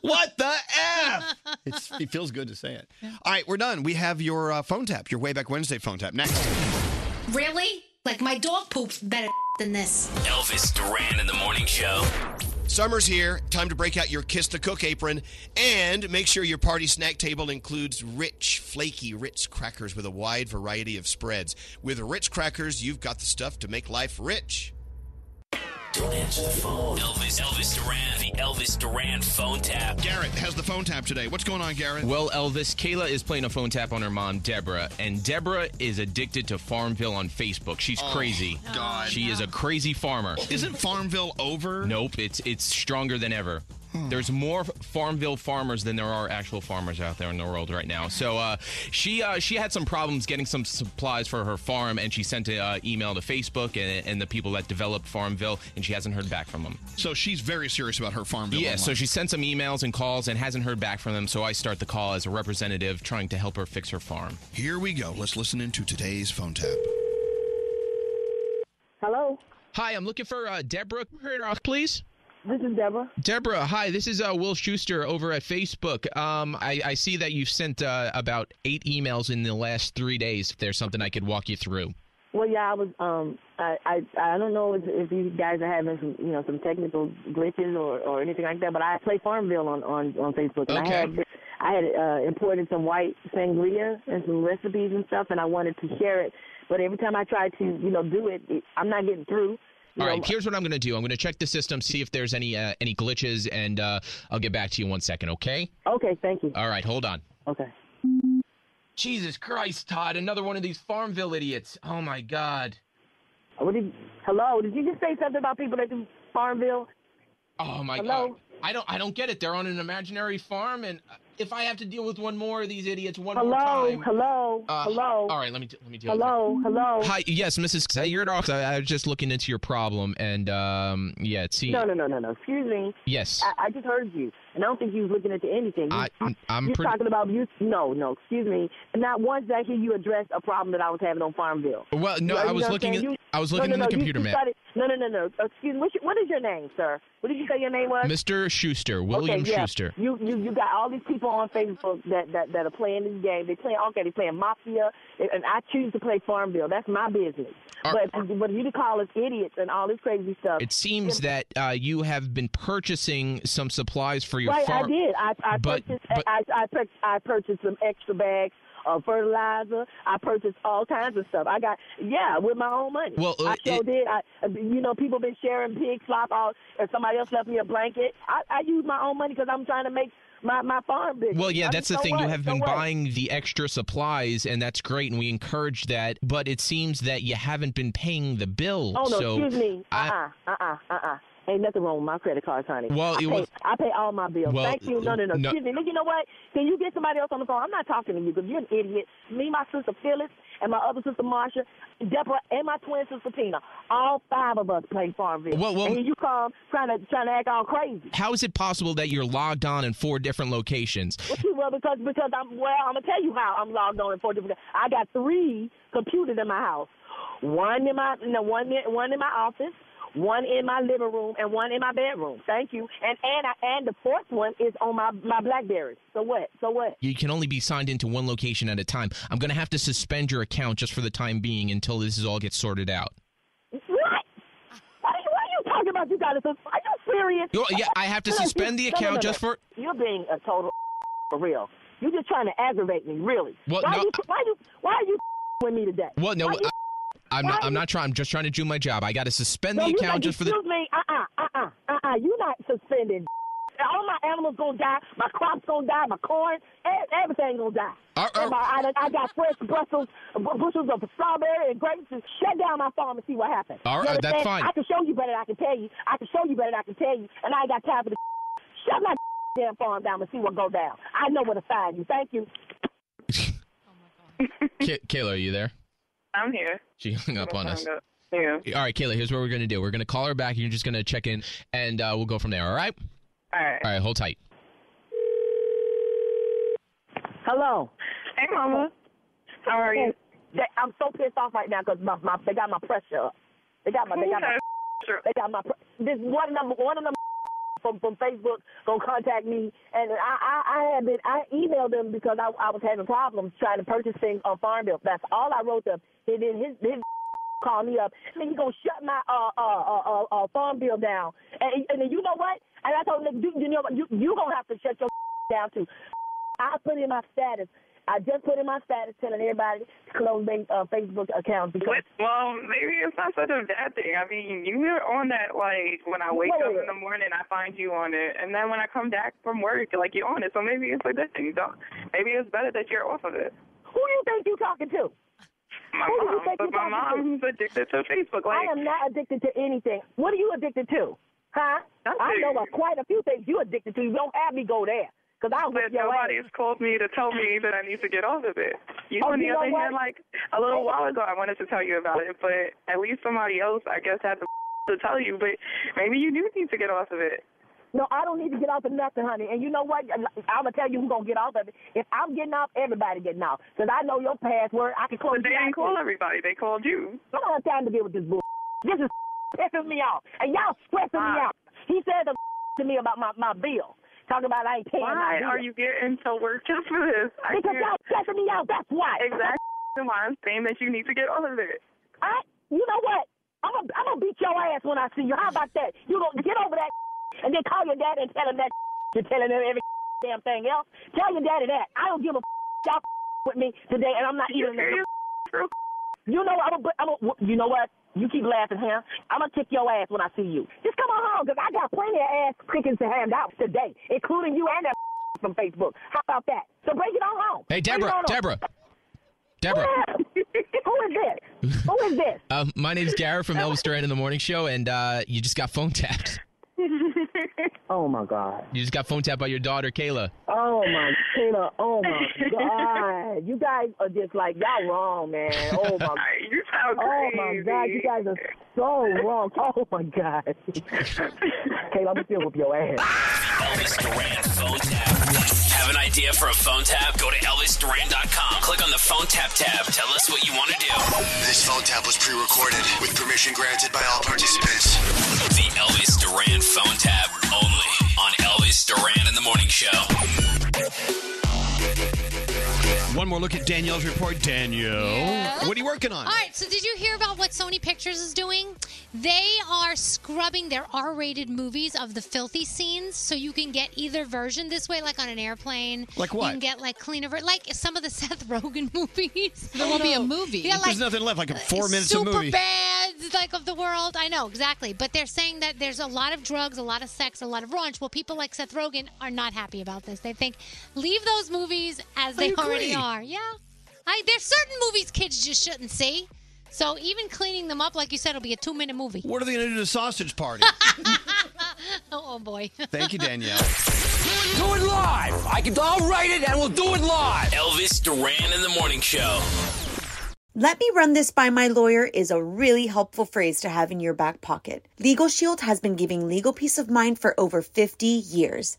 Speaker 6: What the f?" It's, it feels good to say it. All right, we're done. We have your uh, phone tap, your way back Wednesday phone tap next.
Speaker 7: Really? Like my dog poops better than this.
Speaker 1: Elvis Duran in the morning show.
Speaker 39: Summer's here. Time to break out your Kiss the Cook apron and make sure your party snack table includes rich, flaky Ritz crackers with a wide variety of spreads. With Ritz crackers, you've got the stuff to make life rich.
Speaker 1: Don't answer the phone. Elvis, Elvis Duran, the Elvis Duran phone tap.
Speaker 6: Garrett has the phone tap today. What's going on, Garrett?
Speaker 24: Well, Elvis, Kayla is playing a phone tap on her mom, Deborah, and Deborah is addicted to Farmville on Facebook. She's
Speaker 6: Oh,
Speaker 24: crazy.
Speaker 6: God.
Speaker 24: She is a crazy farmer.
Speaker 6: Isn't Farmville over? Hmm.
Speaker 24: Nope, it's it's stronger than ever. There's more Farmville farmers than there are actual farmers out there in the world right now. So uh, she uh, she had some problems getting some supplies for her farm, and she sent an uh, email to Facebook and, and the people that developed Farmville, and she hasn't heard back from them.
Speaker 6: So she's very serious about her Farmville.
Speaker 24: Yeah,
Speaker 6: online.
Speaker 24: so she sent some emails and calls and hasn't heard back from them. So I start the call as a representative trying to help her fix her farm.
Speaker 6: Here we go. Let's listen into today's phone tap.
Speaker 24: Hello. Hi, I'm looking for uh, Deborah Kurdoff, please.
Speaker 16: This is Deborah.
Speaker 24: Deborah, hi. This is uh, Will Schuster over at Facebook. Um, I, I see that you sent uh, about eight emails in the last three days. If there's something I could walk you through.
Speaker 16: Well, yeah, I was. Um, I, I, I don't know if, if you guys are having some, you know, some technical glitches or, or anything like that. But I play Farmville on on on Facebook, and
Speaker 9: Okay.
Speaker 16: I had I had uh, imported some white sangria and some recipes and stuff, and I wanted to share it. But every time I tried to, you know, do it, it I'm not getting through.
Speaker 24: All right. Here's what I'm going to do. I'm going to check the system, see if there's any uh, any glitches, and uh, I'll get back to you in one second. Okay.
Speaker 16: Okay. Thank you.
Speaker 24: All right. Hold on.
Speaker 16: Okay.
Speaker 24: Jesus Christ, Todd! Another one of these Farmville idiots. Oh my God.
Speaker 16: What did? Hello. Did you just say something about people that do Farmville?
Speaker 24: Oh my
Speaker 16: Hello?
Speaker 24: god. I don't I don't get it. They're on an imaginary farm and uh, if I have to deal with one more of these idiots one more
Speaker 16: Hello.
Speaker 24: time.
Speaker 16: Hello.
Speaker 24: Uh,
Speaker 16: hello.
Speaker 24: All right, let me d- let me deal
Speaker 16: Hello.
Speaker 24: with it.
Speaker 16: Hello.
Speaker 24: Hi, yes, Mrs. Sayurdoff. I, I was just looking into your problem and um yeah, it seems
Speaker 16: No, no, no, no, no. Excuse me.
Speaker 24: Yes.
Speaker 16: I, I just heard you, and I don't think you was looking into anything. You,
Speaker 24: I I'm
Speaker 16: you're
Speaker 24: pretty
Speaker 16: talking about you. No, no. Excuse me. Not once did I hear you address a problem that I was having on Farmville.
Speaker 24: Well, no,
Speaker 16: You-
Speaker 24: I was
Speaker 16: you know what I'm
Speaker 24: looking
Speaker 16: saying?
Speaker 24: at-
Speaker 16: You-
Speaker 24: I was
Speaker 16: no,
Speaker 24: looking
Speaker 16: no,
Speaker 24: in
Speaker 16: no,
Speaker 24: the
Speaker 16: you-
Speaker 24: computer
Speaker 16: you
Speaker 24: map.
Speaker 16: started- no, no, no, no. Excuse me. What's your- What is your name, sir? What did you say your name was?
Speaker 24: Mr. Schuster, William
Speaker 16: okay, yeah.
Speaker 24: Schuster.
Speaker 16: You, you you got all these people on Facebook that, that, that are playing this game. They playing okay, they playing mafia, and and I choose to play Farmville. That's my business. but but you to call us idiots and all this crazy stuff.
Speaker 24: It seems that uh, you have been purchasing some supplies for your
Speaker 16: right,
Speaker 24: farm.
Speaker 16: I did. I, I
Speaker 24: But-
Speaker 16: purchased. I, I, pur- I purchased some extra bags of fertilizer. I purchased all kinds of stuff. I got yeah with my own money.
Speaker 24: Well, uh,
Speaker 16: I sure
Speaker 24: it-
Speaker 16: did. I, you know, people been sharing pig slop out, and somebody else left me a blanket. I, I use my own money because I'm trying to make my my farm bigger.
Speaker 24: Well, yeah,
Speaker 16: I mean,
Speaker 24: that's the
Speaker 16: so
Speaker 24: thing. You
Speaker 16: what?
Speaker 24: have
Speaker 16: So
Speaker 24: been
Speaker 16: what?
Speaker 24: buying the extra supplies, and that's great, and we encourage that. But it seems that you haven't been paying the bill.
Speaker 16: Oh no,
Speaker 24: so
Speaker 16: excuse me.
Speaker 24: I-
Speaker 16: Uh uh-uh, uh uh uh uh. Ain't nothing wrong with my credit cards, honey.
Speaker 24: Well,
Speaker 16: I,
Speaker 24: it
Speaker 16: pay,
Speaker 24: was-
Speaker 16: I pay all my bills.
Speaker 24: Well,
Speaker 16: Thank you. No, no, no.
Speaker 24: no-
Speaker 16: Excuse me. You know what? Can you get somebody else on the phone? I'm not talking to you because you're an idiot. Me, my sister Phyllis, and my other sister Marsha, Deborah, and my twin sister Tina. All five of us play Farmville.
Speaker 24: Well, well-
Speaker 16: and here you come trying to trying to act all crazy.
Speaker 24: How is it possible that you're logged on in four different locations?
Speaker 16: Well, see, well, because because I'm well, I'm gonna tell you how I'm logged on in four different. I got three computers in my house. One in my no, one in, one in my office, one in my living room, and one in my bedroom. Thank you. And and I, and the fourth one is on my my BlackBerry. So what? So what?
Speaker 24: You can only be signed into one location at a time. I'm going to have to suspend your account just for the time being until this is all gets sorted out.
Speaker 16: What? What are you, what are you talking about? You got to. Are you serious?
Speaker 24: You- yeah, I have to
Speaker 16: No,
Speaker 24: suspend the
Speaker 16: you- no, no,
Speaker 24: account
Speaker 16: no,
Speaker 24: just
Speaker 16: no.
Speaker 24: for-
Speaker 16: You're being a total for real. You're just trying to aggravate me, really.
Speaker 24: Well,
Speaker 16: why
Speaker 24: no,
Speaker 16: you why you why are you with me today?
Speaker 24: Well, no, uh,
Speaker 16: Why you-
Speaker 24: I, am
Speaker 16: why
Speaker 24: not,
Speaker 16: are
Speaker 24: I'm
Speaker 16: you-
Speaker 24: not trying. I'm just trying to do my job. I got to suspend
Speaker 16: No,
Speaker 24: the
Speaker 16: you
Speaker 24: account
Speaker 16: not-
Speaker 24: just for the.
Speaker 16: Excuse me. Uh uh-uh, uh uh uh uh. You're not suspended. All my animals gonna die. My crops gonna die. My corn. e- Everything gonna die. And my- I, done- I got fresh Brussels bu- bushels of strawberry and grapes. And shut down my farm and see what happens.
Speaker 24: All
Speaker 16: You
Speaker 24: right, that's
Speaker 16: understand?
Speaker 24: fine.
Speaker 16: I can show you better. Than I can tell you. I can show you better. Than I can tell you. And I ain't got time for the. Shut my damn farm down and see what go down. I know where to find you. Thank you.
Speaker 24: Kay- Kayla, are you there?
Speaker 20: I'm here.
Speaker 24: She hung up on us.
Speaker 20: Yeah.
Speaker 24: All right, Kayla, here's what we're going to do. We're going to call her back. You're just going to check in, and uh, we'll go from there, all right?
Speaker 20: All right.
Speaker 24: All right, hold tight.
Speaker 16: Hello.
Speaker 20: Hey, Mama. How are you?
Speaker 16: They, I'm so pissed off right now because my, my they got my pressure up. They got my they got my they got my pre- this one number one of them from from Facebook gonna contact me and I I, I had been I emailed them because I, I was having problems trying to purchase things on Farm Bill. That's all I wrote them. He did his his call me up and he gonna shut my uh uh uh, uh, uh Farm Bill down. And and then you know what? And I told him, you, you know what? You you gonna have to shut your down too. I put in my status. I just put in my status telling everybody to close their uh, Facebook accounts because
Speaker 20: What- Well, maybe it's not such a bad thing. I mean, you were on that like when I wake up in the morning, I find you on it, and then when I come back from work, like you're on it. So maybe it's a good thing. Don't. Maybe it's better that you're off of it.
Speaker 16: who do you think you talking to?
Speaker 20: My
Speaker 16: Who do you
Speaker 20: mom,
Speaker 16: think
Speaker 20: but
Speaker 16: you're
Speaker 20: my
Speaker 16: talking
Speaker 20: mom's addicted to Facebook. Like
Speaker 16: I am not addicted to anything. What are you addicted to? Huh? I know a, quite a few things you addicted to. You don't have me go there. Because I'll whip
Speaker 20: But
Speaker 16: your ass.
Speaker 20: nobody has called me to tell me that I need to get off of it. You
Speaker 16: Oh,
Speaker 20: on the
Speaker 16: you know
Speaker 20: other hand,
Speaker 16: what?
Speaker 20: like a little while ago, I wanted to tell you about it, but at least somebody else, I guess, had the to tell you. But maybe you do need to get off of it.
Speaker 16: No, I don't need to get off of nothing, honey. And you know what? I'm going to tell you who's going to get off of it. If I'm getting off, everybody getting off. Because I know your password. I can close
Speaker 20: But they
Speaker 16: your
Speaker 20: didn't call
Speaker 16: account.
Speaker 20: everybody. They called you.
Speaker 16: I don't have time to deal with this bull. This is pissing me off. And y'all stressing me out. He said the to me about my, my bill. Talking about I ain't paying my
Speaker 20: Why
Speaker 16: bill.
Speaker 20: are you getting so worked up for this? I
Speaker 16: Because
Speaker 20: can't-
Speaker 16: y'all stressing me out. That's why.
Speaker 20: Exactly why I'm saying that you need to get off of it.
Speaker 16: I, you know what? I'm gonna, I'm gonna beat your ass when I see you. How about that? You gonna get over that and then call your dad and tell him that you're telling him every damn thing else. Tell your daddy that I don't give a y'all with me today, and I'm not
Speaker 20: You
Speaker 16: even.
Speaker 20: serious,
Speaker 16: You know what? I'm gonna, I'm gonna, you know what? You keep laughing, huh? I'm gonna kick your ass when I see you. Just come on home, cause I got plenty of ass kickings to hand out today, including you and that from Facebook. How about that? So bring it on home.
Speaker 24: Hey,
Speaker 16: Bring it
Speaker 24: Deborah,
Speaker 16: on home.
Speaker 24: Deborah, Deborah.
Speaker 16: Who is this? Who is this?
Speaker 24: Um, my name's Garrett from Elvis Duran in the Morning Show, and uh, you just got phone tapped.
Speaker 16: Oh my God.
Speaker 24: You just got phone tapped by your daughter, Kayla.
Speaker 16: Oh my Tina, oh my God. You guys are just like y'all wrong, man. Oh my
Speaker 20: You sound
Speaker 16: Oh my God, you guys are so wrong. Oh my God. Kayla, I'm still with your ass.
Speaker 1: Elvis Duran phone tap. Have an idea for a phone tap? Go to ElvisDuran.com. Click on the phone tap tab. Tell us what you want to do.
Speaker 40: This phone tap was pre-recorded with permission granted by all participants.
Speaker 1: The Elvis Duran phone tap only on Elvis Duran in the Morning Show.
Speaker 6: One more look at Danielle's report. Danielle,
Speaker 7: Yeah.
Speaker 6: what are you working on?
Speaker 7: All right, so did you hear about what Sony Pictures is doing? They are scrubbing their R rated movies of the filthy scenes so you can get either version this way, like on an airplane.
Speaker 6: Like
Speaker 7: You
Speaker 6: what?
Speaker 7: can get like cleaner, ver- like some of the Seth Rogen movies.
Speaker 36: There won't be a movie.
Speaker 7: Yeah, like
Speaker 6: There's nothing left. Like four minutes of
Speaker 7: super
Speaker 6: movie.
Speaker 7: bad, like of the world. I know exactly, but they're saying that there's a lot of drugs, a lot of sex, a lot of raunch. Well, people like Seth Rogen are not happy about this. They think leave those movies as
Speaker 22: I
Speaker 7: they already
Speaker 22: agree.
Speaker 7: are. Yeah, I, there's certain movies kids just shouldn't see. So even cleaning them up, like you said, will be a two minute movie.
Speaker 6: What are they going to do to Sausage Party?
Speaker 7: Oh, boy.
Speaker 41: Thank you, Danielle.
Speaker 1: Do it live. I can. I'll write it and we'll do it live. Elvis Duran in the morning show.
Speaker 42: Let me run this by my lawyer is a really helpful phrase to have in your back pocket. Legal Shield has been giving legal peace of mind for over 50 years.